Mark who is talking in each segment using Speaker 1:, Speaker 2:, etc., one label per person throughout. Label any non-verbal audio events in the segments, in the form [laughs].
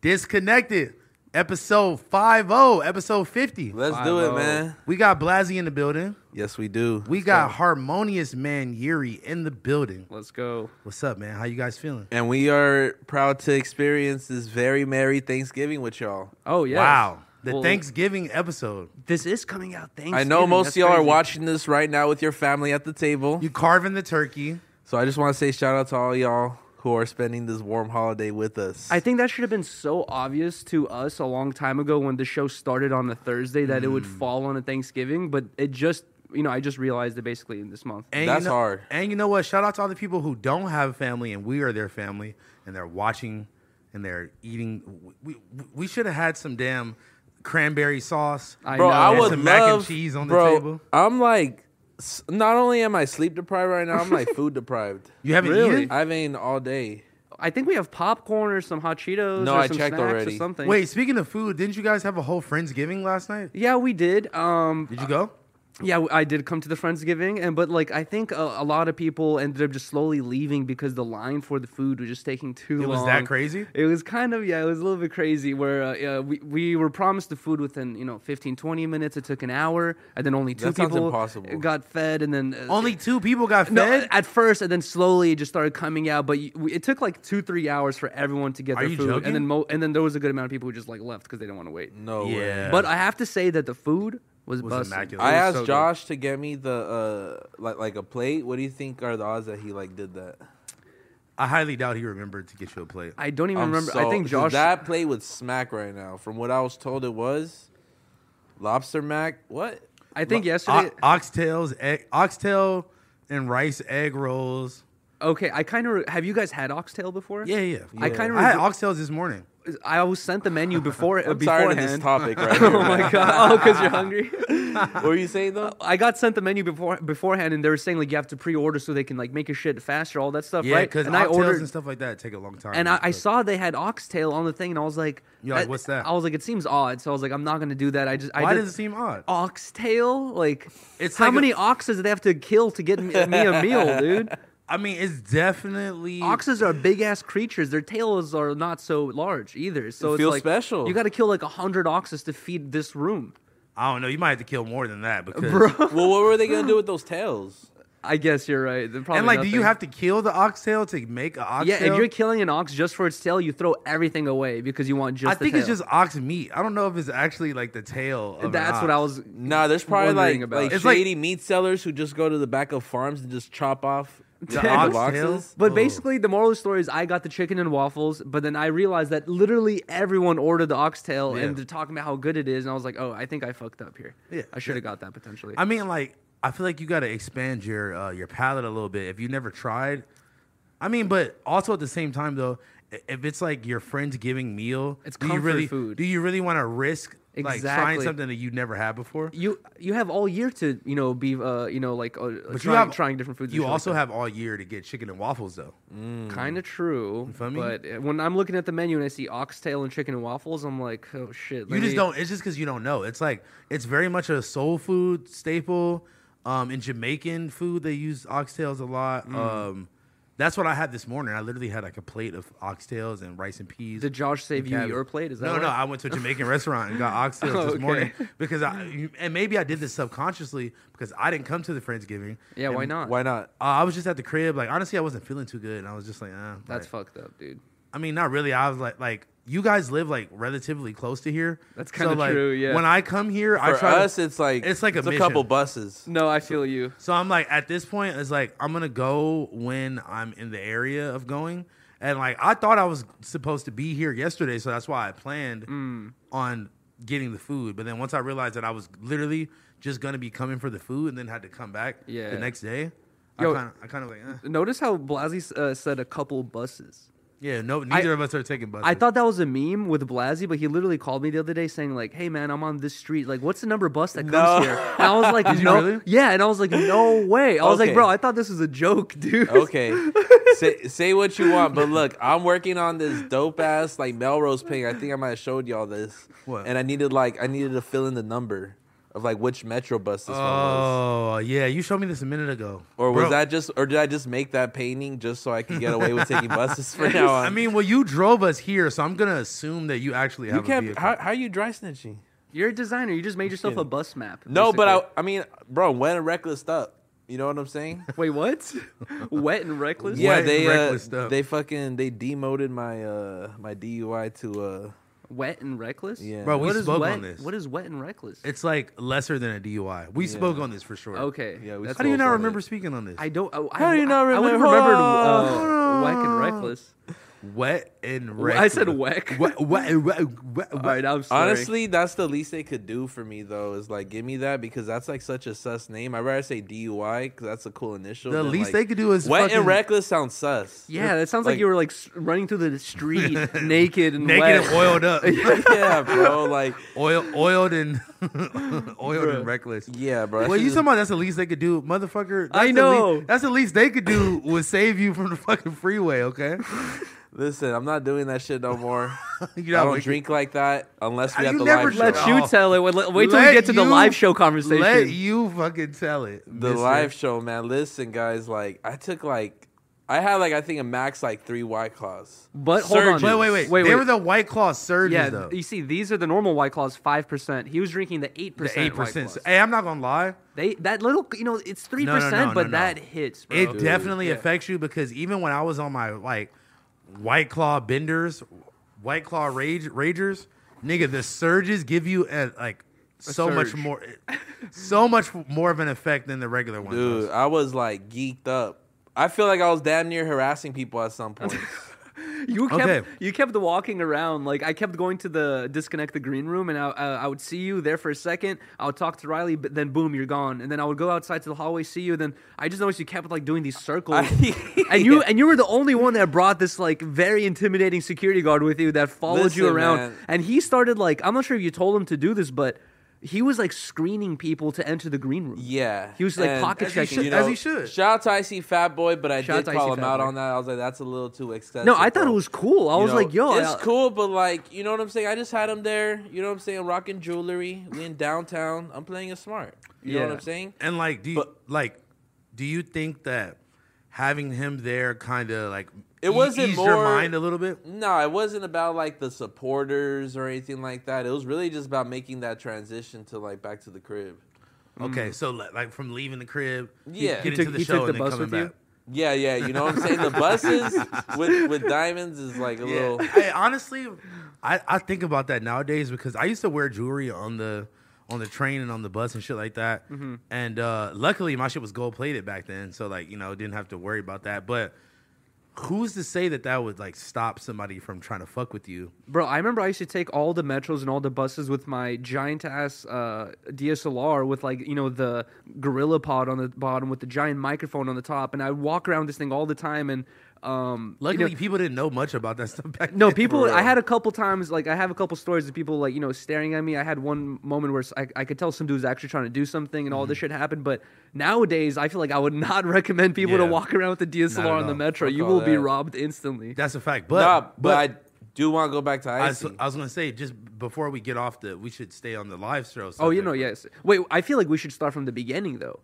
Speaker 1: Disconnected. Episode 50, episode 50.
Speaker 2: Let's do it, man.
Speaker 1: We got Blasi in the building.
Speaker 2: Yes, we do.
Speaker 1: We got Harmonious Man Yuri in the building.
Speaker 3: Let's go.
Speaker 1: What's up, man? How you guys feeling?
Speaker 2: and we are proud to experience this very merry Thanksgiving with y'all.
Speaker 3: Oh yeah.
Speaker 1: Wow. The
Speaker 3: Well,
Speaker 1: Thanksgiving episode.
Speaker 3: This is coming out Thanksgiving.
Speaker 2: I know most
Speaker 3: That's
Speaker 2: of y'all are
Speaker 3: crazy.
Speaker 2: watching this right now with your family at the table.
Speaker 1: You carving the turkey.
Speaker 2: So I just want to say shout out to all y'all who are spending this warm holiday with us.
Speaker 3: I think that should have been so obvious to us a long time ago when the show started on the Thursday that it would
Speaker 2: Hmm.
Speaker 3: fall on a Thanksgiving, but it just you know I just realized it basically in this month.
Speaker 1: And
Speaker 2: That's
Speaker 1: you know,
Speaker 2: hard.
Speaker 1: And you know what? Shout out to all the people who don't have a family and we are their family and they're watching and they're eating. We, we, we should have had some damn cranberry sauce.
Speaker 2: bro,
Speaker 3: know.
Speaker 2: I
Speaker 1: And
Speaker 2: would
Speaker 1: some
Speaker 2: love
Speaker 1: mac and cheese on the
Speaker 2: bro,
Speaker 1: table.
Speaker 2: I'm like, s- not only am I sleep deprived right now, I'm like food deprived.
Speaker 1: [laughs] You haven't
Speaker 3: Really?
Speaker 1: eaten?
Speaker 2: I've eaten all day.
Speaker 3: I think we have popcorn or some hot Cheetos.
Speaker 2: No,
Speaker 3: or
Speaker 2: I
Speaker 3: some
Speaker 2: checked
Speaker 3: snacks
Speaker 2: already.
Speaker 3: Or something.
Speaker 1: Wait, speaking of food, didn't you guys have a whole Friendsgiving last night?
Speaker 3: Yeah, we did. Um,
Speaker 1: Did you go?
Speaker 3: yeah, I did come to the Friendsgiving, and but like I think a, a lot of people ended up just slowly leaving because the line for the food was just taking too
Speaker 1: It
Speaker 3: long.
Speaker 1: was that crazy?
Speaker 3: It was kind of yeah, it was a little bit crazy where uh, uh, we we were promised the food within, you know, 15 20 minutes. It took an hour and then only two
Speaker 2: That sounds
Speaker 3: people
Speaker 2: impossible.
Speaker 3: got fed and then uh,
Speaker 1: Only two people got fed.
Speaker 3: no, at first and then slowly it just started coming out, but you, we- it took like 2 3 hours for everyone to get
Speaker 1: Are
Speaker 3: their
Speaker 1: you
Speaker 3: food
Speaker 1: joking?
Speaker 3: and then mo- and then there was a good amount of people who just like left cuz they didn't want to wait.
Speaker 2: No way.
Speaker 1: Yeah.
Speaker 3: But I have to say that the food was,
Speaker 1: was
Speaker 3: bussin'.
Speaker 1: immaculate. It
Speaker 2: I
Speaker 1: was
Speaker 2: asked
Speaker 3: so good.
Speaker 2: Josh to get me the uh like like a plate. What do you think are the odds that he like did that?
Speaker 1: I highly doubt he remembered to get you a plate.
Speaker 3: I don't even
Speaker 1: Um,
Speaker 2: I'm
Speaker 3: remember.
Speaker 2: Um, so-
Speaker 3: I think Josh
Speaker 2: that plate would smack right now. From what I was told, it was lobster mac. What?
Speaker 3: I think yesterday
Speaker 1: O- oxtails, egg, oxtail and rice egg rolls.
Speaker 3: Okay, I kind of have you guys had oxtail before?
Speaker 1: Yeah, yeah.
Speaker 3: I kind
Speaker 1: I had
Speaker 3: of
Speaker 1: oxtails this morning.
Speaker 3: I always sent the
Speaker 1: [laughs]
Speaker 3: menu before
Speaker 2: I'm tired
Speaker 3: Uh, beforehand.
Speaker 2: of this
Speaker 3: [laughs]
Speaker 2: topic right here.
Speaker 3: oh my god! Oh, because
Speaker 1: [laughs]
Speaker 3: you're hungry.
Speaker 2: What were you saying though?
Speaker 3: I got sent the menu before beforehand, and they were saying like you have to pre-order so they can like make your shit faster, all that stuff,
Speaker 1: Yeah,
Speaker 3: right?
Speaker 1: because
Speaker 3: And
Speaker 1: oxtails
Speaker 3: I ordered,
Speaker 1: and stuff like that take a long time.
Speaker 3: and
Speaker 1: to
Speaker 3: I, I
Speaker 1: cook.
Speaker 3: saw they had oxtail on the thing, and I was like,
Speaker 1: You're like, "What's that?"
Speaker 3: I was like, it seems odd, so I was like, I'm not gonna do that. I just
Speaker 1: Why
Speaker 3: I
Speaker 1: does it
Speaker 3: did,
Speaker 1: seem odd?
Speaker 3: oxtail like
Speaker 1: It's
Speaker 3: how
Speaker 1: like a-
Speaker 3: many oxes do they have to kill to get me, me a meal,
Speaker 1: [laughs]
Speaker 3: dude?
Speaker 1: I mean, it's definitely
Speaker 3: Oxes are big ass creatures. Their tails are not so large either. So
Speaker 2: They
Speaker 3: it's
Speaker 2: feel
Speaker 3: like,
Speaker 2: special.
Speaker 3: You got to kill like a hundred oxes to feed this room.
Speaker 1: I don't know. You might have to kill more than that because.
Speaker 2: well, what were they gonna do with those tails?
Speaker 3: I guess you're right. They're Probably
Speaker 1: and like, do you
Speaker 3: nothing.
Speaker 1: have to kill the oxtail to make an
Speaker 3: Yeah,
Speaker 1: oxtail?
Speaker 3: if you're killing an ox just for its tail, you throw everything away because you want just.
Speaker 1: I
Speaker 3: the
Speaker 1: think it's
Speaker 3: tail.
Speaker 1: just ox meat. I don't know if it's actually like the tail. Of an
Speaker 3: That's what
Speaker 1: ox.
Speaker 3: I was.
Speaker 2: Nah, there's probably
Speaker 3: Wondering
Speaker 2: like,
Speaker 3: about
Speaker 2: like
Speaker 3: it.
Speaker 1: It's like-
Speaker 2: shady meat sellers who just go to the back of farms and just chop off the
Speaker 1: ox
Speaker 2: boxes.
Speaker 1: tails?
Speaker 3: But
Speaker 1: Oh.
Speaker 3: basically, the moral of the story is I got the chicken and waffles, but then I realized that literally everyone ordered the oxtail
Speaker 1: Yeah.
Speaker 3: and they're talking about how good it is, and I was like, oh, I think I fucked up here.
Speaker 1: Yeah.
Speaker 3: I should have got that potentially.
Speaker 1: I mean, like, I feel like you got to expand your uh, your palate a little bit if you never tried. I mean, but also at the same time though, i- if it's like your friend's giving meal,
Speaker 3: It's
Speaker 1: do you
Speaker 3: comfort
Speaker 1: really
Speaker 3: food.
Speaker 1: do you really want to risk like trying
Speaker 3: Exactly.
Speaker 1: something that you never had before?
Speaker 3: you you have all year to you know be uh you know like uh,
Speaker 1: But
Speaker 3: trying,
Speaker 1: you have
Speaker 3: trying different foods.
Speaker 1: You also have all year to get chicken and waffles though.
Speaker 3: kind of true,
Speaker 1: feel me?
Speaker 3: but uh, when I'm looking at the menu and I see oxtail and chicken and waffles, I'm like, oh shit.
Speaker 1: You just don't. It's just because you don't know. It's like it's very much a soul food staple. Um, in Jamaican food, they use oxtails a
Speaker 3: Mm.
Speaker 1: lot. Um, that's what I had this morning. I literally had like a plate of oxtails and rice and peas.
Speaker 3: Did Josh save you
Speaker 1: cabbage.
Speaker 3: your plate? Is that
Speaker 1: no,
Speaker 3: why?
Speaker 1: no. I went to a Jamaican restaurant
Speaker 3: [laughs]
Speaker 1: and got oxtails
Speaker 3: Oh,
Speaker 1: this
Speaker 3: okay.
Speaker 1: morning because I and maybe I did this subconsciously because I didn't come to the friendsgiving.
Speaker 3: Yeah, why
Speaker 1: And,
Speaker 3: not?
Speaker 2: Why not?
Speaker 1: Uh, I was just at the crib. Like honestly, I wasn't feeling too good, and I was just like, uh,
Speaker 3: That's
Speaker 1: like-
Speaker 3: fucked up, dude.
Speaker 1: I mean, not really. I was like, like you guys live like relatively close to here.
Speaker 3: That's
Speaker 1: So,
Speaker 3: kinda
Speaker 1: like,
Speaker 3: true, yeah.
Speaker 1: When I come here, I
Speaker 2: For
Speaker 1: try.
Speaker 2: us,
Speaker 1: to,
Speaker 2: it's like
Speaker 1: it's like a
Speaker 2: a, couple
Speaker 1: mission.
Speaker 2: buses.
Speaker 3: No, I feel you.
Speaker 1: so I'm like at this point, it's like I'm gonna go when I'm in the area of going, and like I thought I was supposed to be here yesterday, so that's why I planned
Speaker 3: Mm.
Speaker 1: on getting the food. But then once I realized that I was literally just gonna be coming for the food, and then had to come back
Speaker 3: Yeah.
Speaker 1: the next day,
Speaker 3: Yo-
Speaker 1: I kind of I kind of like eh.
Speaker 3: Notice how Blasi uh, said a couple buses.
Speaker 1: yeah, no, neither of us are taking buses.
Speaker 3: I thought that was a meme with Blasi, but he literally called me the other day saying like, "Hey man, I'm on this street. Like, what's the number of bus that comes
Speaker 2: No.
Speaker 3: here?" And I [laughs] was like, "No,
Speaker 1: really?
Speaker 3: yeah." And I was like, "No way." I was like,
Speaker 2: Okay.
Speaker 3: "Bro, I thought this was a joke, [laughs] dude."
Speaker 2: Okay,
Speaker 1: [laughs]
Speaker 2: say, say what you want, but look, I'm working on this dope ass like Melrose ping. I think I might have showed y'all this.
Speaker 1: What?
Speaker 2: And I needed like I needed to fill in the number of like which metro bus this one was,
Speaker 1: Oh yeah, you showed me this a minute ago.
Speaker 2: or was
Speaker 1: Bro,
Speaker 2: that just, or did I just make that painting just so I could get away
Speaker 1: [laughs]
Speaker 2: with taking buses for now on?
Speaker 3: um,
Speaker 1: I mean, well, you drove us here, so I'm gonna assume that you actually have
Speaker 2: you
Speaker 1: a
Speaker 2: can't.
Speaker 1: vehicle.
Speaker 2: How, how are you dry snitching?
Speaker 3: You're a designer. You just made yourself a bus map.
Speaker 2: No, but I,
Speaker 3: basically.
Speaker 2: I mean, bro, wet and reckless up. You know what
Speaker 1: [laughs]
Speaker 2: I'm saying?
Speaker 3: wait. What? Wet and reckless.
Speaker 2: yeah,
Speaker 1: Wet and
Speaker 2: they uh,
Speaker 1: reckless up.
Speaker 2: they fucking they demoted my uh my DUI to uh
Speaker 3: Wet and reckless.
Speaker 2: Yeah.
Speaker 1: Bro, we
Speaker 3: What is
Speaker 1: spoke
Speaker 3: wet,
Speaker 1: on this.
Speaker 3: What is wet and reckless?
Speaker 1: it's like lesser than a DUI. We spoke on this for sure.
Speaker 3: okay.
Speaker 2: Yeah, we
Speaker 3: that's-
Speaker 1: How do you
Speaker 2: spoke
Speaker 1: not
Speaker 2: on
Speaker 1: remember
Speaker 2: it.
Speaker 1: speaking on this?
Speaker 3: I don't. I,
Speaker 2: How
Speaker 3: I,
Speaker 2: do you not
Speaker 3: I would have
Speaker 2: remember-
Speaker 3: remembered
Speaker 2: Hold
Speaker 3: uh, whack and reckless.
Speaker 1: wet and
Speaker 3: Well,
Speaker 1: red.
Speaker 3: I said
Speaker 1: [laughs]
Speaker 3: weck.
Speaker 1: Wet, wet, wet, wet,
Speaker 3: All right, I'm sorry.
Speaker 2: Honestly, that's the least they could do for me though. Is like give me that because that's like such a sus name. I'd rather say DUI because that's a cool initial.
Speaker 1: The
Speaker 2: than,
Speaker 1: least
Speaker 2: like-
Speaker 1: they could do is
Speaker 2: wet
Speaker 1: fucking-
Speaker 2: and reckless
Speaker 1: [laughs]
Speaker 2: sounds sus.
Speaker 3: yeah, that sounds like,
Speaker 2: like-
Speaker 3: you were like s- running through the street naked and
Speaker 1: naked
Speaker 3: wet.
Speaker 1: and oiled
Speaker 3: [laughs]
Speaker 1: up.
Speaker 2: [laughs] yeah, bro. Like
Speaker 1: Oil, oiled and [laughs] oiled and reckless.
Speaker 2: yeah, bro. that
Speaker 1: Well,
Speaker 2: shit
Speaker 1: you
Speaker 2: is-
Speaker 1: talking about that's the least they could do, motherfucker.
Speaker 3: I
Speaker 1: that's the
Speaker 3: know.
Speaker 1: least- that's the least they could do was save you from the fucking freeway.
Speaker 3: [laughs]
Speaker 1: Okay,
Speaker 2: Listen, I'm not doing that shit no more.
Speaker 1: [laughs] you
Speaker 2: I don't drink like that unless we
Speaker 1: You
Speaker 2: have the
Speaker 1: never
Speaker 2: live show.
Speaker 3: Let
Speaker 1: Oh.
Speaker 3: you tell it. Wait, let- wait till we
Speaker 1: Let
Speaker 3: get to the
Speaker 1: you-
Speaker 3: live show conversation.
Speaker 1: Let you fucking tell it.
Speaker 2: the
Speaker 1: mister.
Speaker 2: live show, man. Listen, guys, like I took like I had like I think a max like three white claws.
Speaker 1: Oh
Speaker 3: But hold
Speaker 1: Wait,
Speaker 3: on.
Speaker 1: wait, wait.
Speaker 3: Wait,
Speaker 1: they
Speaker 3: wait.
Speaker 1: were the White Claw surges,
Speaker 3: yeah,
Speaker 1: though.
Speaker 3: you see, these are the normal White Claws, five percent. He was drinking the eight
Speaker 1: The
Speaker 3: percent.
Speaker 1: eight percent. Hey, I'm not gonna lie.
Speaker 3: They that little, you know, it's three
Speaker 1: no,
Speaker 3: percent,
Speaker 1: no,
Speaker 3: but
Speaker 1: no.
Speaker 3: that hits. Bro.
Speaker 1: It definitely
Speaker 3: Yeah.
Speaker 1: affects you because even when I was on my like White Claw benders, White Claw rage ragers, nigga, the surges give you a, like so much
Speaker 3: surge.
Speaker 1: more, so much more of an effect than the regular one. does.
Speaker 2: Dude, I was like geeked up. I feel like I was damn near harassing people at
Speaker 1: [laughs]
Speaker 2: some point.
Speaker 3: You kept
Speaker 1: Okay.
Speaker 3: you kept walking around. Like I kept going to the disconnect the green room, and I uh, I would see you there for a second. I would talk to Riley, but then boom, you're gone. And then I would go outside to the hallway, see you. And then I just noticed you kept like doing these circles,
Speaker 1: [laughs]
Speaker 2: I-
Speaker 3: and you and you were the only one that brought this like very intimidating security guard with you that followed you
Speaker 2: Listen,
Speaker 3: around.
Speaker 2: man.
Speaker 3: And he started like I'm not sure if you told him to do this, but he was like screening people to enter the green room.
Speaker 2: yeah,
Speaker 3: He was, like, pocket
Speaker 2: as he
Speaker 3: checking,
Speaker 2: should-
Speaker 3: you
Speaker 1: know? As he should.
Speaker 2: Shout out to Icy Fat Boy, but I
Speaker 3: Shout out
Speaker 2: did
Speaker 3: to
Speaker 2: call
Speaker 3: Icy
Speaker 2: him
Speaker 3: Fat
Speaker 2: out
Speaker 3: Boy.
Speaker 2: on that. I was like, that's a little too excessive.
Speaker 3: No, I thought
Speaker 2: bro.
Speaker 3: it was cool. I
Speaker 2: You
Speaker 3: was
Speaker 2: know,
Speaker 3: like, yo,
Speaker 2: it's
Speaker 3: I-
Speaker 2: cool, but like, you know what I'm saying? I just had him there. You know what I'm saying? Rocking jewelry. We in downtown. I'm playing it smart. You know
Speaker 3: Yeah.
Speaker 2: what I'm saying?
Speaker 1: And like, do you,
Speaker 2: But-
Speaker 1: like, do you think that having him there kind of like e-,
Speaker 2: It wasn't
Speaker 1: eased
Speaker 2: more-
Speaker 1: your mind a little bit?
Speaker 2: No, it wasn't about like the supporters or anything like that. It was really just about making that transition to like back to the crib.
Speaker 1: Okay, so li- like from leaving the crib,
Speaker 2: Yeah. He
Speaker 1: getting
Speaker 3: took-
Speaker 1: to the
Speaker 3: he
Speaker 1: show
Speaker 3: took the
Speaker 1: and then
Speaker 3: bus
Speaker 1: coming
Speaker 3: with you?
Speaker 1: back.
Speaker 2: Yeah, yeah, you know what I'm saying? The buses
Speaker 3: [laughs]
Speaker 2: with with diamonds is like a
Speaker 1: Yeah.
Speaker 2: little
Speaker 1: I, honestly, I, I think about that nowadays because I used to wear jewelry on the on the train and on the bus and shit like that. And uh, luckily, my shit was gold plated back then, so like you know, didn't have to worry about that. But who's to say that that would like stop somebody from trying to fuck with you?
Speaker 3: Bro, I remember I used to take all the metros and all the buses with my giant ass uh, DSLR with like you know the gorilla pod on the bottom with the giant microphone on the top, and I would walk around this thing all the time. And um, you know-
Speaker 1: Luckily, people didn't know much about that [laughs] stuff back
Speaker 3: no
Speaker 1: then.
Speaker 3: people. I had a couple times like I have a couple stories of people like you know staring at me. I had one moment where s- I, I could tell some dude's actually trying to do something, and all
Speaker 2: Mm-hmm.
Speaker 3: this shit happened. But nowadays, I feel like I would [laughs] not recommend people to
Speaker 1: Yeah.
Speaker 3: walk around with the DSLR on the
Speaker 1: all.
Speaker 3: metro.
Speaker 2: Fuck
Speaker 3: you
Speaker 2: all
Speaker 3: will be
Speaker 2: that.
Speaker 3: robbed instantly.
Speaker 1: That's a fact. But
Speaker 2: nah, but,
Speaker 1: but
Speaker 2: I do want to go back to
Speaker 1: I was,
Speaker 2: icy.
Speaker 1: I was gonna say just before we get off the, we should stay on the live show.
Speaker 3: Oh,
Speaker 1: subject,
Speaker 3: you know,
Speaker 1: but-
Speaker 3: yes. Wait, I feel like we should start from the beginning though,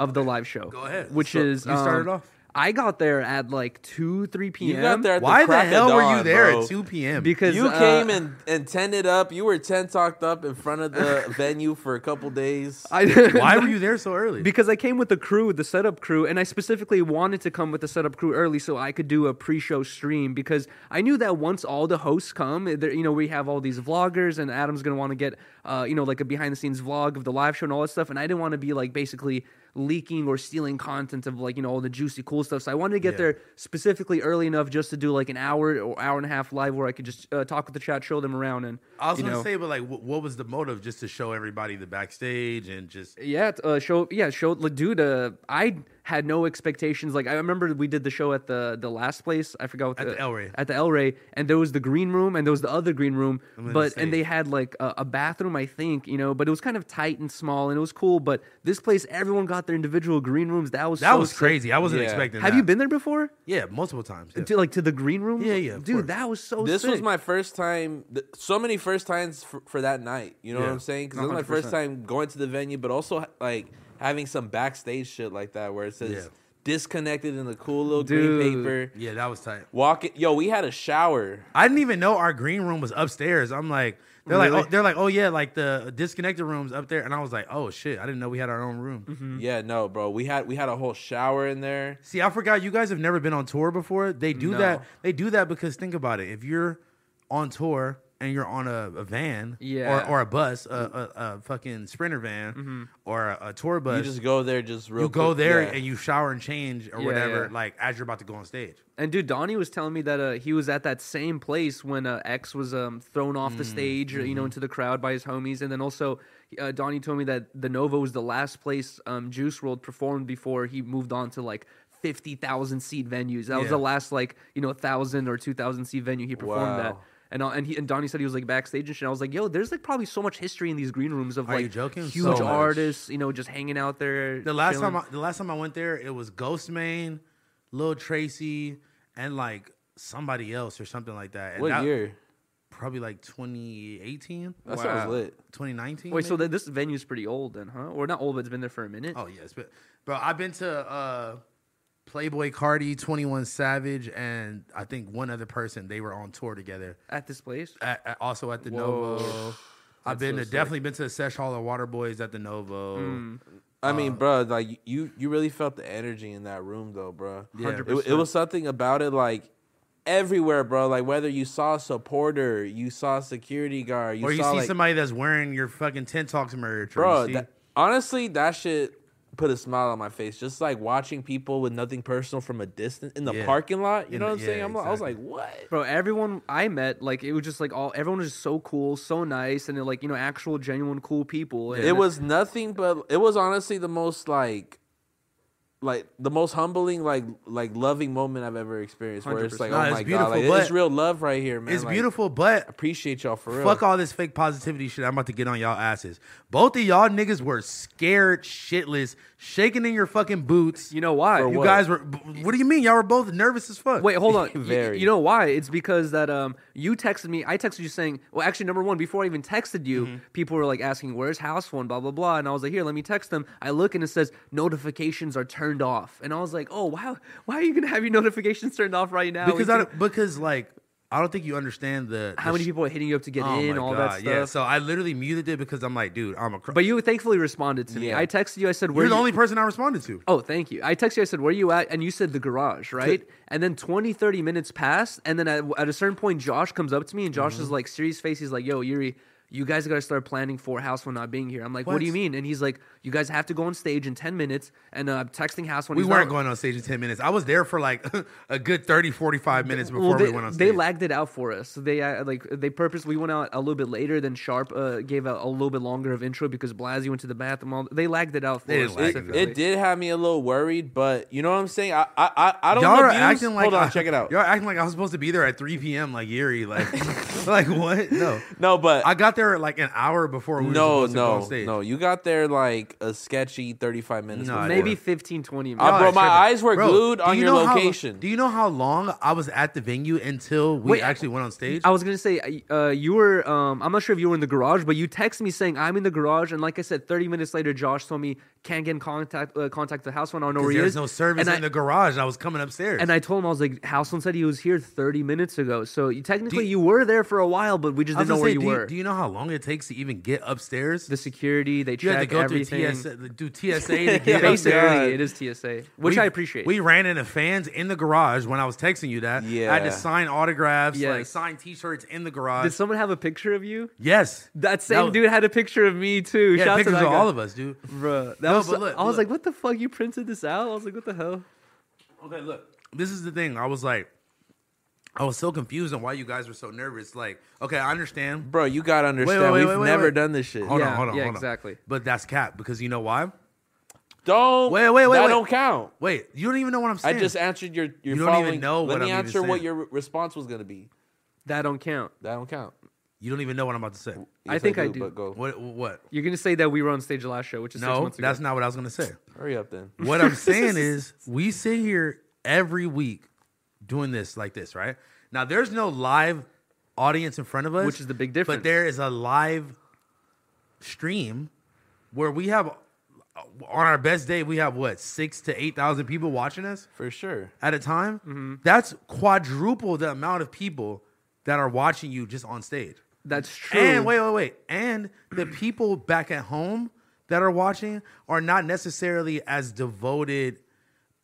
Speaker 3: of the live show.
Speaker 1: Go ahead.
Speaker 3: Which
Speaker 1: So,
Speaker 3: is
Speaker 1: you started
Speaker 3: um,
Speaker 1: off.
Speaker 3: I got there at like two, three p.m.
Speaker 2: You got there. At
Speaker 1: Why the
Speaker 2: the, crack
Speaker 1: hell
Speaker 2: of
Speaker 1: were you
Speaker 2: dawn,
Speaker 1: there
Speaker 2: bro.
Speaker 1: at 2 p.m.?
Speaker 3: because
Speaker 2: You
Speaker 3: uh,
Speaker 2: came and and tented up. You were ten talked up in front
Speaker 1: [laughs]
Speaker 2: of the venue for a couple days.
Speaker 3: I [laughs]
Speaker 1: why were you there so early?
Speaker 3: Because I came with the crew, the setup crew, and I specifically wanted to come with the setup crew early so I could do a pre-show stream because I knew that once all the hosts come, eh, there- you know, we have all these vloggers, and Adam's gonna want to get, uh, you know, like a behind-the-scenes vlog of the live show and all that stuff, and I didn't want to be like basically leaking or stealing content of like you know all the juicy cool stuff. So I wanted to get there specifically early enough just to do like an hour or hour and a half live where I could just uh, talk with the chat, show them around, and
Speaker 1: I was
Speaker 3: you
Speaker 1: gonna
Speaker 3: know.
Speaker 1: say, but like, wh- what was the motive? Just to show everybody the backstage and just
Speaker 3: Yeah, t- uh, show. Yeah, show. like, Dude, uh, I had no expectations. Like I remember we did the show at the the last place. I forgot what
Speaker 1: At the El Rey.
Speaker 3: At the El Rey, and there was the green room, and there was the other green room.
Speaker 1: then
Speaker 3: but
Speaker 1: the
Speaker 3: and they
Speaker 1: stage.
Speaker 3: had like a, a bathroom, I think. You know, but it was kind of tight and small, and it was cool. But this place, everyone got their individual green rooms. That was
Speaker 1: that
Speaker 3: so
Speaker 1: was
Speaker 3: sick.
Speaker 1: crazy. I wasn't
Speaker 2: Yeah.
Speaker 1: expecting.
Speaker 3: Have you
Speaker 1: that.
Speaker 3: been there before?
Speaker 1: Yeah, multiple times. yeah.
Speaker 3: To, like to the green room?
Speaker 1: Yeah, yeah, of
Speaker 3: Dude,
Speaker 1: course.
Speaker 3: that was so.
Speaker 2: this was
Speaker 3: sick.
Speaker 2: my first time. th- So many first times for, for that night. You know what
Speaker 1: Yeah.
Speaker 2: I'm saying? Because this was my first
Speaker 3: 100%.
Speaker 2: time going to the venue, but also ha- like having some backstage shit like that where it says
Speaker 1: Yeah.
Speaker 2: disconnected in the cool little green
Speaker 3: Dude.
Speaker 2: paper.
Speaker 1: Yeah, that was tight.
Speaker 2: Walking, yo, we had a shower.
Speaker 1: I didn't even know our green room was upstairs. I'm like, they're
Speaker 3: Really?
Speaker 1: like, oh, they're like, oh yeah, like the disconnected rooms up there, and I was like, oh shit, I didn't know we had our own room.
Speaker 3: Mm-hmm.
Speaker 2: Yeah, no, bro, we had we had a whole shower in there.
Speaker 1: See, I forgot you guys have never been on tour before. They do
Speaker 3: No.
Speaker 1: that. They do that because think about it. If you're on tour and you're on a, a van
Speaker 3: Yeah.
Speaker 1: or, or a bus, a, a, a fucking sprinter van or a, a tour bus,
Speaker 2: Mm-hmm. You just go there, just real.
Speaker 1: you go
Speaker 2: quick-
Speaker 1: there
Speaker 2: yeah.
Speaker 1: and you shower and change or
Speaker 3: Yeah,
Speaker 1: whatever,
Speaker 3: yeah.
Speaker 1: like as you're about to go on stage.
Speaker 3: And dude, Donnie was telling me that uh, he was at that same place when uh, X was um, thrown off
Speaker 1: Mm,
Speaker 3: the stage, uh, you
Speaker 1: mm-hmm.
Speaker 3: know, into the crowd by his homies. And then also, uh, Donnie told me that the Nova was the last place um, Juice World performed before he moved on to like fifty thousand seat venues. That was the
Speaker 1: Yeah.
Speaker 3: last like you know thousand or two thousand seat venue he performed at.
Speaker 2: Wow.
Speaker 3: And, uh, and he and Donnie said he was like backstage and shit. I was like, yo, there's like probably so much history in these green rooms of
Speaker 1: Are
Speaker 3: like
Speaker 1: you joking? So
Speaker 3: huge
Speaker 1: much.
Speaker 3: artists, you know, just hanging out there.
Speaker 1: The last
Speaker 3: chilling.
Speaker 1: time, I, the last time I went there, it was Ghostman, Lil Tracy, and like somebody else or something like that. And
Speaker 2: what
Speaker 1: that-
Speaker 2: year?
Speaker 1: Probably like 2018,
Speaker 2: That sounds
Speaker 3: Wow.
Speaker 2: lit.
Speaker 1: 2019.
Speaker 3: Wait, so
Speaker 1: maybe?
Speaker 3: th- this venue's pretty old then, huh? Or not old, but it's been there for a minute.
Speaker 1: Oh yes, but bro, I've been to uh, Playboy Cardi, Twenty One Savage, and I think one other person. They were on tour together.
Speaker 3: At this place?
Speaker 1: At, at- also at the Novo. I've been to, definitely been to the Sesh Hall of Waterboys at the Novo.
Speaker 2: Mm. I mean, bro, like you, you really felt the energy in that room, though, bro.
Speaker 1: Yeah.
Speaker 2: It- It, was something about it, like everywhere, bro. Like whether you saw a supporter, you saw a security guard, you
Speaker 1: Or you
Speaker 2: saw
Speaker 1: see
Speaker 2: like,
Speaker 1: somebody that's wearing your fucking Ten Talks merch, or you
Speaker 2: bro.
Speaker 1: see-
Speaker 2: that- honestly, that shit put a smile on my face. Just like watching people with nothing personal from a distance in the
Speaker 1: Yeah.
Speaker 2: parking lot. You
Speaker 1: In
Speaker 2: know
Speaker 1: the-
Speaker 2: what I'm saying?
Speaker 1: yeah,
Speaker 2: I'm, like- I was like,
Speaker 1: exactly.
Speaker 2: what?
Speaker 3: Bro, everyone I met, like, it was just like all everyone was just so cool, so nice, and they're like, you know, actual, genuine, cool people. And
Speaker 2: It was nothing but it was honestly the most like like the most humbling like like loving moment I've ever experienced where it's like
Speaker 3: 100%.
Speaker 2: oh
Speaker 1: Nah, it's
Speaker 2: my god
Speaker 1: beautiful,
Speaker 2: like it's
Speaker 1: but-
Speaker 2: real love right here man
Speaker 1: it's
Speaker 2: Like,
Speaker 1: beautiful, but
Speaker 2: appreciate y'all for real
Speaker 1: Fuck all this fake positivity shit. I'm about to get on y'all asses. Both of y'all niggas were scared shitless, shaking in your fucking boots.
Speaker 3: You know why?
Speaker 2: For
Speaker 1: You
Speaker 2: what?
Speaker 1: guys were. b- What do you mean? Y'all were both nervous as fuck.
Speaker 3: Wait,
Speaker 1: [laughs]
Speaker 3: hold on. Y-
Speaker 2: Very.
Speaker 3: You know why? It's because that um, you texted me. I texted you saying, well, actually, number one, before I even texted you,
Speaker 1: Mm-hmm.
Speaker 3: people were like asking, "Where's House One?" Blah blah blah, and I was like, "Here, let me text them." I look and it says notifications are turned off, and I was like, "Oh wow, why are you gonna have your [laughs] notifications turned off right now?"
Speaker 1: because
Speaker 3: It's
Speaker 1: I
Speaker 3: like,
Speaker 1: don't, because like I don't think you understand the,
Speaker 3: how
Speaker 1: the
Speaker 3: many
Speaker 1: sh-
Speaker 3: people are hitting you up to get
Speaker 1: Oh
Speaker 3: in,
Speaker 1: my
Speaker 3: all
Speaker 1: God,
Speaker 3: that stuff.
Speaker 1: Yeah, so I literally muted it because I'm like, dude, I'm a. Cr-
Speaker 3: But you thankfully responded to me.
Speaker 2: Yeah.
Speaker 3: I texted you. I said, "Where
Speaker 1: you're the
Speaker 3: you-
Speaker 1: only person I responded to.
Speaker 3: Oh, thank you. I texted you. I said, "Where you at?" And you said the garage, right? and then 20, 30 minutes passed, and then at, at a certain point, Josh comes up to me, and Josh
Speaker 1: Mm-hmm.
Speaker 3: is like serious face. He's like, "Yo, Yuri, you guys got to start planning for House when not being here." I'm like, "What, do you
Speaker 1: What?
Speaker 3: mean?" And he's like, "You guys have to go on stage in ten minutes." And uh, I'm texting House when
Speaker 1: We
Speaker 3: he's
Speaker 1: weren't
Speaker 3: not-
Speaker 1: going on stage in 10 minutes. I was there for like [laughs] a good 30, 45 minutes before
Speaker 3: Well, they,
Speaker 1: we went on
Speaker 3: they
Speaker 1: stage.
Speaker 3: lagged it out for us. They uh, like they purposely went out a little bit later than Sharp uh, gave out a little bit longer of intro because Blasey went to the bathroom. All they lagged it out for
Speaker 1: They
Speaker 3: us.
Speaker 1: didn't lag it out.
Speaker 3: specifically.
Speaker 2: it did have me a little worried but you know what I'm saying I I I, I don't
Speaker 1: y'all are
Speaker 2: abuse-
Speaker 1: acting like
Speaker 2: hold on
Speaker 1: I-
Speaker 2: check it
Speaker 1: [laughs]
Speaker 2: out
Speaker 1: Y'all are acting like I was supposed to be there at 3 p.m. like Yuri, like like [laughs] what? No,
Speaker 2: no but
Speaker 1: I got there like an hour before we were
Speaker 2: no
Speaker 1: supposed to go on
Speaker 2: no
Speaker 1: stage.
Speaker 2: no you got there like a sketchy 35 minutes
Speaker 1: No, I
Speaker 2: before.
Speaker 1: didn't.
Speaker 3: maybe 15, 20 minutes.
Speaker 2: Uh, bro,
Speaker 1: Y'all are
Speaker 2: my
Speaker 1: tripping.
Speaker 2: eyes were
Speaker 1: Bro,
Speaker 2: glued
Speaker 1: do
Speaker 2: on
Speaker 1: you
Speaker 2: your
Speaker 1: know how-
Speaker 2: location.
Speaker 1: do you know how long I was at the venue until we
Speaker 3: Wait, I-
Speaker 1: actually went on stage?
Speaker 3: I was gonna say uh, you were. Um, I'm not sure if you were in the garage, but you text me saying I'm in the garage, and like I said, 30 minutes later, Josh told me can't get in contact uh, contact with the house phone. I don't know
Speaker 1: 'Cause
Speaker 3: where he
Speaker 1: There's
Speaker 3: is.
Speaker 1: no service
Speaker 3: and I-
Speaker 1: in the garage. And I was coming upstairs.
Speaker 3: and I told him I was like, Houseman said he was here 30 minutes ago. So you, technically, you were there for a while, but we just
Speaker 1: I was
Speaker 3: didn't
Speaker 1: gonna
Speaker 3: know where
Speaker 1: say,
Speaker 3: you
Speaker 1: do
Speaker 3: were.
Speaker 1: You, do you know how long it takes to even get upstairs?
Speaker 3: the security, they
Speaker 1: you had to
Speaker 3: check
Speaker 1: go
Speaker 3: everything. [laughs]
Speaker 1: through TSA, do TSA to get
Speaker 3: Basically,
Speaker 1: upstairs.
Speaker 3: it is TSA, which
Speaker 1: We-
Speaker 3: I appreciate.
Speaker 1: We ran into fans in the garage when I was texting you that. I had
Speaker 2: Yeah.
Speaker 1: to sign autographs, like
Speaker 3: Yes.
Speaker 1: sign T-shirts in the garage.
Speaker 3: Did someone have a picture of you?
Speaker 1: yes,
Speaker 3: That
Speaker 1: That
Speaker 3: same
Speaker 1: was-
Speaker 3: dude had a picture of me too.
Speaker 1: Yeah,
Speaker 3: Shout out to
Speaker 1: pictures
Speaker 3: that
Speaker 1: of
Speaker 3: guy.
Speaker 1: all of us, dude.
Speaker 3: Bruh, that
Speaker 1: No,
Speaker 3: was.
Speaker 1: but look,
Speaker 3: I was
Speaker 1: look.
Speaker 3: like, "What the fuck? You printed this out?" I was like, "What the hell?"
Speaker 1: Okay, look. This is the thing. I was like, I was so confused on why you guys were so nervous. Like, okay, I understand.
Speaker 2: Bro, you gotta understand.
Speaker 1: wait,
Speaker 2: We've
Speaker 1: wait, wait,
Speaker 2: never
Speaker 1: wait.
Speaker 2: done this shit.
Speaker 1: Hold on,
Speaker 3: Yeah,
Speaker 1: hold on,
Speaker 3: yeah,
Speaker 1: hold on.
Speaker 3: exactly.
Speaker 1: But that's cap because you know why?
Speaker 2: Don't
Speaker 1: Wait, wait, wait,
Speaker 2: That
Speaker 1: wait.
Speaker 2: don't count.
Speaker 1: Wait, you don't even know what I'm
Speaker 2: I
Speaker 1: saying.
Speaker 2: just answered your your
Speaker 1: You don't even
Speaker 2: following.
Speaker 1: know
Speaker 2: Let
Speaker 1: what
Speaker 2: me
Speaker 1: I'm even
Speaker 2: answer what
Speaker 1: saying.
Speaker 2: your re- response was gonna be.
Speaker 3: That don't count.
Speaker 2: That don't count.
Speaker 1: you don't even know what I'm about to say.
Speaker 3: I think I do.
Speaker 2: But go.
Speaker 1: What? What?
Speaker 3: You're gonna say that we were on stage last show, which is six
Speaker 1: No,
Speaker 3: months ago.
Speaker 1: that's not what I was gonna
Speaker 3: [laughs]
Speaker 1: say.
Speaker 2: Hurry up then.
Speaker 1: What I'm saying is, we sit here every week doing this like this, right? Now, there's no live audience in front of us,
Speaker 3: Which is the big
Speaker 1: But
Speaker 3: difference.
Speaker 1: there is a live stream where we have, on our best day, we have what six to eight thousand people watching us
Speaker 2: [laughs] For sure.
Speaker 1: at a time.
Speaker 3: Mm-hmm.
Speaker 1: That's quadruple the amount of people that are watching you just on stage.
Speaker 3: That's true.
Speaker 1: And wait, wait, wait. And the people back at home that are watching are not necessarily as devoted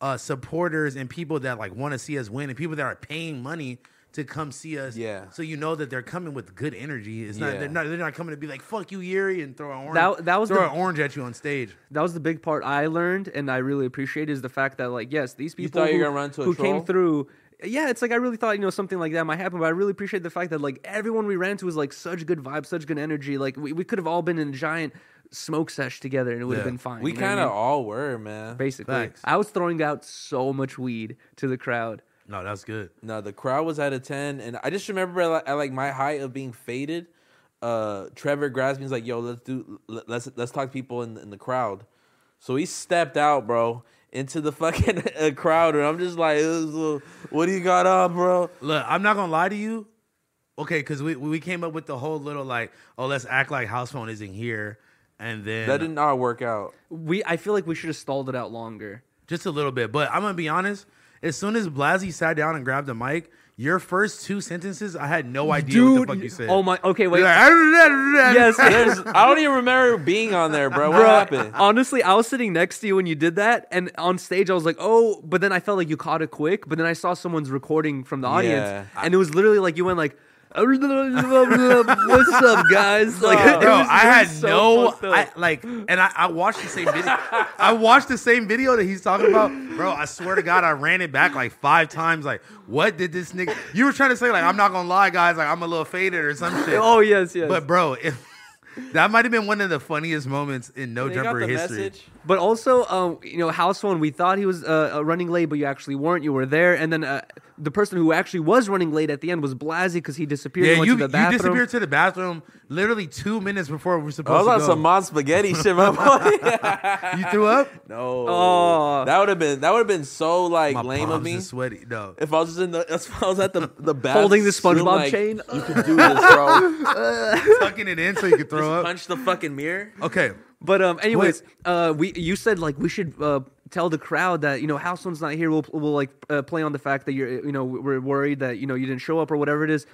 Speaker 1: uh, supporters and people that like want to see us win and people that are paying money to come see us.
Speaker 2: Yeah.
Speaker 1: So you know that they're coming with good energy. It's not
Speaker 2: Yeah.
Speaker 1: they're not they're not coming to be like fuck you, Yuri, and throw an orange
Speaker 3: That- that was
Speaker 1: throw
Speaker 3: the-
Speaker 1: an orange at you on stage.
Speaker 3: that was the big part I learned, and I really appreciate is the fact that like yes, these people
Speaker 2: thought you
Speaker 3: who,
Speaker 2: were gonna run into a
Speaker 3: who came
Speaker 2: troll?
Speaker 3: through. Yeah, it's like I really thought you know something like that might happen, but I really appreciate the fact that like everyone we ran to was like such good vibes, such good energy. Like we, we could have all been in a giant smoke sesh together, and it would have
Speaker 1: Yeah.
Speaker 3: been fine.
Speaker 2: We
Speaker 3: you know what I
Speaker 2: kind of
Speaker 3: mean?
Speaker 2: all were, man.
Speaker 3: basically.
Speaker 1: Facts.
Speaker 3: I was throwing out so much weed to the crowd.
Speaker 1: No, that's good.
Speaker 2: No, the crowd was at a ten, and I just remember like, at like my height of being faded. Uh, Trevor grabs me. He's like, "Yo, let's do let- let's let's talk to people in in the crowd." So he stepped out, bro, into the [laughs] fucking uh, crowd, and I'm just like, "Ugh, "What do you got on, bro?"
Speaker 1: Look, I'm not gonna lie to you. Okay, because we we came up with the whole little like, oh, let's act like house phone isn't here, and then
Speaker 2: That did not work out.
Speaker 3: We I feel like we should have stalled it out longer.
Speaker 1: just a little bit. But I'm gonna be honest. As soon as Blasi sat down and grabbed the mic, your first two sentences, I had no idea what the fuck you said.
Speaker 3: oh my. Okay,
Speaker 1: [laughs]
Speaker 3: wait.
Speaker 1: You're like, "Ah, [laughs]
Speaker 3: yes,
Speaker 2: There's, I don't even remember being on there, bro. What
Speaker 3: Bro,
Speaker 2: happened?
Speaker 3: Honestly, I was sitting next to you when you did that, and on stage I was like, "Oh!" But then I felt like you caught it quick. But then I saw someone's recording from the audience,
Speaker 2: Yeah.
Speaker 3: and it was literally like you went like, "What's up, guys?" Like, [laughs] it
Speaker 1: Bro,
Speaker 3: was-
Speaker 1: I
Speaker 3: it
Speaker 1: had
Speaker 3: was so
Speaker 1: no,
Speaker 3: fucked up.
Speaker 1: I, like, and I, I watched the same video. I watched the same video that he's talking about, bro. I swear to God, I ran it back like five times. Like, what did this nigga? You were trying to say like, I'm not gonna lie, guys. Like, I'm a little faded or some shit.
Speaker 3: oh yes, yes.
Speaker 1: But
Speaker 3: But,
Speaker 1: bro, [laughs] if, that might have been one of the funniest moments in no
Speaker 2: They got
Speaker 1: jumper
Speaker 2: the
Speaker 1: history.
Speaker 2: message.
Speaker 3: also, um, you know, house phone. We thought he was uh, uh, running late, but you actually weren't. You were there, and then uh, the person who actually was running late at the end was Blasi because he disappeared. he
Speaker 1: Yeah,
Speaker 3: went
Speaker 1: you,
Speaker 3: to the
Speaker 1: you
Speaker 3: bathroom.
Speaker 1: disappeared to the bathroom literally two minutes before we were
Speaker 2: I
Speaker 1: supposed
Speaker 2: was on
Speaker 1: to go.
Speaker 2: some mom spaghetti shit, my boy. [laughs]
Speaker 1: you threw up.
Speaker 2: no,
Speaker 3: Oh.
Speaker 2: that would have been that would have been so like
Speaker 1: My
Speaker 2: lame
Speaker 1: palms
Speaker 2: of me.
Speaker 1: is sweady. No,
Speaker 2: [laughs] If I was just in the, if I was at the the bath,
Speaker 3: Holding the
Speaker 2: swim,
Speaker 3: SpongeBob
Speaker 2: like,
Speaker 3: chain.
Speaker 2: you can do this, bro.
Speaker 1: tucking it in so you could
Speaker 2: [laughs]
Speaker 1: throw up.
Speaker 2: Punch the fucking mirror. Oh
Speaker 1: Okay,
Speaker 3: But um, anyways, uh, we you said like we should uh tell the crowd that you know House One's not here. We'll we'll like uh, play on the fact that you're you know we're worried that you know you didn't show up or whatever it is.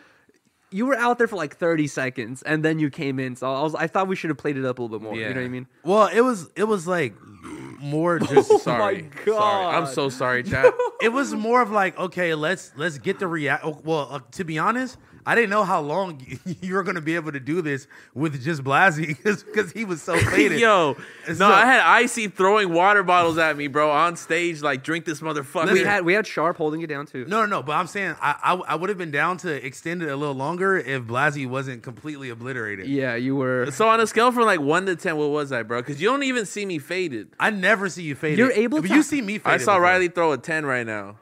Speaker 3: You were out there for like thirty seconds and then you came in. So I was I thought we should have played it up a little bit more. You know what I mean?
Speaker 1: well, it was it was like
Speaker 2: [laughs]
Speaker 1: more just
Speaker 3: Sorry. my Sorry. I'm God. so
Speaker 2: sorry, chat.
Speaker 1: it was more of like okay, let's let's get the react. Well, uh, to be honest, I didn't know how long [laughs] you were gonna be able to do this with just [laughs] Blasey because he was
Speaker 2: [laughs]
Speaker 1: so faded.
Speaker 2: Yo, no,
Speaker 1: So-
Speaker 2: I had icy throwing water bottles at me, bro, on stage. Like, drink this motherfucker.
Speaker 3: We had we had Sharp holding it down too.
Speaker 1: No, no, no. But I'm saying I I, I would have been down to extend it a little longer if Blasey wasn't completely obliterated.
Speaker 3: Yeah, you were.
Speaker 2: so on a scale from like one to ten, what was I, bro? Because you don't even see me faded.
Speaker 1: I never see you faded.
Speaker 3: You're able
Speaker 1: But
Speaker 3: to-
Speaker 1: you see me faded.
Speaker 2: I saw
Speaker 1: before.
Speaker 2: Riley throw a ten right now.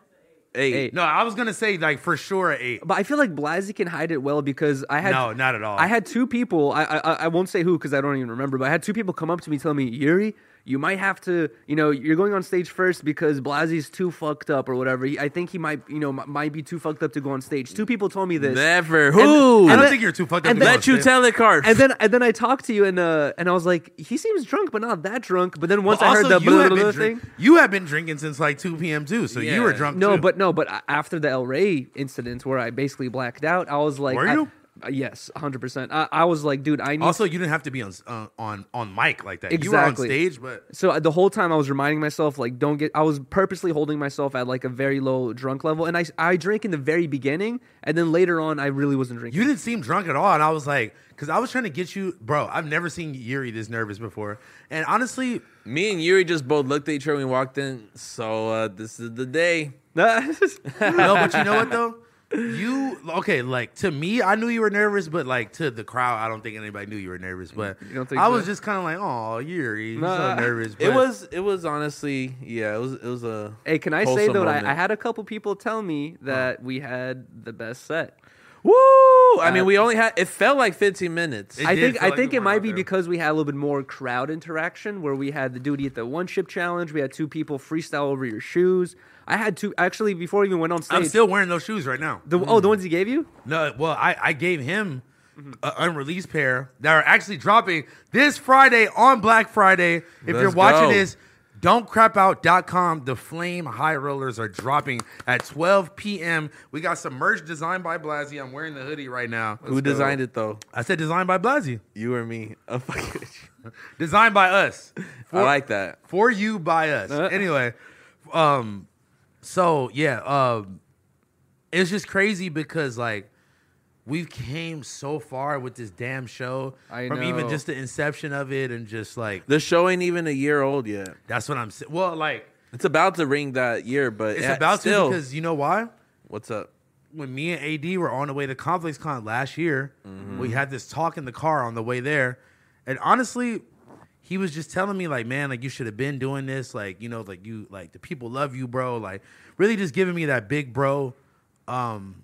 Speaker 2: Eight.
Speaker 3: Eight.
Speaker 1: No, I was gonna say like for sure a eight.
Speaker 3: But I feel like Blasi can hide it well because I had
Speaker 1: No, not at all.
Speaker 3: I had two people. I I, I won't say who because I don't even remember. But I had two people come up to me telling me Yuri, you might have to, you know, you're going on stage first because Blasie's too fucked up or whatever. He- I think he might, you know, m- might be too fucked up to go on stage. Two people told me this.
Speaker 2: Never. Who?
Speaker 1: I don't
Speaker 3: then-
Speaker 1: think you're too fucked up.
Speaker 3: and
Speaker 1: to
Speaker 3: then-
Speaker 1: go
Speaker 2: Let you
Speaker 1: upstairs.
Speaker 2: tell it, Carf.
Speaker 3: And then and then I talked to you and uh and I was like, he seems drunk but not that drunk. But then once I
Speaker 1: also,
Speaker 3: heard the
Speaker 1: you
Speaker 3: blah,
Speaker 1: have
Speaker 3: blah,
Speaker 1: been
Speaker 3: blah
Speaker 1: drink-
Speaker 3: thing.
Speaker 1: You have been drinking since like 2 p.m. too, so you were
Speaker 2: Yeah.
Speaker 1: drunk.
Speaker 3: No,
Speaker 1: too.
Speaker 3: but no, but a- after the El Rey incident where I basically blacked out, I was like,
Speaker 1: Were
Speaker 3: I-
Speaker 1: you?
Speaker 3: uh, yes, hundred percent. I, I was like, dude, I need.
Speaker 1: also you didn't have to be on s- uh, on on mic like that.
Speaker 3: Exactly.
Speaker 1: You were on stage, but
Speaker 3: so uh, the whole time I was reminding myself, like, don't get. I was purposely holding myself at like a very low drunk level, and I I drank in the very beginning, and then later on, I really wasn't drinking.
Speaker 1: you didn't seem drunk at all. And I was like, because I was trying to get you, bro. I've never seen Yuri this nervous before. And honestly,
Speaker 2: Me and Yuri just both looked at each other when we walked in. So uh, this is the day.
Speaker 1: no, but you know what though? You okay? Like to me, I knew you were nervous, but like to the crowd, I don't think anybody knew you were nervous. But
Speaker 3: don't think
Speaker 1: I was
Speaker 3: so?
Speaker 1: just kind of like, oh, Yuri, you're so
Speaker 3: Nah.
Speaker 1: nervous. But
Speaker 2: It was. It was honestly. Yeah. It was. It was a.
Speaker 3: [laughs] Hey, can I say
Speaker 2: wholesome
Speaker 3: though? that
Speaker 2: moment.
Speaker 3: I, I had a couple people tell me that we had the best set.
Speaker 2: Woo! I mean, we only had. It felt like 15 minutes.
Speaker 1: It
Speaker 3: I
Speaker 1: did
Speaker 3: think
Speaker 1: feel
Speaker 3: I
Speaker 1: like
Speaker 3: think
Speaker 1: we
Speaker 3: it
Speaker 1: weren't
Speaker 3: might
Speaker 1: out
Speaker 3: be
Speaker 1: there.
Speaker 3: because we had a little bit more crowd interaction where we had the duty at the one ship challenge. We had two people freestyle over your shoes. I had two actually before I even went on stage.
Speaker 1: I'm still Mm. wearing those shoes right now.
Speaker 3: the, oh the ones he gave you.
Speaker 1: No, well, I, I gave him an unreleased pair that are actually dropping this Friday on Black Friday. If you're
Speaker 2: Let's
Speaker 1: watching
Speaker 2: go.
Speaker 1: this, don'tcrapout.com. The Flame High Rollers are dropping at 12 p.m. We got some merch designed by Blasi. I'm wearing the hoodie right now.
Speaker 2: Who designed it though?
Speaker 1: I said designed by Blasi.
Speaker 2: You or me? A fucking.
Speaker 1: Designed by us.
Speaker 2: [laughs] I like Uh. that.
Speaker 1: For you by us. Anyway, um, so yeah, um, it's just crazy because like we've came so far with this damn show
Speaker 3: I
Speaker 1: from
Speaker 3: know.
Speaker 1: even just the inception of it and just like
Speaker 2: The show ain't even a year old yet.
Speaker 1: that's what I'm saying. Well, like
Speaker 2: It's about to ring that year, but
Speaker 1: it's
Speaker 2: it-
Speaker 1: about
Speaker 2: still,
Speaker 1: to because you know why?
Speaker 2: what's up?
Speaker 1: when me and AD were on the way to Conflicts Con last year,
Speaker 2: Mm-hmm.
Speaker 1: we had this talk in the car on the way there. And honestly, he was just telling me, like, man, like you should have been doing this. Like, you know, like you like the people love you, bro. Like really just giving me that big bro, um,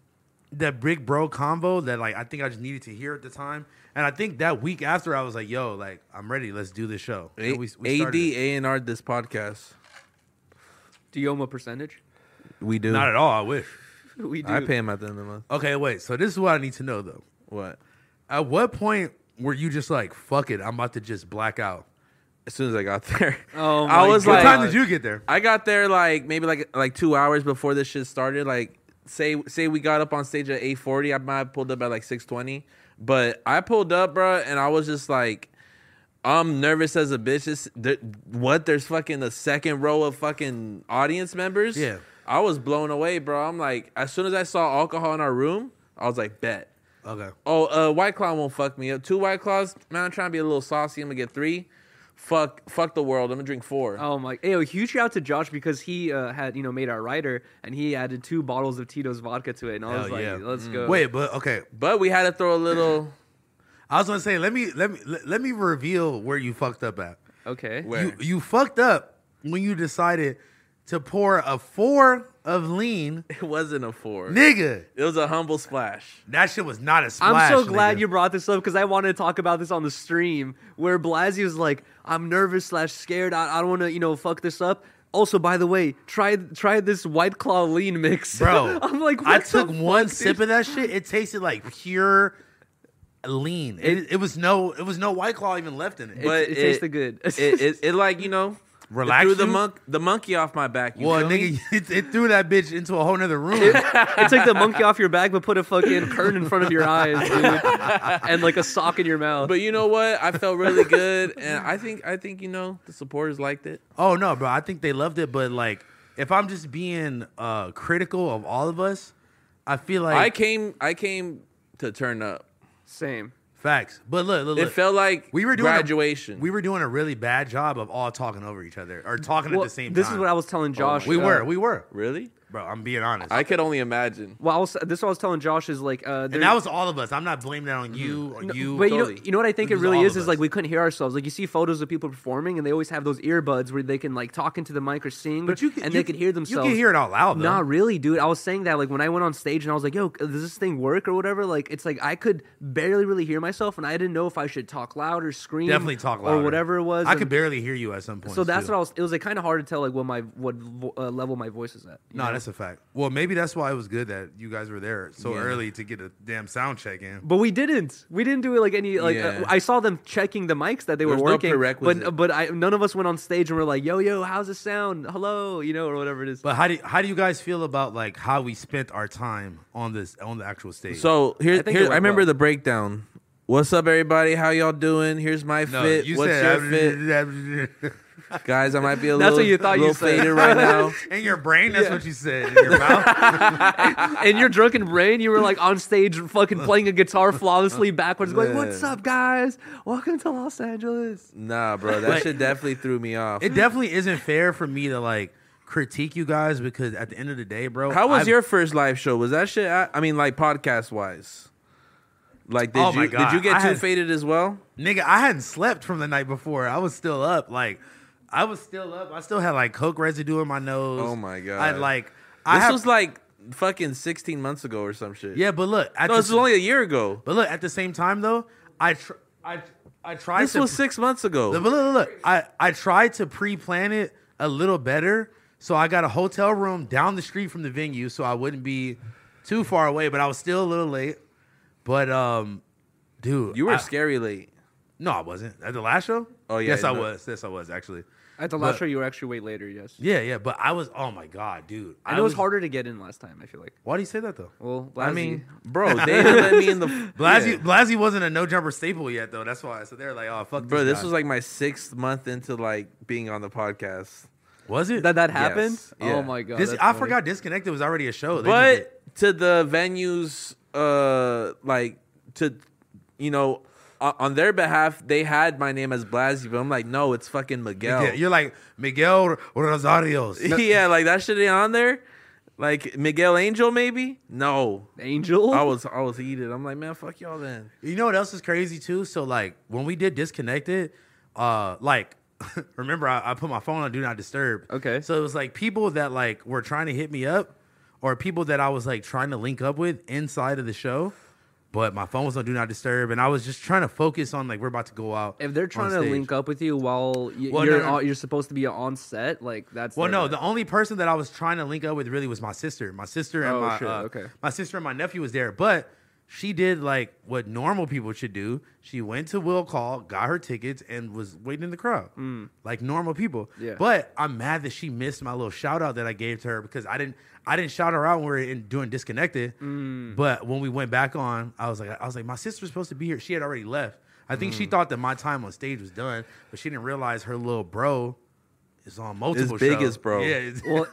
Speaker 1: that big bro convo that like I think I just needed to hear at the time. And I think that week after I was like, yo, like I'm ready, let's do this show.
Speaker 2: A-
Speaker 1: And we, we
Speaker 2: AD
Speaker 1: started it.
Speaker 2: A and R this podcast.
Speaker 3: Do you owe him a percentage? [laughs]
Speaker 2: We do.
Speaker 1: Not at all, I wish.
Speaker 3: We do.
Speaker 2: I pay him at the end of the month.
Speaker 1: Okay, wait. So this is what I need to know though.
Speaker 2: What?
Speaker 1: At what point were you just like, fuck it, I'm about to just black out?
Speaker 2: As soon as I got [laughs] there,
Speaker 3: Oh
Speaker 2: I
Speaker 3: my
Speaker 2: was
Speaker 3: God.
Speaker 1: What
Speaker 2: like,
Speaker 1: time did you get there?
Speaker 2: I got there like maybe like like two hours before this shit started. Like say say we got up on stage at eight forty. I might have pulled up at like six twenty, but I pulled up, bruh, and I was just like, I'm nervous as a bitch. This, there, what? There's fucking the second row of fucking audience members.
Speaker 1: Yeah.
Speaker 2: I was blown away, bro. I'm like, as soon as I saw alcohol in our room, I was like, bet.
Speaker 1: Okay.
Speaker 2: Oh, uh, White Claw won't fuck me up. Two White Claws, man. I'm trying to be a little saucy. I'm gonna get three. Fuck, fuck the world. I'm gonna drink four.
Speaker 3: Oh my! Hey, a huge shout out to Josh because he uh, had you know made our rider and he added two bottles of Tito's vodka to it, and I was
Speaker 1: Hell
Speaker 3: like,
Speaker 1: yeah. Mm.
Speaker 3: let's go.
Speaker 1: Uh, Wait, but okay.
Speaker 2: But we had to throw a little.
Speaker 1: I was gonna say, let me let me let, let me reveal where you fucked up at.
Speaker 3: okay.
Speaker 2: Where?
Speaker 1: [laughs] You you fucked up when you decided to pour a four of lean,
Speaker 2: It wasn't a four.
Speaker 1: nigga.
Speaker 2: It was a humble splash.
Speaker 1: That shit was not a splash.
Speaker 3: I'm so glad
Speaker 1: nigga.
Speaker 3: you brought this up because I wanted to talk about this on the stream where Blasey was like, "I'm nervous slash scared. I, I don't want to, you know, fuck this up." Also, by the way, try try this White Claw lean mix, [laughs]
Speaker 1: bro.
Speaker 3: I'm like,
Speaker 1: I
Speaker 3: what
Speaker 1: took
Speaker 3: the
Speaker 1: one [laughs]
Speaker 3: fuck,
Speaker 1: sip
Speaker 3: dude?
Speaker 1: of that shit. It tasted like pure lean. It, it was no, it was no white claw even left in it.
Speaker 3: It- it tasted good.
Speaker 2: it,
Speaker 3: [laughs]
Speaker 2: it, it like you know, it
Speaker 1: Relaxed
Speaker 2: threw the
Speaker 1: you?
Speaker 2: monk the monkey off my back. You
Speaker 1: well,
Speaker 2: feel me?
Speaker 1: nigga, [laughs] it, it threw that bitch into a whole nother room.
Speaker 3: It took the monkey off your back, but put a fucking curtain in front of
Speaker 1: [laughs]
Speaker 3: your eyes, dude, and like a sock in your mouth.
Speaker 2: But you know what? I
Speaker 1: [laughs]
Speaker 2: felt really good, and I think I think you know the supporters liked it.
Speaker 1: Oh no, bro. I think they loved it, but like if I'm just being uh critical of all of us, I feel like
Speaker 2: I came I came to turn up.
Speaker 3: Same.
Speaker 1: facts. But look, look,
Speaker 2: It
Speaker 1: look.
Speaker 2: felt like
Speaker 1: we were doing a-
Speaker 2: graduation.
Speaker 1: we were doing a really bad job of all talking over each other or talking
Speaker 3: Well,
Speaker 1: at the same
Speaker 3: this
Speaker 1: time. Oh,
Speaker 3: is what I was telling Josh.
Speaker 1: We
Speaker 3: uh,
Speaker 1: were, we were.
Speaker 2: really
Speaker 1: bro. I'm being honest.
Speaker 4: I could only imagine.
Speaker 3: Well, I was, this is what I was telling Josh is like, uh, there-
Speaker 1: and that was all of us. I'm not blaming that on you or
Speaker 3: Mm-hmm. No,
Speaker 1: you.
Speaker 3: but you know,
Speaker 2: totally.
Speaker 3: you know what I think
Speaker 1: It
Speaker 3: it
Speaker 1: was
Speaker 3: really
Speaker 1: all
Speaker 3: is
Speaker 1: of
Speaker 3: is like
Speaker 1: us.
Speaker 3: we couldn't hear ourselves. Like you see photos of people performing, and they always have those earbuds where they can like talk into the mic or sing,
Speaker 1: But you can-
Speaker 3: and
Speaker 1: you
Speaker 3: they
Speaker 1: can-
Speaker 3: could hear
Speaker 1: you can
Speaker 3: themselves.
Speaker 1: hear it out loud, though.
Speaker 3: Not really, dude. I was saying that like when I went on stage and I was like, "Yo, does this thing work or whatever?" Like it's like I could barely really hear myself, and I didn't know if I should talk loud or scream,
Speaker 1: Definitely talk louder.
Speaker 3: or whatever it was.
Speaker 1: I
Speaker 3: and-
Speaker 1: could barely hear you at some point.
Speaker 3: so that's what I was. It was like kind of hard to tell like what my what vo- uh, level my voice is at. you
Speaker 1: No,
Speaker 3: know?
Speaker 1: that's a fact. Well, maybe that's why it was good that you guys were there so early to get a damn sound check in.
Speaker 3: But we didn't. We didn't do it like any like.
Speaker 2: Yeah.
Speaker 3: Uh, I saw them checking the mics that they
Speaker 2: There's
Speaker 3: were
Speaker 2: no
Speaker 3: working.
Speaker 2: prerequisite.
Speaker 3: but but I, none of us went on stage and were like, "Yo yo, how's it sound? Hello," you know, or whatever it is.
Speaker 1: But how do how do you guys feel about like how we spent our time on this on the actual stage?
Speaker 2: So here,
Speaker 3: I
Speaker 2: I,
Speaker 3: think it
Speaker 2: here,
Speaker 3: went
Speaker 2: I remember
Speaker 3: well.
Speaker 2: the breakdown. What's up, everybody? How y'all doing? Here's my
Speaker 1: no,
Speaker 2: fit.
Speaker 1: you
Speaker 2: What's
Speaker 1: said
Speaker 2: your [laughs] fit, guys? I might be a
Speaker 3: That's
Speaker 2: little,
Speaker 3: what you thought you
Speaker 2: little
Speaker 3: said.
Speaker 2: faded right now.
Speaker 1: [laughs] in your brain. That's what you said in your
Speaker 2: [laughs]
Speaker 1: mouth.
Speaker 3: in your drunken brain, you were like on stage, fucking playing a guitar flawlessly backwards, going, "What's up, guys? Welcome to Los Angeles."
Speaker 2: Nah, bro, that
Speaker 1: But-
Speaker 2: shit definitely threw me off.
Speaker 1: it definitely isn't fair for me to like critique you guys because at the end of the day, bro,
Speaker 2: How was
Speaker 1: I've-
Speaker 2: your first live show? Was that shit? I, I mean, like podcast wise. Like, did
Speaker 1: Oh my
Speaker 2: you
Speaker 1: God,
Speaker 2: did you get
Speaker 1: I
Speaker 2: too
Speaker 1: had-
Speaker 2: faded as well?
Speaker 1: Nigga, I hadn't slept from the night before. I was still up. Like, I was still up. I still had like coke residue in my nose.
Speaker 2: Oh my God.
Speaker 1: I like. I
Speaker 2: This
Speaker 1: have,
Speaker 2: was like fucking 16 months ago or some shit.
Speaker 1: yeah, but look. At
Speaker 2: No,
Speaker 1: the
Speaker 2: this was only a year ago.
Speaker 1: But look, at the same time though, I tr- I I tried
Speaker 2: This
Speaker 1: to.
Speaker 2: was six months ago.
Speaker 1: But look, look, look, I I tried to pre-plan it a little better, so I got a hotel room down the street from the venue, so I wouldn't be too far away. But I was still a little late. But um, dude,
Speaker 2: You were
Speaker 1: I-
Speaker 2: scary late.
Speaker 1: No, I wasn't at the last show.
Speaker 2: Oh, yeah,
Speaker 1: yes, I
Speaker 2: no.
Speaker 1: was. Yes, I was actually.
Speaker 3: At the last
Speaker 1: But-
Speaker 3: show, you were actually way later. Yes,
Speaker 1: Yeah, yeah, but I was. Oh my god, dude!
Speaker 3: and
Speaker 1: I
Speaker 3: it was, harder to get in last time. I feel like.
Speaker 1: Why do you say that though?
Speaker 3: Well,
Speaker 1: I mean,
Speaker 2: Bro, [laughs] they didn't let me in the
Speaker 1: Blasey
Speaker 2: Yeah.
Speaker 1: Blasey wasn't a no jumper staple yet though. That's why. So they're like, oh fuck,
Speaker 2: Bro, this
Speaker 1: guy.
Speaker 2: was like my sixth month into like being on the podcast.
Speaker 1: was it
Speaker 3: that that happened.
Speaker 2: yeah.
Speaker 3: Oh my god!
Speaker 1: This, I
Speaker 3: that's funny.
Speaker 1: forgot disconnected was already a show. They just did-
Speaker 2: But to the venues, uh, like to, you know, o- on their behalf, they had my name as Blasey, but I'm like, no, it's fucking Miguel.
Speaker 1: Yeah, you're like Miguel R- Rosarios.
Speaker 2: [laughs] yeah, like that shit ain't on there. Like Miguel Angel, maybe? No,
Speaker 3: Angel.
Speaker 2: I was I was heated. I'm like, man, fuck
Speaker 1: [laughs]
Speaker 2: y'all then.
Speaker 1: [laughs] You know what else is crazy too? So like when we did disconnected, uh, like [laughs] remember I, I put my phone on do not disturb.
Speaker 3: Okay.
Speaker 1: So it was like people that like were trying to hit me up, or people that I was like trying to link up with inside of the show, but my phone was on do not disturb, and I was just trying to focus on like we're about to go out.
Speaker 3: if they're
Speaker 1: on
Speaker 3: trying to
Speaker 1: stage.
Speaker 3: link up with you while y-
Speaker 1: Well, no,
Speaker 3: you're
Speaker 1: no, no.
Speaker 3: on- you're supposed to be on set, like that's
Speaker 1: Well,
Speaker 3: their
Speaker 1: no,
Speaker 3: bad.
Speaker 1: the only person that I was trying to link up with really was my sister. My sister and
Speaker 3: Oh,
Speaker 1: my
Speaker 3: shit,
Speaker 1: uh,
Speaker 3: okay.
Speaker 1: my sister and my nephew was there, but she did like what normal people should do. She went to Will Call, got her tickets, and was waiting in the crowd like normal people.
Speaker 3: Mm. Yeah.
Speaker 1: But I'm mad that she missed my little shout out that I gave to her because I didn't I didn't shout her out when we were in, doing disconnected.
Speaker 3: Mm.
Speaker 2: Mm-hmm.
Speaker 1: But when we went back on, I was like I was like my sister's supposed to be here. She had already left. I think
Speaker 2: Mm.
Speaker 1: she thought that my time on stage was done, but she didn't realize her little bro is on multiple.
Speaker 2: big
Speaker 1: shows.
Speaker 2: as bro.
Speaker 1: Yeah. it's-
Speaker 3: Well,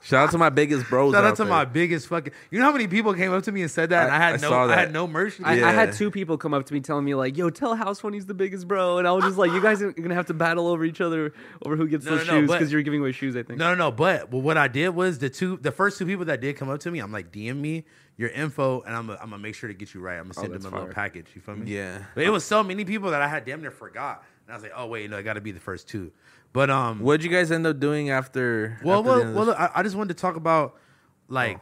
Speaker 2: Shout out to my biggest
Speaker 1: [laughs]
Speaker 2: bros.
Speaker 1: Shout out
Speaker 2: out
Speaker 1: to
Speaker 2: there.
Speaker 1: my biggest fucking. You know how many people came up to me and said that, and
Speaker 2: I-
Speaker 1: I
Speaker 2: I
Speaker 1: had no,
Speaker 2: saw
Speaker 1: I
Speaker 2: that.
Speaker 1: had no mercy.
Speaker 3: I, I
Speaker 2: Yeah.
Speaker 3: had two people come up to me telling me like, "Yo, tell House when he's the biggest bro," and I was just like, "You guys are gonna have to battle over each other over who gets
Speaker 1: No,
Speaker 3: those
Speaker 1: no, no,
Speaker 3: shoes
Speaker 1: but-
Speaker 3: because you're giving away shoes." I think.
Speaker 1: No, no, no. But well, what I did was the two, the first two people that did come up to me, I'm like, DM me your info, and I'm, i I'm gonna make sure to get you right. I'm gonna send them
Speaker 2: Oh, that's
Speaker 1: a little
Speaker 2: fire.
Speaker 1: package. You feel me?
Speaker 2: Yeah.
Speaker 1: But it was so many people that I had damn near forgot, and I was like, oh wait, no, I got to be the first two. But um,
Speaker 2: What'd you guys end up doing after?
Speaker 1: well,
Speaker 2: after the end
Speaker 1: well,
Speaker 2: of Oh.
Speaker 1: well.
Speaker 2: the-
Speaker 1: Look, I, I just wanted to talk about, like,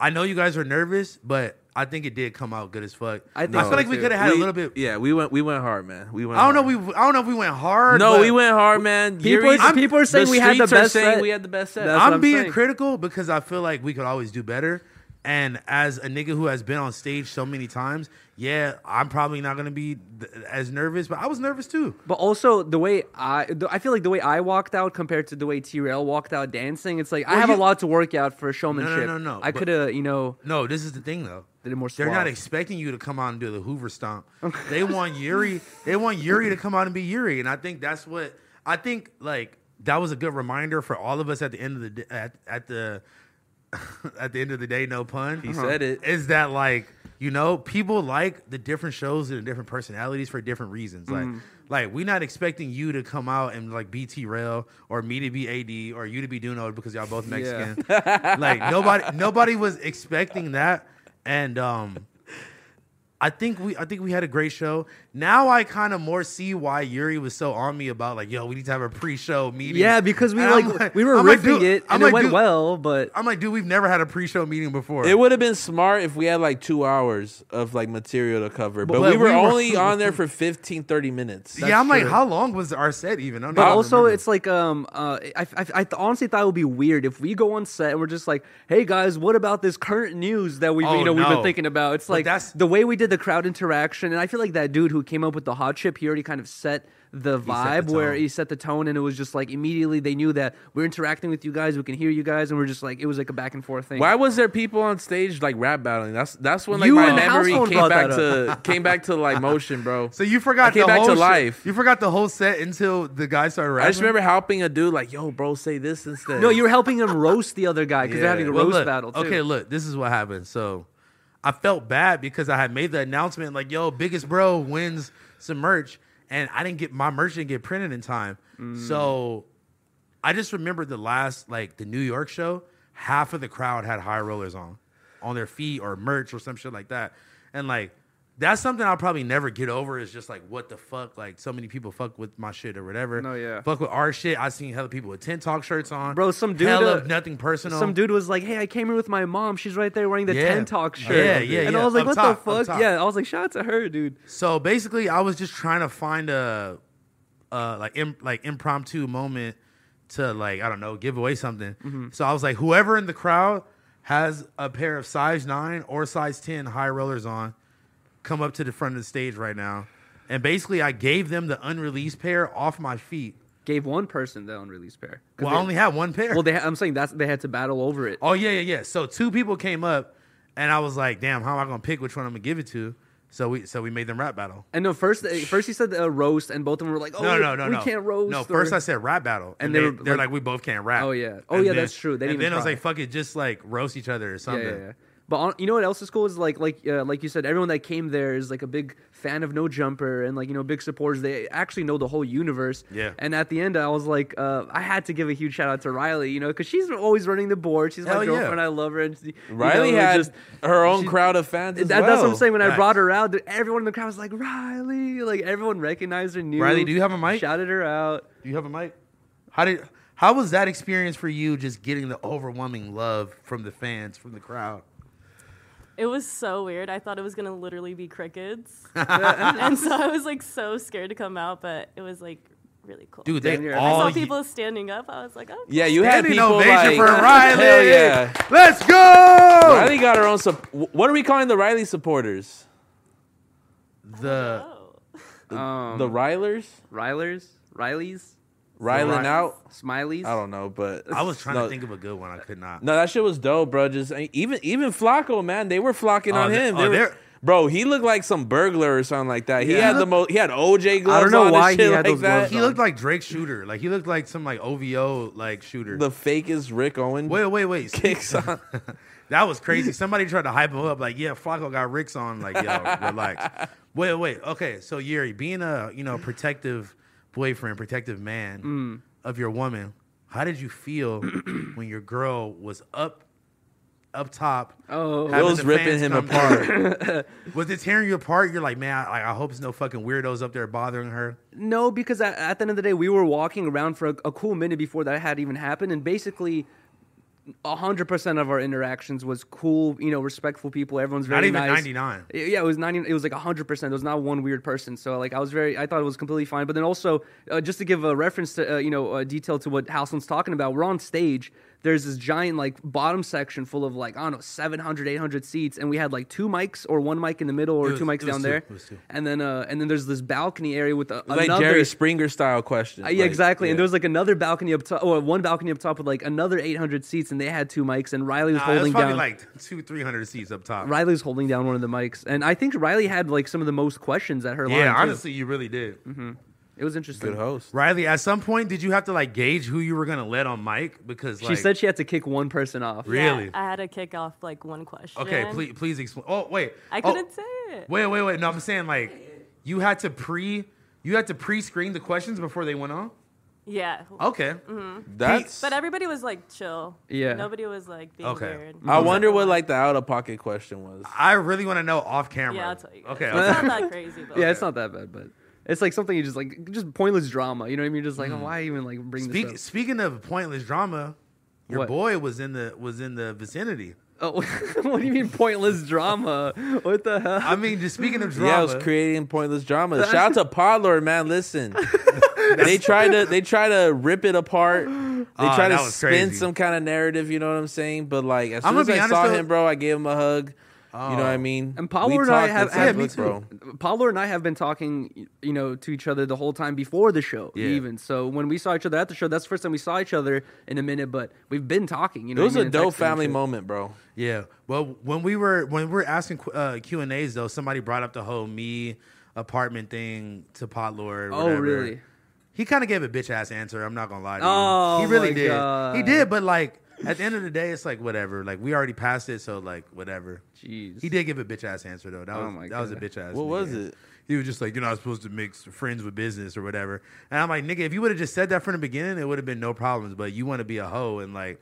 Speaker 1: I know you guys are nervous, but I think it did come out good as fuck. I,
Speaker 3: I think
Speaker 1: feel
Speaker 3: so,
Speaker 1: like we
Speaker 3: too.
Speaker 1: could have had a
Speaker 2: Oh. We-
Speaker 1: little bit.
Speaker 2: Yeah, we went. We went hard, man. We went.
Speaker 1: I don't know.
Speaker 2: hard.
Speaker 1: We I don't know if we went hard.
Speaker 2: No,
Speaker 1: but-
Speaker 2: we went hard, man.
Speaker 3: People,
Speaker 2: Yuri's-
Speaker 3: are, people are saying we had the
Speaker 2: streets are
Speaker 3: best
Speaker 2: saying
Speaker 3: set.
Speaker 2: we had the best set.
Speaker 3: That's what
Speaker 1: I'm, being
Speaker 3: saying.
Speaker 1: critical because I feel like we could always do better. And as a nigga who has been on stage so many times, yeah, I'm probably not gonna be th- as nervous, but I was nervous too.
Speaker 3: But also the way I, the- I feel like the way I walked out compared to the way T Rail walked out dancing, it's like I
Speaker 1: Well,
Speaker 3: have a
Speaker 1: you-
Speaker 3: lot to work out for showmanship.
Speaker 1: no, no,
Speaker 3: I
Speaker 1: but-
Speaker 3: could have, you know,
Speaker 1: No, this is the thing though.
Speaker 3: They did more
Speaker 1: They're not
Speaker 3: suave.
Speaker 1: expecting you to come out and do the Hoover
Speaker 3: [laughs]
Speaker 1: stomp. they want Yuri. They want Yuri to come out and be Yuri, and I think that's what I think. Like that was a good reminder for all of us at the end of the day, [laughs] at, at the at the end of the day. No pun. He
Speaker 2: said it.
Speaker 1: Is that like You know, people like the different shows and the different personalities for different reasons.
Speaker 3: Mm-hmm.
Speaker 1: Like, like we're not expecting you to come out and like be T Rail or me to be AD or you to be Duno because y'all both Mexican.
Speaker 2: [laughs]
Speaker 1: like nobody, nobody was expecting that, and um, I think we I think we had a great show. Now I kind of more see why Yuri was so on me about like, yo, we need to have a pre-show meeting.
Speaker 4: Yeah, because we
Speaker 1: And I'm
Speaker 4: like, we were
Speaker 1: I'm like,
Speaker 4: ripping
Speaker 1: dude-
Speaker 4: it
Speaker 1: I'm
Speaker 4: and
Speaker 1: like,
Speaker 4: it went
Speaker 1: dude-
Speaker 4: well, but
Speaker 1: I'm like, dude, we've never had a pre-show meeting before.
Speaker 2: It would have been smart if we had like two hours of like material to cover, but,
Speaker 1: But
Speaker 2: we were
Speaker 1: we were-
Speaker 2: only on
Speaker 3: [laughs]
Speaker 2: there for 15, 30 minutes.
Speaker 1: yeah, I'm like, how long was our set even? I don't
Speaker 3: But
Speaker 1: even
Speaker 3: also,
Speaker 1: remember.
Speaker 3: it's like um, uh, I, I, I honestly thought it would be weird if we go on set and we're just like, "Hey guys, what about this current news that we, have
Speaker 1: Oh,
Speaker 3: you know, we've been
Speaker 1: no.
Speaker 3: thinking about?" It's
Speaker 1: But
Speaker 3: like
Speaker 1: that's-
Speaker 3: the way we did the crowd interaction, and I feel like that dude who came up with the hot chip, he already kind of set the vibe where
Speaker 1: tone.
Speaker 3: he set the tone, and it was just like immediately they knew that we're interacting with you guys, we can hear you guys, and we're just like it was like a back and forth thing.
Speaker 2: Why was there people on stage like rap battling? That's that's when like
Speaker 3: You
Speaker 2: my
Speaker 3: and
Speaker 2: memory
Speaker 3: Household
Speaker 2: came
Speaker 3: brought
Speaker 2: back
Speaker 3: that
Speaker 2: to [laughs] came back to like motion, [laughs] bro.
Speaker 1: so you forgot
Speaker 2: I came
Speaker 1: the
Speaker 2: back
Speaker 1: whole
Speaker 2: to
Speaker 1: shit-
Speaker 2: life.
Speaker 1: You forgot the whole set until the guy started rapping.
Speaker 2: I just remember helping a dude like, "Yo, bro, say this instead."
Speaker 3: No, you were helping him roast the other guy because they're having a
Speaker 1: Well,
Speaker 3: roast
Speaker 1: look,
Speaker 3: battle. Too.
Speaker 1: Okay, look, this is what happened. So I felt bad because I had made the announcement like, yo, biggest bro wins some merch. And I didn't get my merch didn't get printed in time.
Speaker 3: Mm.
Speaker 1: So I just remembered the last like the New York show, half of the crowd had high rollers on on their feet or merch or some shit like that. And like that's something I'll probably never get over is just like what the fuck like so many people fuck with my shit or whatever.
Speaker 3: No, yeah.
Speaker 1: Fuck with our shit. I seen hella people with Tin Talk shirts on.
Speaker 3: Bro, some dude,
Speaker 1: hella
Speaker 3: uh,
Speaker 1: nothing personal.
Speaker 3: Some dude was like, "Hey, I came here with my mom. She's right there wearing the
Speaker 1: Yeah.
Speaker 3: Ten Talk
Speaker 1: Yeah,
Speaker 3: shirt."
Speaker 1: yeah,
Speaker 3: And I
Speaker 1: yeah.
Speaker 3: was like,
Speaker 1: Up
Speaker 3: "What
Speaker 1: top, up
Speaker 3: the fuck?"
Speaker 1: top.
Speaker 3: Yeah, I was like, "Shout out to her, dude."
Speaker 1: So basically, I was just trying to find a, uh, like im- like impromptu moment to like I don't know give away something.
Speaker 3: Mm-hmm.
Speaker 1: So I was like, whoever in the crowd has a pair of size nine or size ten high rollers on, come up to the front of the stage right now. And basically, I gave them the unreleased pair off my feet.
Speaker 3: Gave one person the unreleased pair. 'Cause
Speaker 1: Well,
Speaker 3: they-
Speaker 1: I only had one pair.
Speaker 3: well, they. ha- I'm saying that's they had to battle over it.
Speaker 1: Oh yeah, yeah, yeah. So two people came up, and I was like, damn, how am I gonna pick which one I'm gonna give it to? So we so we made them rap battle.
Speaker 3: And no, first, first he said uh, roast, and both of them were like, "Oh,
Speaker 1: no, no, no,
Speaker 3: we
Speaker 1: no.
Speaker 3: can't roast."
Speaker 1: No, first
Speaker 3: or-
Speaker 1: I said rap battle,
Speaker 3: And
Speaker 1: and,
Speaker 3: they
Speaker 1: they,
Speaker 3: were
Speaker 1: they're
Speaker 3: like-
Speaker 1: like, we both can't rap.
Speaker 3: Oh, yeah. Oh, yeah, that's true. They didn't
Speaker 1: and
Speaker 3: even
Speaker 1: then I was
Speaker 3: try.
Speaker 1: like, fuck it, just like roast each other or
Speaker 3: yeah,
Speaker 1: something.
Speaker 3: yeah, yeah. But on, you know what else is cool is like, like, uh, like you said, everyone that came there is like a big fan of No Jumper and like you know big supporters. They actually know the whole universe.
Speaker 1: Yeah.
Speaker 3: And at the end, I was like, uh, I had to give a huge shout out to Riley, you know, because she's always running the board. She's my
Speaker 1: Hell yeah.
Speaker 3: girlfriend. I love her. And she, you
Speaker 2: Riley
Speaker 3: know,
Speaker 2: had
Speaker 3: just-
Speaker 2: her own
Speaker 3: she-
Speaker 2: crowd of fans. As
Speaker 3: That- That's what I'm
Speaker 2: well.
Speaker 3: saying. When I
Speaker 1: Right.
Speaker 3: brought her out, th- everyone in the crowd was like, "Riley!" Like everyone recognized her. Knew
Speaker 1: Riley, do you have a mic?
Speaker 3: Shouted her out.
Speaker 1: Do you have a mic? How did? How was that experience for you? Just getting the overwhelming love from the fans, from the crowd.
Speaker 5: It was so weird. I thought it was gonna literally
Speaker 1: [laughs]
Speaker 5: be crickets, and so I was like so scared to come out, but it was like really cool.
Speaker 1: Dude, they
Speaker 3: Damn, you're- I
Speaker 5: I
Speaker 1: all
Speaker 5: saw
Speaker 1: ye-
Speaker 5: people standing up. I was like, oh,
Speaker 2: Yeah, you had
Speaker 1: Standing
Speaker 2: people
Speaker 1: ovation
Speaker 2: like, [laughs]
Speaker 1: for Riley.
Speaker 2: Hell yeah.
Speaker 1: Let's go. Oh.
Speaker 2: Riley got her own. Sup- wh- what are we calling the Riley supporters?
Speaker 1: The
Speaker 5: oh.
Speaker 3: Um,
Speaker 2: the Rilers,
Speaker 3: Rilers, Rileys,
Speaker 2: Riling
Speaker 1: Ri-
Speaker 2: out.
Speaker 3: Smileys.
Speaker 2: I don't know, but
Speaker 1: I was trying
Speaker 2: no,
Speaker 1: to think of a good one. I could not.
Speaker 2: No, that shit was dope, bro. Just I mean, even even Flacco, man, they were flocking
Speaker 1: Oh,
Speaker 2: on
Speaker 1: they-
Speaker 2: him.
Speaker 1: oh,
Speaker 2: They were-
Speaker 1: they're-
Speaker 2: bro, he looked like some burglar or something like that. He
Speaker 3: Yeah.
Speaker 2: had the most. He had OJ gloves.
Speaker 3: I don't know
Speaker 2: on and
Speaker 3: why he
Speaker 2: shit
Speaker 3: had
Speaker 2: like
Speaker 3: those
Speaker 2: that.
Speaker 3: gloves
Speaker 1: He looked like Drake Shooter. Like he looked like some like OVO like shooter.
Speaker 2: The fakest Rick Owen
Speaker 1: wait, wait,
Speaker 3: [laughs]
Speaker 1: wait.
Speaker 2: kicks on.
Speaker 1: [laughs] That was crazy. Somebody tried to hype him up, like, yeah, Flacco got Rick's on. Like,
Speaker 3: [laughs]
Speaker 1: yo, relax. Wait, wait. Okay, so Yuri, being a you know protective boyfriend, protective man
Speaker 3: Mm.
Speaker 1: of your woman, how did you feel
Speaker 3: [clears throat]
Speaker 1: when your girl was up, up top?
Speaker 3: Oh.
Speaker 1: having
Speaker 2: Will's
Speaker 1: the
Speaker 2: ripping
Speaker 1: fans
Speaker 2: him
Speaker 1: come
Speaker 3: [laughs]
Speaker 1: down? was it tearing you apart? You're like, man, I, like, I hope it's no fucking weirdos up there bothering her.
Speaker 3: No, because at, at the end of the day, we were walking around for a, a cool minute before that had even happened, and basically. 100% of our interactions was cool, you know, respectful people. Everyone's
Speaker 1: Not
Speaker 3: very
Speaker 1: even
Speaker 3: nice.
Speaker 1: 99.
Speaker 3: Y- Yeah, it was 90 it was like 100%. There was not one weird person. So like I was very I thought it was completely fine. But then also uh, just to give a reference to uh, you know, uh, detail to what Houseland's talking about, we're on stage. There's this giant like bottom section full of like I don't know 700 800 seats and we had like two mics or one mic in the middle or
Speaker 1: It was-
Speaker 3: two mics
Speaker 1: it was
Speaker 3: down
Speaker 1: two.
Speaker 3: there.
Speaker 1: It was two.
Speaker 3: And then uh and then there's this balcony area with a,
Speaker 2: like
Speaker 3: another
Speaker 2: Jerry Springer style question.
Speaker 3: uh, yeah, exactly. And there was like another balcony up top, or one balcony up top with like another 800 seats, and they had two mics, and Riley was
Speaker 1: Nah, it was
Speaker 3: holding
Speaker 1: probably
Speaker 3: down.
Speaker 1: like two, three hundred seats up top.
Speaker 3: Riley was holding down one of the mics, and I think Riley had like some of the most questions at her line.
Speaker 1: Yeah,
Speaker 3: too.
Speaker 1: honestly, you really did.
Speaker 3: It was interesting.
Speaker 2: Good host.
Speaker 1: Riley, at some point, did you have to like gauge who you were gonna let on mic? Because
Speaker 3: She
Speaker 1: like,
Speaker 3: said she had to kick one person off.
Speaker 5: Yeah,
Speaker 1: really.
Speaker 5: I had to kick off like one question.
Speaker 1: okay, please please explain. Oh wait,
Speaker 5: I
Speaker 1: Oh,
Speaker 5: couldn't say it.
Speaker 1: Wait, wait, wait. No, I'm saying like you had to pre you had to pre-screen the questions before they went on.
Speaker 5: Yeah.
Speaker 1: Okay.
Speaker 2: That's.
Speaker 5: But everybody was like chill.
Speaker 3: Yeah.
Speaker 5: Nobody was like being
Speaker 1: Okay.
Speaker 5: weird.
Speaker 2: I wonder what like the out of pocket question was.
Speaker 1: I really want to know off camera.
Speaker 5: Yeah, I'll tell you. Guys.
Speaker 1: Okay.
Speaker 5: It's
Speaker 1: okay.
Speaker 5: [laughs] not
Speaker 1: [laughs]
Speaker 5: that crazy, but
Speaker 3: Yeah, it's not that bad, but it's like something you just like just pointless drama. You know what I mean? You're just like,
Speaker 2: Hmm.
Speaker 3: oh, why even like bring
Speaker 1: Speak,
Speaker 3: this
Speaker 1: speaking of pointless drama, your
Speaker 3: What?
Speaker 1: boy was in the was in the vicinity.
Speaker 3: up? Oh, [laughs] what do you mean pointless drama? What the hell?
Speaker 1: I mean, just speaking of drama.
Speaker 2: [laughs] Yeah, I was creating
Speaker 1: [laughs]
Speaker 2: pointless drama. Shout out to Podlord, man. Listen, they try to they try to rip it apart. They
Speaker 1: Ah,
Speaker 2: try to
Speaker 1: that was
Speaker 2: spin
Speaker 1: crazy.
Speaker 2: some kind of narrative. You know what I'm saying? But like, as
Speaker 1: I'm
Speaker 2: soon
Speaker 1: gonna
Speaker 2: as
Speaker 1: be
Speaker 2: I
Speaker 1: honest,
Speaker 2: saw
Speaker 1: though- Oh.
Speaker 2: him, bro, I gave him a hug. You know what I mean?
Speaker 3: And
Speaker 2: We
Speaker 3: Paulo and I
Speaker 2: talked
Speaker 3: have,
Speaker 2: at
Speaker 3: yeah,
Speaker 2: some
Speaker 3: me
Speaker 2: point, bro.
Speaker 3: too. Paulo and I have been talking, you know, to each other the whole time before the show,
Speaker 1: Yeah.
Speaker 3: even. So when we saw each other at the show, that's the first time we saw each other in a minute. But we've been talking. You
Speaker 2: It
Speaker 3: know,
Speaker 2: was
Speaker 3: what I
Speaker 2: a
Speaker 3: mean, and
Speaker 2: dope
Speaker 3: texting and
Speaker 2: family
Speaker 3: shit.
Speaker 2: moment, bro.
Speaker 1: Yeah. Well, when we were when we were asking qu- uh, Q and A's though, somebody brought up the whole me apartment thing to Potlord.
Speaker 3: Oh,
Speaker 1: whatever.
Speaker 3: really?
Speaker 1: He kind of gave a bitch ass answer. I'm not gonna lie to you.
Speaker 3: Oh,
Speaker 1: he really
Speaker 3: my
Speaker 1: did.
Speaker 3: God.
Speaker 1: He did, but like at the end of the day, it's like whatever. Like we already passed it, so like whatever.
Speaker 3: Jeez.
Speaker 1: He did give a bitch ass answer though. That
Speaker 3: Oh
Speaker 1: was
Speaker 3: my
Speaker 1: that was a
Speaker 3: God.
Speaker 1: bitch ass.
Speaker 2: What
Speaker 1: nigga
Speaker 2: was
Speaker 1: answer.
Speaker 2: it?
Speaker 1: He was just like, you're not supposed to mix friends with business or whatever. And I'm like, nigga, if you would have just said that from the beginning, it would have been no problems. But you want to be a hoe and like,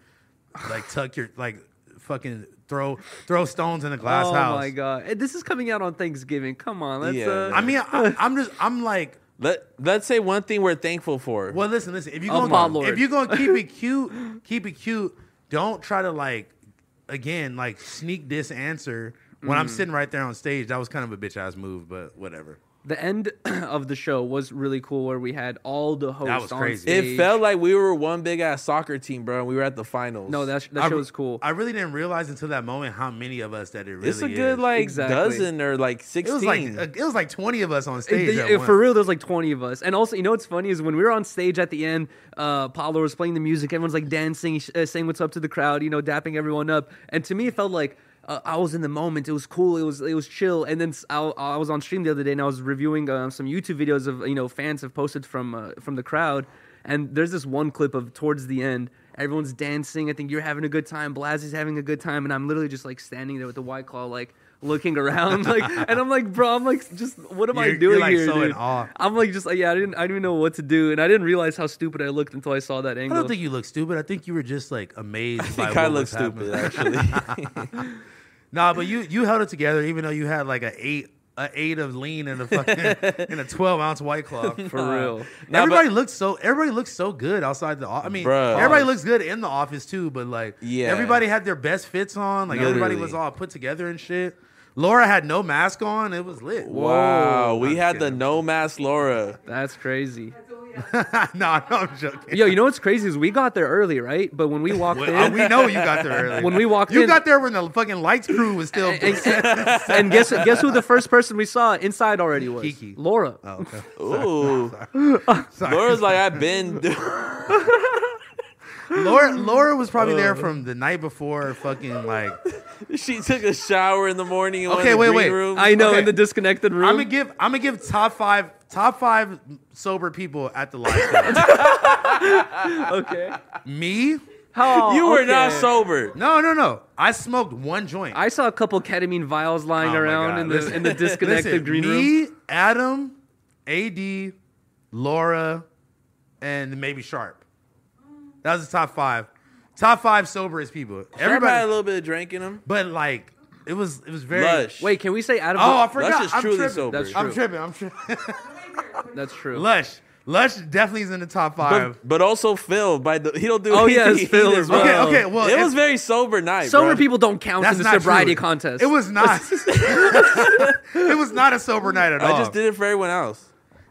Speaker 1: like tuck your like, fucking throw throw stones in a glass
Speaker 3: oh
Speaker 1: house.
Speaker 3: my god! And This is coming out on Thanksgiving. Come on, let's.
Speaker 2: Yeah.
Speaker 3: Uh,
Speaker 1: I mean, I, I'm just I'm like,
Speaker 2: Let Let's say one thing we're thankful for.
Speaker 1: well, listen, listen. If you
Speaker 3: Oh
Speaker 1: gonna
Speaker 3: my lord.
Speaker 1: if you gonna keep
Speaker 3: [laughs]
Speaker 1: it cute, keep it cute. Don't try to like, again, like sneak this answer when
Speaker 3: Mm.
Speaker 1: I'm sitting right there on stage. That was kind of a bitch ass move, but whatever.
Speaker 3: the end [clears throat] of the show was really cool, where we had all the hosts
Speaker 1: was
Speaker 3: on
Speaker 1: crazy.
Speaker 3: stage.
Speaker 2: It felt like we were one big ass soccer team, bro, and we were at the finals.
Speaker 3: no, that sh- that
Speaker 1: I
Speaker 3: show
Speaker 1: re-
Speaker 3: was cool.
Speaker 1: I really didn't realize until that moment how many of us that it really
Speaker 2: it's a good
Speaker 1: is.
Speaker 2: like
Speaker 3: Exactly.
Speaker 2: dozen or like
Speaker 1: it
Speaker 2: sixteen.
Speaker 1: was like [laughs] uh, it was like twenty of us on
Speaker 3: It-
Speaker 1: stage.
Speaker 3: the-
Speaker 1: at
Speaker 3: it-
Speaker 1: once.
Speaker 3: for real, there's like 20 of us. And also, you know what's funny is when we were on stage at the end, uh, Paulo was playing the music. Everyone's like dancing, sh- uh, saying what's up to the crowd, you know, dapping everyone up. And to me, it felt like uh, I was in the moment. It was cool. It was it was chill. And then s- I, I was on stream the other day and I was reviewing uh, some YouTube videos of you know fans have posted from uh, from the crowd. And there's this one clip of towards the end. Everyone's dancing. I think you're having a good time. Blaz is having a good time, and I'm literally just like standing there with the white claw, like looking around, [laughs] like, and I'm like, bro, I'm like, just what am
Speaker 1: You're-
Speaker 3: I
Speaker 1: you're,
Speaker 3: doing
Speaker 1: like,
Speaker 3: here,
Speaker 1: so in
Speaker 3: dude?
Speaker 1: awe.
Speaker 3: I'm like, just like, yeah, I didn't, I didn't even know what to do, and I didn't realize how stupid I looked until I saw that
Speaker 1: I
Speaker 3: angle.
Speaker 1: don't think you look stupid. I think you were just like amazed.
Speaker 2: [laughs] I
Speaker 1: by
Speaker 2: think I
Speaker 1: what
Speaker 2: look
Speaker 1: was happening.
Speaker 2: stupid actually.
Speaker 1: [laughs] Nah, but you you held it together even though you had like a eight a eight of lean and a fucking
Speaker 2: [laughs]
Speaker 1: and a twelve ounce white claw.
Speaker 3: for real.
Speaker 2: Nah, but-
Speaker 1: everybody looks so everybody looks so good outside the office. I mean,
Speaker 2: Bruh.
Speaker 1: everybody looks good in the office too, but like
Speaker 2: Yeah.
Speaker 1: everybody had their best fits on. Like
Speaker 2: No,
Speaker 1: everybody
Speaker 2: really.
Speaker 1: was all put together and shit. Laura had no mask on. It was lit.
Speaker 2: Wow, we
Speaker 1: I'm
Speaker 2: had the
Speaker 1: kidding.
Speaker 2: no mask Laura.
Speaker 3: That's crazy.
Speaker 1: [laughs] no, no, I'm joking.
Speaker 3: Yo, you know what's crazy is we got there early, right? But when we walked
Speaker 1: Well, uh,
Speaker 3: [laughs] in,
Speaker 1: we know you got there early.
Speaker 3: When we walked
Speaker 1: you
Speaker 3: in- Eh,
Speaker 1: got there when the fucking lights crew was still.
Speaker 3: and, and- and guess guess who the first person we saw inside already was
Speaker 1: Kiki.
Speaker 3: Laura.
Speaker 1: Oh, okay. [laughs]
Speaker 2: Ooh, Laura's like I've been. [laughs]
Speaker 1: Laura, Laura was probably
Speaker 3: Uh.
Speaker 1: there from the night before. Fucking like,
Speaker 2: she took a shower in the morning. In one of
Speaker 1: Okay,
Speaker 2: the
Speaker 1: wait,
Speaker 2: green
Speaker 1: wait.
Speaker 2: rooms.
Speaker 3: I know
Speaker 1: Okay.
Speaker 3: in the disconnected room.
Speaker 1: I'm gonna give. I'm gonna give top five. Top five sober people at the live.
Speaker 3: [laughs]
Speaker 1: show. [laughs]
Speaker 3: okay.
Speaker 1: Me?
Speaker 3: How
Speaker 2: you were not
Speaker 3: okay.
Speaker 2: sober.
Speaker 1: No, no, no. I smoked one joint.
Speaker 3: I saw a couple ketamine vials lying
Speaker 1: Oh my
Speaker 3: around
Speaker 1: God,
Speaker 3: in the
Speaker 1: [laughs] listen.
Speaker 3: in the disconnected
Speaker 1: Listen,
Speaker 3: green room.
Speaker 1: me, Adam, AD, Laura, and maybe Sharp. That was the top five. Top five soberest people.
Speaker 2: Everybody had a
Speaker 1: Everybody,
Speaker 2: little bit of drink in them.
Speaker 1: but like it was, it was very.
Speaker 2: Lush.
Speaker 3: Wait, can we say Adam?
Speaker 1: Oh, I forgot.
Speaker 2: Lush is
Speaker 1: I'm
Speaker 2: truly
Speaker 1: tripping.
Speaker 2: sober.
Speaker 3: That's
Speaker 1: I'm
Speaker 3: true.
Speaker 1: tripping. I'm
Speaker 3: [laughs]
Speaker 1: tripping.
Speaker 3: That's true.
Speaker 1: Lush. Lush definitely is in the top five.
Speaker 2: But, but also Phil by the he don't do.
Speaker 3: Oh,
Speaker 2: anything
Speaker 3: yes, Phil
Speaker 2: either,
Speaker 3: as
Speaker 2: bro.
Speaker 3: well.
Speaker 1: Okay, okay, well,
Speaker 2: it
Speaker 1: if-
Speaker 2: was very sober night.
Speaker 3: Sober
Speaker 2: bro.
Speaker 3: people don't count
Speaker 1: That's
Speaker 3: in the
Speaker 1: not
Speaker 3: sobriety
Speaker 1: true.
Speaker 3: contest.
Speaker 1: It was
Speaker 3: [laughs]
Speaker 1: not. [laughs] it was not a sober night at all.
Speaker 2: I just did it for everyone else.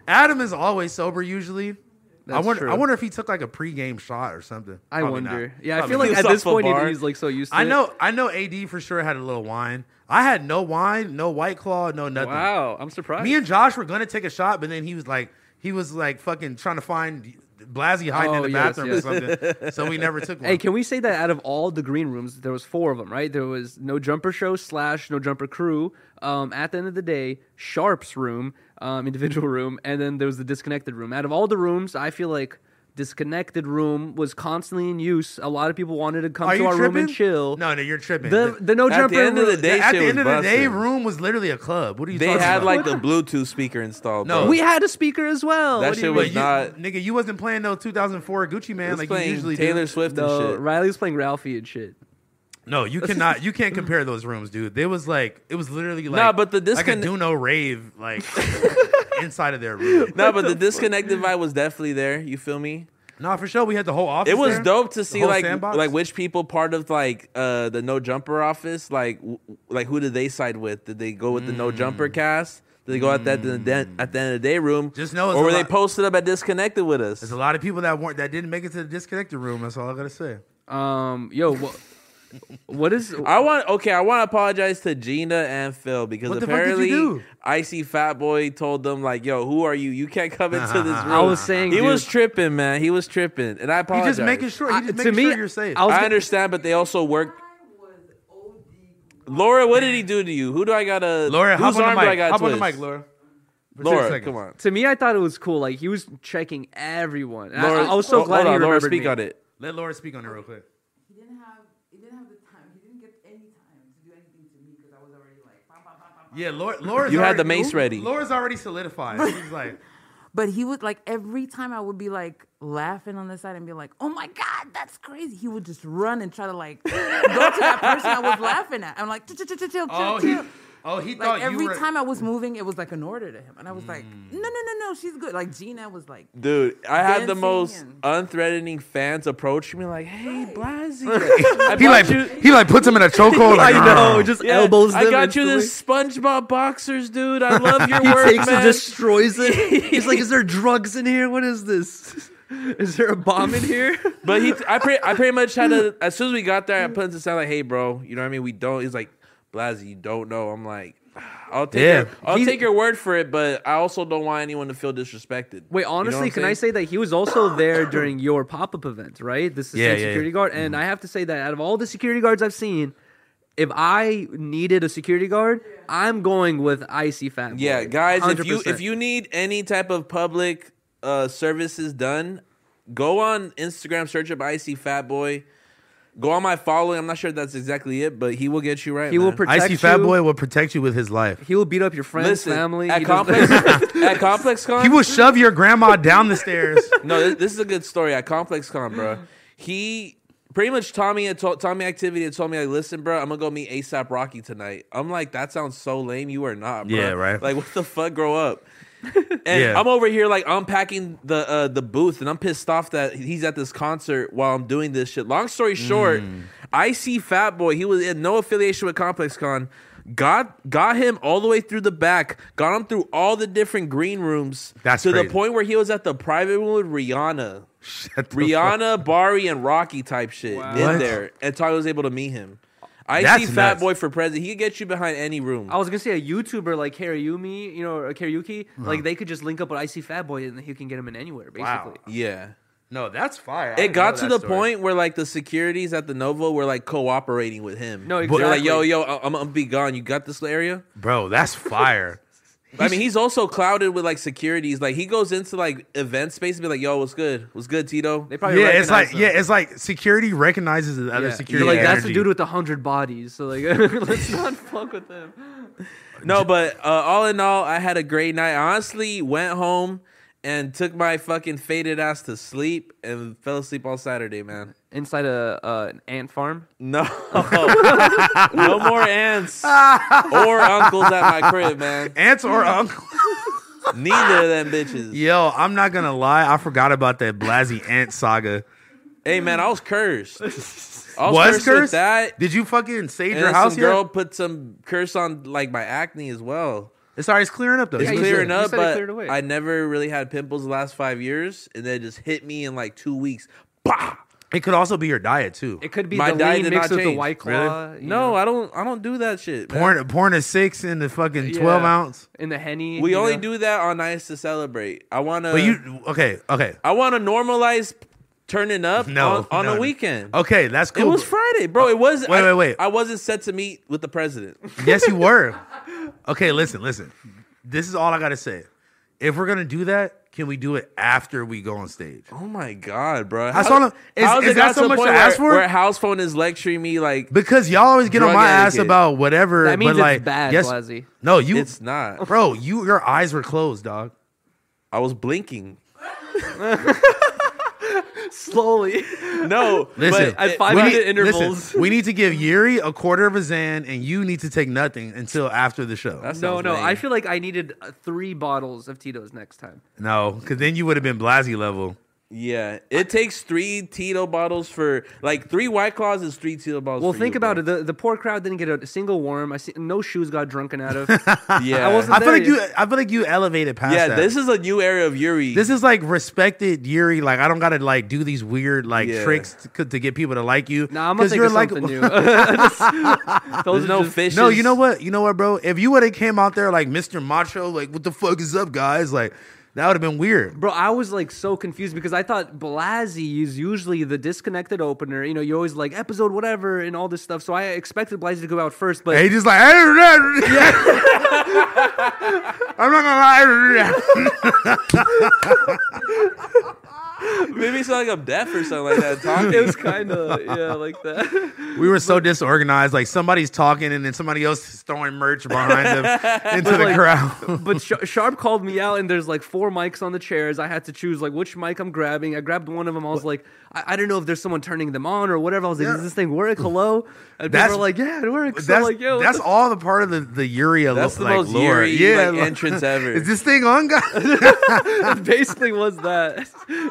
Speaker 1: Adam is always sober usually. I
Speaker 3: That's
Speaker 1: wonder. I
Speaker 3: true.
Speaker 1: wonder if he took like a pregame shot or something.
Speaker 3: I
Speaker 1: Probably
Speaker 3: wonder.
Speaker 1: not.
Speaker 3: Yeah, I
Speaker 1: Probably
Speaker 3: feel like
Speaker 1: not.
Speaker 2: not.
Speaker 3: at this
Speaker 2: Softball
Speaker 3: point
Speaker 2: bar.
Speaker 3: he's like so used to.
Speaker 1: I
Speaker 3: it.
Speaker 1: know. I know. Ad for sure had a little wine. I had no wine, no White Claw, no nothing.
Speaker 3: Wow, I'm surprised.
Speaker 1: Me and Josh were gonna take a shot, but then he was like, he was like fucking trying to find Blasey hiding in
Speaker 3: Oh,
Speaker 1: the
Speaker 3: yes,
Speaker 1: bathroom
Speaker 3: yes.
Speaker 1: or something. So we never
Speaker 2: [laughs]
Speaker 1: took one.
Speaker 3: Hey, can we say that out of all the green rooms, there was four of them, right? There was no jumper show slash no jumper crew. Um, at the end of the day, Sharp's room, um, [laughs] individual room, and then there was the disconnected room. Out of all the rooms, I feel like disconnected room was constantly in use. A lot of people wanted to come
Speaker 1: Are
Speaker 3: to
Speaker 1: you
Speaker 3: our
Speaker 1: tripping?
Speaker 3: room and chill.
Speaker 1: No, no, you're tripping.
Speaker 3: the the no
Speaker 2: At the
Speaker 3: jumper.
Speaker 2: end of the
Speaker 3: room-
Speaker 2: day,
Speaker 1: at
Speaker 2: shit
Speaker 1: the
Speaker 2: was
Speaker 1: end of the day,
Speaker 2: busted.
Speaker 1: room was literally a club. What are you?
Speaker 2: They
Speaker 1: talking
Speaker 2: had
Speaker 1: about?
Speaker 2: like the Bluetooth speaker installed.
Speaker 1: No.
Speaker 2: bro.
Speaker 3: we had a speaker as well.
Speaker 2: That
Speaker 3: What do you
Speaker 2: shit
Speaker 3: mean?
Speaker 1: But
Speaker 2: was
Speaker 1: you-
Speaker 2: not-
Speaker 1: nigga. You wasn't playing no 2004 Gucci Man
Speaker 2: It was
Speaker 1: like you
Speaker 2: playing
Speaker 1: usually
Speaker 2: Taylor
Speaker 1: do.
Speaker 2: Swift and
Speaker 3: No,
Speaker 2: shit.
Speaker 3: Riley's playing Ralphie and shit.
Speaker 1: No, you
Speaker 2: [laughs]
Speaker 1: cannot. You can't compare those rooms, dude. They was like it was literally like
Speaker 2: Nah, but the
Speaker 1: like
Speaker 2: discon-
Speaker 1: a do no rave
Speaker 2: [laughs]
Speaker 1: like inside of their room.
Speaker 2: No,
Speaker 1: [laughs]
Speaker 2: but the disconnected vibe was definitely there. You feel me?
Speaker 1: Nah, for sure. We had the whole office.
Speaker 2: It was
Speaker 1: there,
Speaker 2: dope to
Speaker 1: the
Speaker 2: see
Speaker 1: whole
Speaker 2: like
Speaker 1: sandbox.
Speaker 2: like which people part of like uh the no jumper office like w- like who did they side with? Did they go with the no jumper cast? Did they go out that at the, at the end of the day room?
Speaker 1: Mm. Just know it's
Speaker 2: or
Speaker 1: a
Speaker 2: were they
Speaker 1: lot-
Speaker 2: posted up at disconnected with us?
Speaker 1: There's a lot of people that weren't that didn't make it to the disconnected room. That's all I gotta say.
Speaker 3: Um, yo, what, what is?
Speaker 2: I want okay. I want to apologize to Gina and Phil because
Speaker 1: What the fuck did you
Speaker 2: apparently
Speaker 1: do?
Speaker 2: Icy Fat Boy told them like, "Yo, who are you? You can't come into
Speaker 1: [laughs]
Speaker 2: this room."
Speaker 3: I was saying
Speaker 2: he
Speaker 3: dude,
Speaker 2: was tripping, man. He was tripping, and I
Speaker 1: He
Speaker 2: apologize.
Speaker 1: just making sure.
Speaker 3: I-
Speaker 1: He just
Speaker 3: to
Speaker 1: making
Speaker 3: me,
Speaker 1: sure you're safe.
Speaker 3: I was
Speaker 2: I
Speaker 3: gonna-
Speaker 2: understand, but they also work. Laura, what did he do to you? Who do I gotta?
Speaker 1: Laura, hop
Speaker 2: whose
Speaker 1: on the
Speaker 2: arm do I
Speaker 1: mic.
Speaker 2: gotta
Speaker 1: Hop on the
Speaker 2: twist?
Speaker 1: mic, Laura. For six
Speaker 2: Laura,
Speaker 1: seconds.
Speaker 2: come on.
Speaker 3: to me, I thought it was cool. Like he was checking everyone. And I-
Speaker 2: Laura,
Speaker 3: I, was so
Speaker 2: hold-
Speaker 3: glad
Speaker 2: hold
Speaker 3: he
Speaker 2: on, Laura,
Speaker 3: remembered
Speaker 2: speak
Speaker 3: me.
Speaker 2: on it.
Speaker 1: Let Laura speak on it real quick.
Speaker 4: he didn't have he didn't have the time. He didn't get any time to do anything to me because I was already like. Bah, bah, bah, bah, bah.
Speaker 1: Yeah, Laura. Laura's
Speaker 2: You had
Speaker 1: already-
Speaker 2: the mace ready.
Speaker 1: Laura's already solidified. She's like,
Speaker 4: But he would like every time I would be like laughing on the side and be like, "Oh my god, that's crazy!" He would just run and try to
Speaker 1: [laughs]
Speaker 4: like go to that person I was laughing at. I'm like, chill, chill, chill, chill, chill,
Speaker 1: oh, he, [laughs]
Speaker 4: chill.
Speaker 1: oh, he thought
Speaker 4: Like
Speaker 1: you
Speaker 4: every
Speaker 1: were- Hmm.
Speaker 4: time I was moving, it was like an order to him, and I was like, "No, no, no, no, she's good." Like Gina was like,
Speaker 2: Dude, I had the
Speaker 4: Dancing
Speaker 2: most
Speaker 4: and-
Speaker 2: unthreatening fans approach me like, "Hey, Blasey, I
Speaker 1: He
Speaker 2: bought
Speaker 1: like
Speaker 2: you-
Speaker 1: he like puts him
Speaker 3: [laughs]
Speaker 1: in a chokehold. Like,
Speaker 3: I know, just
Speaker 2: Yeah,
Speaker 3: elbows.
Speaker 2: I
Speaker 3: them
Speaker 2: got you
Speaker 3: instantly.
Speaker 2: this SpongeBob boxers, dude. I love your
Speaker 3: He
Speaker 2: work,
Speaker 3: [laughs] takes
Speaker 2: man.
Speaker 3: it, destroys it. He's like, "Is there drugs in here? What is this? [laughs] Is there a bomb in here?"
Speaker 2: But he, I, pre- I pretty much
Speaker 1: [laughs]
Speaker 2: had to. As soon as we got there, I put into sound like, "Hey, bro, you know what I mean? We don't." He's like, "Blasi, you don't know." I'm like, "Ah, "I'll take,
Speaker 1: Yeah.
Speaker 2: your, I'll
Speaker 3: He-
Speaker 2: take your word for it," but I also don't want anyone to feel disrespected.
Speaker 3: Wait,
Speaker 2: You know what
Speaker 3: honestly,
Speaker 2: I'm
Speaker 3: can I
Speaker 2: saying?
Speaker 3: say that he was also there during your pop-up event, right? This is
Speaker 1: Yeah, yeah,
Speaker 3: security
Speaker 1: yeah.
Speaker 3: guard, and
Speaker 2: Mm-hmm.
Speaker 3: I have to say that out of all the security guards I've seen, if I needed a security guard, I'm going with icy fat. Boy,
Speaker 2: Yeah, guys, if you
Speaker 3: 100%.
Speaker 2: if you need any type of public uh, services done, go on Instagram, search up IC Fat Boy. Go on my following. I'm not sure if that's exactly it, but he will get you right.
Speaker 3: he will
Speaker 2: man.
Speaker 3: protect
Speaker 1: Icy
Speaker 3: you.
Speaker 1: Fat Boy will protect you with his life.
Speaker 3: He will beat up your friends,
Speaker 2: Listen,
Speaker 3: family.
Speaker 2: at
Speaker 3: he does-
Speaker 2: complex
Speaker 3: [laughs]
Speaker 2: at complex con.
Speaker 1: He will shove your grandma down the stairs. [laughs]
Speaker 2: No, this, this is a good story at Complex Con, bro. He pretty much Tommy had told Tommy Activity had told me like, listen, bro, I'm gonna go meet ASAP Rocky tonight. I'm like, that sounds so lame. You are not, bro.
Speaker 1: Yeah, right.
Speaker 2: Like, what the fuck? Grow
Speaker 1: [laughs]
Speaker 2: up. And
Speaker 1: Yeah.
Speaker 2: I'm over here like unpacking the uh, the booth, and I'm pissed off that he's at this concert while I'm doing this shit. Long story short,
Speaker 1: Mm.
Speaker 2: I see Fat Boy. He was in no affiliation with Complex Con. Got got him all the way through the back. Got him through all the different green rooms
Speaker 1: That's
Speaker 2: to the
Speaker 1: crazy.
Speaker 2: point where he was at the private room with Rihanna,
Speaker 1: Shut the fuck-
Speaker 2: Rihanna, Bari, and Rocky type shit in
Speaker 1: What?
Speaker 2: there, and Tyler was able to meet him. I
Speaker 1: That's
Speaker 2: see Fat
Speaker 1: nuts.
Speaker 2: Boy for president. He could get you behind any room.
Speaker 3: I was gonna say a YouTuber like Karayumi, you know, or Karayuki,
Speaker 1: Uh-huh.
Speaker 3: like they could just link up with Icy Fat Boy and he can get him in anywhere, basically.
Speaker 1: Wow.
Speaker 2: yeah.
Speaker 1: No, that's fire. I
Speaker 2: It
Speaker 1: didn't
Speaker 2: got
Speaker 1: know
Speaker 2: to
Speaker 1: that
Speaker 2: the
Speaker 1: story.
Speaker 2: point where like the securities at the Novo were like cooperating with him.
Speaker 3: No,
Speaker 2: They're like,
Speaker 3: exactly.
Speaker 2: yo, yo, I- I'm gonna be gone. You got this area?
Speaker 1: bro. That's fire.
Speaker 2: I mean, he's also clouded with like securities. Like he goes into like event space and be like, yo, what's good? What's good, Tito?
Speaker 3: They probably
Speaker 1: yeah, it's like
Speaker 3: recognize him.
Speaker 1: yeah, it's like security recognizes the other
Speaker 3: Yeah.
Speaker 1: security.
Speaker 3: They're like that's the
Speaker 1: energy.
Speaker 3: dude with the hundred bodies. So like, [laughs] let's not fuck with him.
Speaker 2: No, but uh, all in all, I had a great night. I honestly went home and took my fucking faded ass to sleep and fell asleep all Saturday, man.
Speaker 3: Inside a uh, an ant farm.
Speaker 2: No, [laughs] no more ants or uncles at my crib, man.
Speaker 1: Aunts
Speaker 2: [laughs]
Speaker 1: or uncle?
Speaker 2: Neither of them bitches.
Speaker 1: Yo, I'm not gonna lie. I forgot about that Blasey Ant saga.
Speaker 2: Hey, man, I was
Speaker 3: [laughs]
Speaker 2: cursed. I was,
Speaker 1: Was
Speaker 2: with
Speaker 1: cursed?
Speaker 2: that.
Speaker 1: Did you fucking save
Speaker 2: and
Speaker 1: your
Speaker 2: then
Speaker 1: house
Speaker 2: some
Speaker 1: yet?
Speaker 2: girl put some curse on like my acne as well.
Speaker 1: It's alright. It's clearing up though.
Speaker 2: It's
Speaker 3: Yeah, you
Speaker 2: clearing
Speaker 3: said- you
Speaker 2: up,
Speaker 3: said it
Speaker 2: but
Speaker 3: cleared away.
Speaker 2: I never really had pimples the last five years, and then it just hit me in like two weeks. Bah!
Speaker 1: It could also be your diet too.
Speaker 3: It could be
Speaker 2: My
Speaker 3: the
Speaker 2: diet
Speaker 3: lean
Speaker 2: did
Speaker 3: mixed
Speaker 2: not
Speaker 3: with the
Speaker 2: change.
Speaker 3: white
Speaker 1: Really?
Speaker 3: claw. you
Speaker 2: No,
Speaker 3: know.
Speaker 2: I don't. I don't do that shit. man.
Speaker 1: Porn, porn a six and the fucking twelve
Speaker 3: Yeah.
Speaker 1: ounce.
Speaker 3: in the henny.
Speaker 2: We
Speaker 3: you
Speaker 2: only
Speaker 3: know?
Speaker 2: do that on nights to celebrate. I want to.
Speaker 1: But you okay? Okay,
Speaker 2: I want to normalize turning up
Speaker 1: no,
Speaker 2: on, on
Speaker 1: no,
Speaker 2: a
Speaker 1: no.
Speaker 2: weekend.
Speaker 1: Okay, that's
Speaker 2: It
Speaker 1: cool. Oh,
Speaker 2: was Friday, bro. It was.
Speaker 1: Wait,
Speaker 2: I,
Speaker 1: wait, wait.
Speaker 2: I wasn't set to meet with the
Speaker 3: [laughs]
Speaker 2: president.
Speaker 1: yes, you were.
Speaker 2: [laughs]
Speaker 1: Okay, listen, listen. This is all I gotta say. If we're gonna do that, can we do it after we go on stage?
Speaker 2: Oh my god, bro.
Speaker 1: That's all I'm- is-
Speaker 2: how's
Speaker 1: is
Speaker 2: it
Speaker 1: that
Speaker 2: got
Speaker 1: so
Speaker 2: the
Speaker 1: much
Speaker 2: point
Speaker 1: to
Speaker 2: where,
Speaker 1: ask for?
Speaker 2: Where house phone is lecturing me like
Speaker 1: Because y'all always get on
Speaker 2: Drug
Speaker 1: my ass
Speaker 2: etiquette.
Speaker 1: about whatever.
Speaker 3: That means
Speaker 1: but
Speaker 3: it's
Speaker 1: like,
Speaker 3: bad,
Speaker 1: yes,
Speaker 3: Wazzy.
Speaker 1: no, you.
Speaker 2: it's not.
Speaker 1: bro. You, your eyes were closed, dog.
Speaker 2: I
Speaker 1: [laughs]
Speaker 2: was blinking.
Speaker 1: [laughs]
Speaker 3: slowly.
Speaker 2: No,
Speaker 1: Listen,
Speaker 2: but
Speaker 3: At
Speaker 2: it-
Speaker 3: five
Speaker 1: we
Speaker 2: right,
Speaker 3: minute
Speaker 1: need- listen,
Speaker 3: intervals.
Speaker 1: we need to give Yuri a quarter of a Xan, and you need to take nothing until after the show.
Speaker 2: That
Speaker 3: No,
Speaker 2: sounds
Speaker 3: no.
Speaker 2: lame.
Speaker 3: I feel like I needed uh, three bottles of Tito's next time.
Speaker 1: no, because then you would have been Blasey level.
Speaker 2: yeah. It takes three Tito bottles for like three White Claws is three Tito bottles.
Speaker 3: Well,
Speaker 2: for
Speaker 3: think
Speaker 2: you,
Speaker 3: about
Speaker 2: bro.
Speaker 1: [laughs]
Speaker 3: it. The, the poor crowd didn't get a single worm. I see, no shoes got drunken out
Speaker 1: [laughs]
Speaker 3: of.
Speaker 2: Yeah,
Speaker 3: I wasn't-
Speaker 1: I feel
Speaker 3: There
Speaker 1: like
Speaker 3: you-
Speaker 1: you. I feel like you elevated past.
Speaker 2: yeah.
Speaker 1: that.
Speaker 2: This is a new area of Yuri.
Speaker 1: This is like respected Yuri. Like I don't gotta like do these weird like
Speaker 2: Yeah.
Speaker 1: tricks to, to get people to like you.
Speaker 3: nah, I'm gonna
Speaker 1: 'Cause
Speaker 3: think
Speaker 1: you're
Speaker 3: of
Speaker 1: like-
Speaker 3: something new.
Speaker 1: [laughs]
Speaker 3: Those
Speaker 2: There's
Speaker 3: are
Speaker 2: no
Speaker 3: just-
Speaker 2: fishes.
Speaker 1: No, you know what? You know what, bro? If you would have came out there like Mr. Macho, like what the fuck is up, guys? Like that would have been weird.
Speaker 3: Bro, I was like so confused because I thought Blasi is usually the disconnected opener. You know, you're always like episode whatever and all this stuff. So I expected Blasi to go out first, but
Speaker 1: And he just like [laughs] I'm not gonna lie.
Speaker 2: Maybe it's not like I'm deaf or something like
Speaker 1: [laughs]
Speaker 2: that. Talking.
Speaker 3: [laughs] it was kind of yeah, like that. [laughs]
Speaker 1: we were so disorganized. Like somebody's talking and then somebody else is throwing merch behind them into the
Speaker 3: like-
Speaker 1: crowd.
Speaker 3: But Sh- Sharp called me out, and there's like four mics on the chairs. I had to choose like which mic I'm grabbing. I grabbed one of them. I was like, I, I don't know if there's someone turning them on or whatever. I was like,
Speaker 1: Yeah.
Speaker 3: does this thing work? Hello? And
Speaker 1: That's-
Speaker 3: people were like, yeah, it works. So
Speaker 1: [laughs]
Speaker 3: I'm
Speaker 1: That's,
Speaker 3: like, Yo, what
Speaker 1: that's
Speaker 3: the-
Speaker 1: all the part of the, the Yuri
Speaker 2: That's the
Speaker 1: like,
Speaker 2: most
Speaker 1: lore.
Speaker 2: Yuri
Speaker 1: yeah,
Speaker 2: like,
Speaker 1: [laughs]
Speaker 2: entrance ever.
Speaker 1: Is this thing on, guys? [laughs]
Speaker 3: basically was that.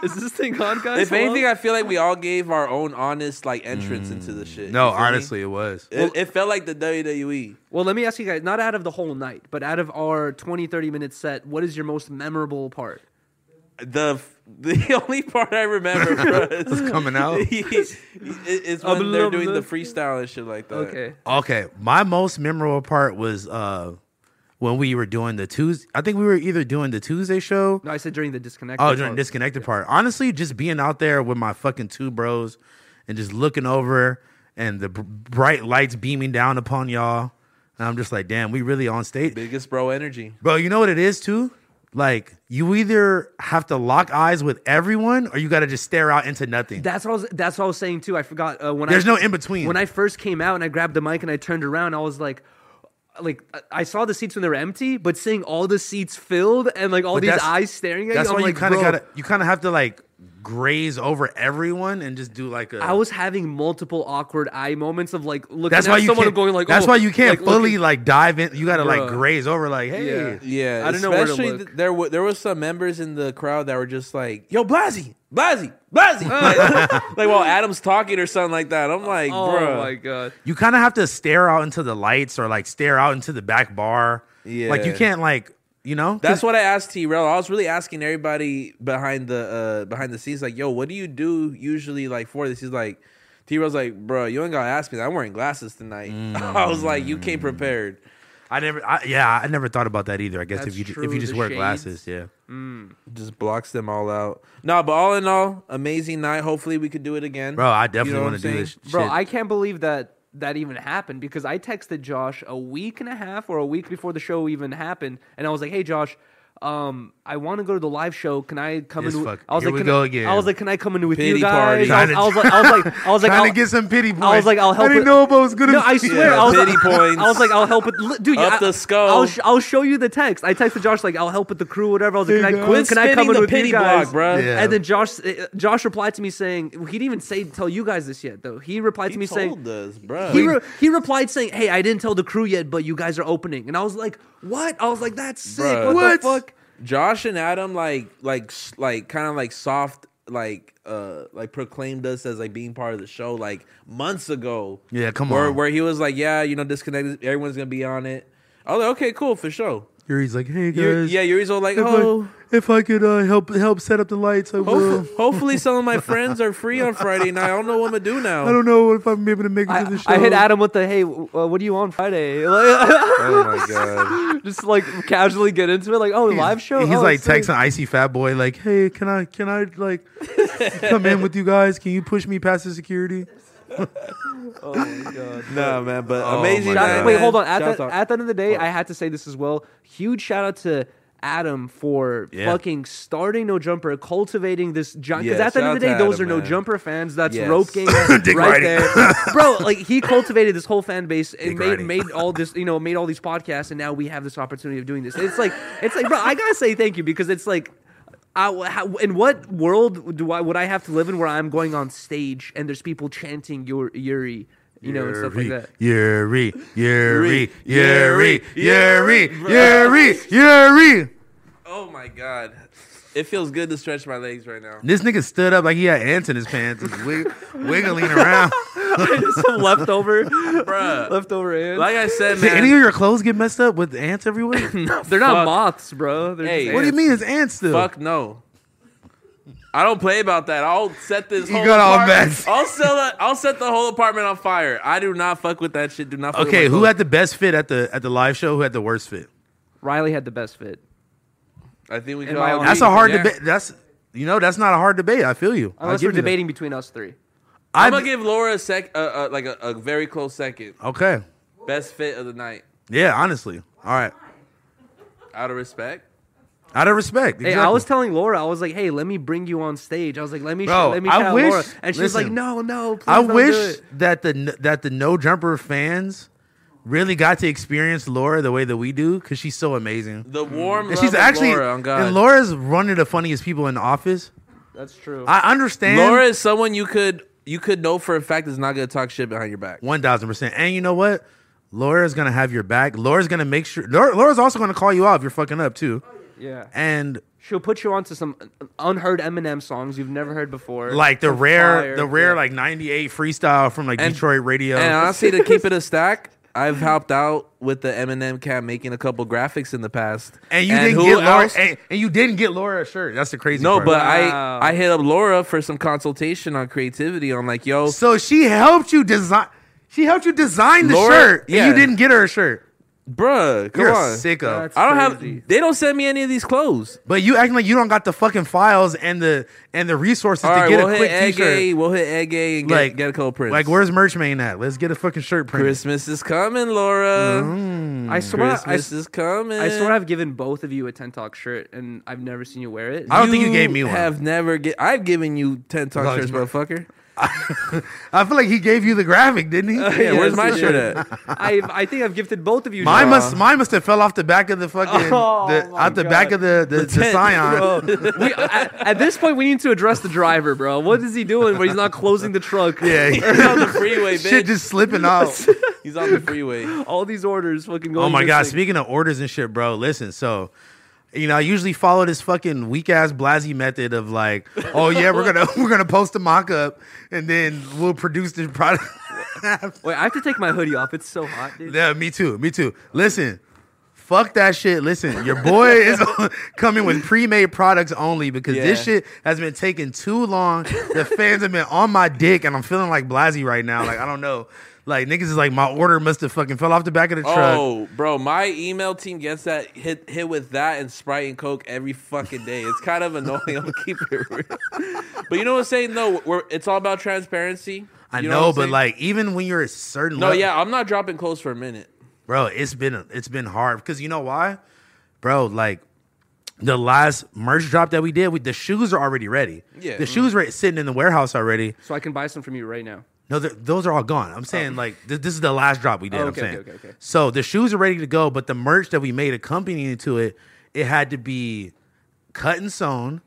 Speaker 3: Is this thing on, guys?
Speaker 2: if
Speaker 3: Hello?
Speaker 2: anything, I feel like we all gave our own honest like entrance into the shit.
Speaker 1: No,
Speaker 2: You feel me?
Speaker 1: honestly, it was.
Speaker 2: it, it felt like the E. WWE.
Speaker 3: Well, let me ask you guys, not out of the whole night, but out of our 20, 30 minute set, what is your most memorable part?
Speaker 2: The [laughs] the only part I
Speaker 1: [laughs]
Speaker 2: remember bro, is
Speaker 1: coming
Speaker 2: [laughs]
Speaker 1: out.
Speaker 2: is when they're doing the freestyle and shit like that.
Speaker 1: Uh,
Speaker 3: Okay.
Speaker 1: Okay, my most memorable part was uh when we were doing the Tuesday. I think we were either doing the Tuesday show.
Speaker 3: No, I said during the disconnect.
Speaker 1: Oh, during disconnected part. Honestly, just being out there with my fucking two bros and just looking over and the br- bright lights beaming down upon y'all. And I'm just like, damn, we really on stage.
Speaker 2: Biggest bro energy.
Speaker 1: Bro, you know what it is too? Like, you either have to lock eyes with everyone or you got to just stare out into nothing.
Speaker 3: That's what I was, that's what I was saying too. I forgot uh, when
Speaker 1: There's
Speaker 3: I,
Speaker 1: no in between.
Speaker 3: When I first came out and I grabbed the mic and I turned around, I was like, like I- I saw the seats when they were empty, but seeing all the seats filled and like all
Speaker 1: But
Speaker 3: these
Speaker 1: that's-
Speaker 3: eyes staring at
Speaker 1: That's
Speaker 3: you,
Speaker 1: why
Speaker 3: I'm
Speaker 1: you
Speaker 3: like,
Speaker 1: kind of
Speaker 3: "Bro,
Speaker 1: got to, you kind of have to like graze over everyone and just do like a.
Speaker 3: I was having multiple awkward eye moments of like looking
Speaker 1: That's
Speaker 3: at
Speaker 1: why you
Speaker 3: someone
Speaker 1: can't,
Speaker 3: and going like,
Speaker 1: That's
Speaker 3: oh,
Speaker 1: why you can't
Speaker 3: like,
Speaker 1: fully
Speaker 3: looking-
Speaker 1: like dive in. You gotta like
Speaker 3: Bruh.
Speaker 1: graze over. Like, hey,
Speaker 2: Yeah,
Speaker 3: I don't know where to
Speaker 2: especially
Speaker 3: look.
Speaker 2: th- there were there was some members in the crowd that were just like, "Yo, Blasi, Blasi, Blasi," [laughs] like, like while Adam's talking or something like that. I'm like,
Speaker 3: oh
Speaker 2: bro,
Speaker 3: my god.
Speaker 1: you kind of have to stare out into the lights or like stare out into the back bar. like you
Speaker 2: Yeah.
Speaker 1: can't like you know.
Speaker 2: That's what I asked T-Rel. I was really asking everybody behind the uh, behind the scenes, like, yo, what do you do usually like for this? He's like, T-Rel's like, bro, you ain't gotta ask me. that. I'm wearing glasses tonight. [laughs] I was like, you
Speaker 3: Mm.
Speaker 2: came prepared.
Speaker 1: I never. I, yeah, I never thought about that either. I guess
Speaker 3: That's
Speaker 1: if you
Speaker 3: true,
Speaker 1: if you just
Speaker 3: the
Speaker 1: wear
Speaker 3: shades.
Speaker 1: glasses, yeah.
Speaker 2: Just blocks them all out. No, but all in all, amazing night. Hopefully we could do it again.
Speaker 1: Bro, I
Speaker 2: You know
Speaker 1: definitely
Speaker 2: what
Speaker 1: want
Speaker 2: I'm
Speaker 1: to do
Speaker 2: saying?
Speaker 1: this. Shit.
Speaker 3: Bro, I can't believe that that even happened because I texted Josh a week and a half or a week before the show even happened, and I was like, "Hey, Josh, um, I want to go to the live show. Can I come
Speaker 1: This
Speaker 3: in?"
Speaker 1: fuck-
Speaker 3: With, I was
Speaker 1: here
Speaker 3: like,
Speaker 1: we
Speaker 3: can
Speaker 1: go
Speaker 3: I,
Speaker 1: again.
Speaker 3: I was like, "Can I come in with
Speaker 2: Pity
Speaker 3: you guys?"
Speaker 2: party.
Speaker 3: I was, I was like, I was like, I was like,
Speaker 1: Trying
Speaker 3: I'll,
Speaker 1: to get some pity points.
Speaker 3: I was like, I'll help.
Speaker 1: I didn't
Speaker 3: with-
Speaker 1: know if I was good.
Speaker 3: No,
Speaker 1: at-
Speaker 3: I swear.
Speaker 2: Yeah,
Speaker 3: I was
Speaker 2: pity
Speaker 3: like,
Speaker 2: points.
Speaker 3: I was like, I'll help with, li- dude.
Speaker 2: Up
Speaker 3: I,
Speaker 2: the skull.
Speaker 3: I'll, sh- I'll show you the text. I texted Josh like, I'll help with the crew, whatever. I was like,
Speaker 1: There
Speaker 3: can
Speaker 1: you
Speaker 3: I,
Speaker 1: go.
Speaker 2: Quit
Speaker 3: quit? can I come
Speaker 2: spinning
Speaker 3: in
Speaker 2: the
Speaker 3: with
Speaker 2: pity
Speaker 3: you guys,
Speaker 2: block, bruh.
Speaker 1: Yeah.
Speaker 3: And then Josh, uh, Josh replied to me saying he didn't even say tell you guys this yet though. He replied
Speaker 2: He
Speaker 3: to me
Speaker 2: told
Speaker 3: saying.
Speaker 2: us, bro.
Speaker 3: He, re- he replied saying, "Hey, I didn't tell the crew yet, but you guys are opening." And I was like, "What?" I was like, "That's sick."
Speaker 2: Bruh.
Speaker 3: What,
Speaker 1: What?
Speaker 3: the fuck?
Speaker 2: Josh and Adam like like s- like kind of like soft like uh like proclaimed us as like being part of the show like months ago.
Speaker 1: Yeah, come
Speaker 2: where,
Speaker 1: on.
Speaker 2: Where he was like, yeah, you know, disconnected. Everyone's gonna be on it. I was like, okay, cool for sure.
Speaker 1: Yuri's like, hey guys.
Speaker 2: Yuri- yeah, Yuri's all like,
Speaker 1: [laughs] If I-
Speaker 2: oh,
Speaker 1: if I could uh, help help set up the lights, I
Speaker 3: Oh.
Speaker 1: will.
Speaker 2: Hopefully, hopefully some of my friends are free on Friday night. I don't know what I'm gonna do
Speaker 1: [laughs]
Speaker 2: now.
Speaker 1: I don't know if I'm able to make it to the
Speaker 3: I,
Speaker 1: show.
Speaker 3: I hit Adam with the hey, w- uh, what do you on Friday? [laughs] Like,
Speaker 2: Oh my god.
Speaker 3: just like casually get into it, like oh, [laughs] live show.
Speaker 1: He's
Speaker 3: Oh,
Speaker 1: like
Speaker 3: sick.
Speaker 1: texting icy fat boy, like, "Hey, can I can I
Speaker 3: [laughs]
Speaker 1: like come in with you guys? Can you push me past the security?"
Speaker 3: [laughs] Oh
Speaker 1: [laughs]
Speaker 3: my god.
Speaker 2: No man, but
Speaker 1: Oh my
Speaker 2: amazing.
Speaker 3: Shout-
Speaker 1: God.
Speaker 2: night,
Speaker 3: wait,
Speaker 2: man.
Speaker 3: hold on. At
Speaker 2: Shout
Speaker 3: the,
Speaker 2: out.
Speaker 3: at the end of the day, I had to say this as well. Huge shout out to Adam for
Speaker 1: Yeah.
Speaker 3: fucking starting No Jumper, cultivating this giant. Because
Speaker 2: Yeah,
Speaker 3: at the end of
Speaker 2: shout
Speaker 3: the day,
Speaker 2: out to
Speaker 3: those
Speaker 2: Adam,
Speaker 3: are No
Speaker 2: man.
Speaker 3: Jumper fans. That's
Speaker 2: Yes. [laughs]
Speaker 3: rope game
Speaker 1: Dick
Speaker 3: right
Speaker 1: riding.
Speaker 3: there, bro. Like he cultivated this whole fan base and
Speaker 1: Dick
Speaker 3: made
Speaker 1: riding.
Speaker 3: made all this, you know, made all these podcasts, and now we have this opportunity of doing this. It's like it's like, bro, I gotta say thank you because it's like. I, how, in what world do I would I have to live in where I'm going on stage and there's people chanting your Yuri, you know, and stuff like that?
Speaker 1: Yuri, Yuri,
Speaker 2: Yuri,
Speaker 1: Yuri, Yuri,
Speaker 2: Yuri,
Speaker 1: Yuri,
Speaker 3: [laughs]
Speaker 1: Yuri.
Speaker 2: Oh my god. It feels good to stretch my legs
Speaker 1: [laughs]
Speaker 2: right now.
Speaker 1: This nigga stood up like he had ants in his pants, just wig- wiggling
Speaker 3: [laughs]
Speaker 1: around. [laughs]
Speaker 3: some leftover,
Speaker 2: Bruh.
Speaker 3: leftover ants.
Speaker 2: Like I said,
Speaker 1: Did [laughs] any
Speaker 2: man.
Speaker 1: of your clothes get messed up with ants
Speaker 3: [laughs]
Speaker 1: everywhere?
Speaker 3: They're not
Speaker 2: Fuck.
Speaker 3: moths, bro. They're
Speaker 2: Hey.
Speaker 3: just
Speaker 1: What do you
Speaker 3: ants.
Speaker 1: mean it's ants still?
Speaker 2: Fuck no. I don't play about that. I'll set this
Speaker 1: You
Speaker 2: whole
Speaker 1: got all
Speaker 2: apartment.
Speaker 1: messed.
Speaker 2: I'll sell it. I'll set the whole apartment on fire. I do not fuck with that shit. Do not. Fuck
Speaker 1: Okay,
Speaker 2: with my
Speaker 1: who
Speaker 2: clothes.
Speaker 1: had the best fit at the at the live show? Who had the worst fit?
Speaker 3: Riley had the best fit.
Speaker 2: I think we
Speaker 3: in
Speaker 2: can.
Speaker 3: my
Speaker 2: all
Speaker 3: own-
Speaker 2: agree.
Speaker 1: That's a hard
Speaker 2: Yeah.
Speaker 1: debate. That's you know that's not a hard debate. I feel you. I'll
Speaker 3: Unless
Speaker 1: give
Speaker 3: we're
Speaker 1: you that.
Speaker 3: debating between us three.
Speaker 1: I'd-
Speaker 2: I'm gonna give Laura a sec, uh, uh, like a, a very close second.
Speaker 1: Okay.
Speaker 2: Best fit of the night,
Speaker 1: Yeah. Honestly. All right.
Speaker 2: out of respect.
Speaker 1: Out of respect.
Speaker 3: Hey, I
Speaker 1: exactly.
Speaker 3: was telling Laura, I was like, "Hey, let me bring you on stage." I was like, "Let me,
Speaker 1: Bro,
Speaker 3: show, let me
Speaker 1: I
Speaker 3: shout out
Speaker 1: wish-
Speaker 3: Laura," and she's like,
Speaker 1: listen.
Speaker 3: "No, no, please
Speaker 1: I
Speaker 3: don't do
Speaker 1: wish
Speaker 3: it."
Speaker 1: that the n- that the no jumper fans really got to experience Laura the way that we do because she's so amazing.
Speaker 3: Hmm.
Speaker 2: The warm.
Speaker 1: And
Speaker 2: Love
Speaker 1: she's
Speaker 2: of
Speaker 1: actually
Speaker 2: Laura.
Speaker 3: oh,
Speaker 2: On God.
Speaker 1: and Laura's one of the funniest people in the office.
Speaker 3: That's true.
Speaker 1: I understand.
Speaker 2: Laura is someone you could you could know for a fact is not gonna talk shit behind your back.
Speaker 1: One thousand percent. And you know what? Laura's gonna have your back. Laura's gonna make sure. Laura- Laura's also gonna call you out if you're fucking up too.
Speaker 3: yeah,
Speaker 1: And
Speaker 3: she'll put you onto some unheard Eminem songs you've never heard before,
Speaker 1: like the
Speaker 3: Some
Speaker 1: rare,
Speaker 3: fire.
Speaker 1: the rare
Speaker 3: Yeah.
Speaker 1: like '98 freestyle from like
Speaker 2: And-
Speaker 1: Detroit radio.
Speaker 2: And honestly, to keep
Speaker 1: [laughs]
Speaker 2: it a stack, I've helped out with the Eminem cat making a couple graphics in the past.
Speaker 1: And you didn't
Speaker 2: who
Speaker 1: get Laura,
Speaker 2: else-
Speaker 1: and, and you didn't get Laura a shirt. That's the crazy.
Speaker 2: no,
Speaker 1: part.
Speaker 2: but
Speaker 3: Wow.
Speaker 2: I I hit up Laura for some consultation on creativity. On like, yo,
Speaker 1: so she helped you design. She helped you design the
Speaker 2: Laura-
Speaker 1: shirt, and
Speaker 2: yeah.
Speaker 1: you didn't get her a shirt.
Speaker 2: bruh, come
Speaker 1: You're
Speaker 2: on.
Speaker 1: a sicko.
Speaker 3: That's-
Speaker 2: I don't
Speaker 3: Crazy.
Speaker 2: have. They don't send me any of these clothes.
Speaker 1: But you acting like you don't got the fucking files and the and the resources
Speaker 2: All right,
Speaker 1: to get
Speaker 2: we'll
Speaker 1: a
Speaker 2: hit
Speaker 1: quick
Speaker 2: egg A.
Speaker 1: T-shirt.
Speaker 2: We'll hit egg A and get,
Speaker 1: Like
Speaker 2: get a couple prints.
Speaker 1: Like where's merch main at? Let's get a fucking shirt print.
Speaker 2: Christmas is coming, Laura.
Speaker 1: Mm-hmm.
Speaker 3: I swear, I,
Speaker 2: Christmas is coming.
Speaker 3: I swear, I've given both of you a ten talk shirt, and I've never seen you wear it.
Speaker 1: I don't think you gave me one.
Speaker 2: Have never get. I've given you ten talk
Speaker 1: Well,
Speaker 2: shirts,
Speaker 1: it's [laughs]
Speaker 2: motherfucker.
Speaker 1: I feel like he gave you the graphic, didn't he?
Speaker 2: Yeah, where's
Speaker 3: Yes,
Speaker 2: my
Speaker 3: you
Speaker 2: shirt
Speaker 3: did.
Speaker 2: at?
Speaker 3: I I think [laughs] I've gifted both of you.
Speaker 1: Mine
Speaker 3: shirts.
Speaker 1: must mine must have fell off the back of the fucking
Speaker 3: Oh,
Speaker 1: the,
Speaker 3: my
Speaker 1: out the
Speaker 3: God.
Speaker 1: back of the the, the,
Speaker 2: tent,
Speaker 3: [laughs]
Speaker 1: Scion.
Speaker 3: We, at, at this point, we need to address the driver, bro. What is he doing where he's not closing the truck? [laughs]
Speaker 2: He's
Speaker 1: Yeah,
Speaker 2: on the freeway, bitch.
Speaker 1: shit just slipping off.
Speaker 2: He's on the freeway.
Speaker 3: All these orders fucking going.
Speaker 1: oh my god!
Speaker 3: missing.
Speaker 1: Speaking of orders and shit, bro. Listen, so. You know, I usually follow this fucking weak ass Blasey method of like, oh yeah, we're gonna [laughs] we're gonna post a mock up and then we'll produce the product.
Speaker 3: Wait, I have to take my hoodie off. It's so hot, dude.
Speaker 1: yeah, me too, me too. Listen, fuck that shit. Listen, your boy is [laughs] coming with pre-made products only because this
Speaker 2: Yeah.
Speaker 1: shit has been taking too long. The fans have been on my dick, and I'm feeling like Blasey right now. Like I don't know. Like niggas is like my order must have fucking fell off the back of the truck.
Speaker 2: Oh, bro, my email team gets that hit hit with that and Sprite and Coke every fucking day. It's kind of annoying. [laughs] I'll keep it real, but you know what I'm saying? No, we're, it's all about transparency.
Speaker 1: I
Speaker 2: You
Speaker 1: know,
Speaker 2: what I'm
Speaker 1: but
Speaker 2: saying?
Speaker 1: like even when you're a certain
Speaker 2: no,
Speaker 1: level-
Speaker 2: yeah, I'm not dropping clothes for a minute.
Speaker 1: bro, it's been it's been hard because you know why, bro? Like the last merch drop that we did, we, the shoes are already ready.
Speaker 2: Yeah. mm-hmm.
Speaker 1: the shoes were sitting in the warehouse already.
Speaker 3: So I can buy some from you right now.
Speaker 1: No, th- those are all gone. I'm saying like th- this is the last drop we did.
Speaker 3: Oh,
Speaker 1: I'm
Speaker 3: okay,
Speaker 1: saying.
Speaker 3: okay, okay, okay.
Speaker 1: So the shoes are ready to go, but the merch that we made accompanying to it, it had to be cut and sewn.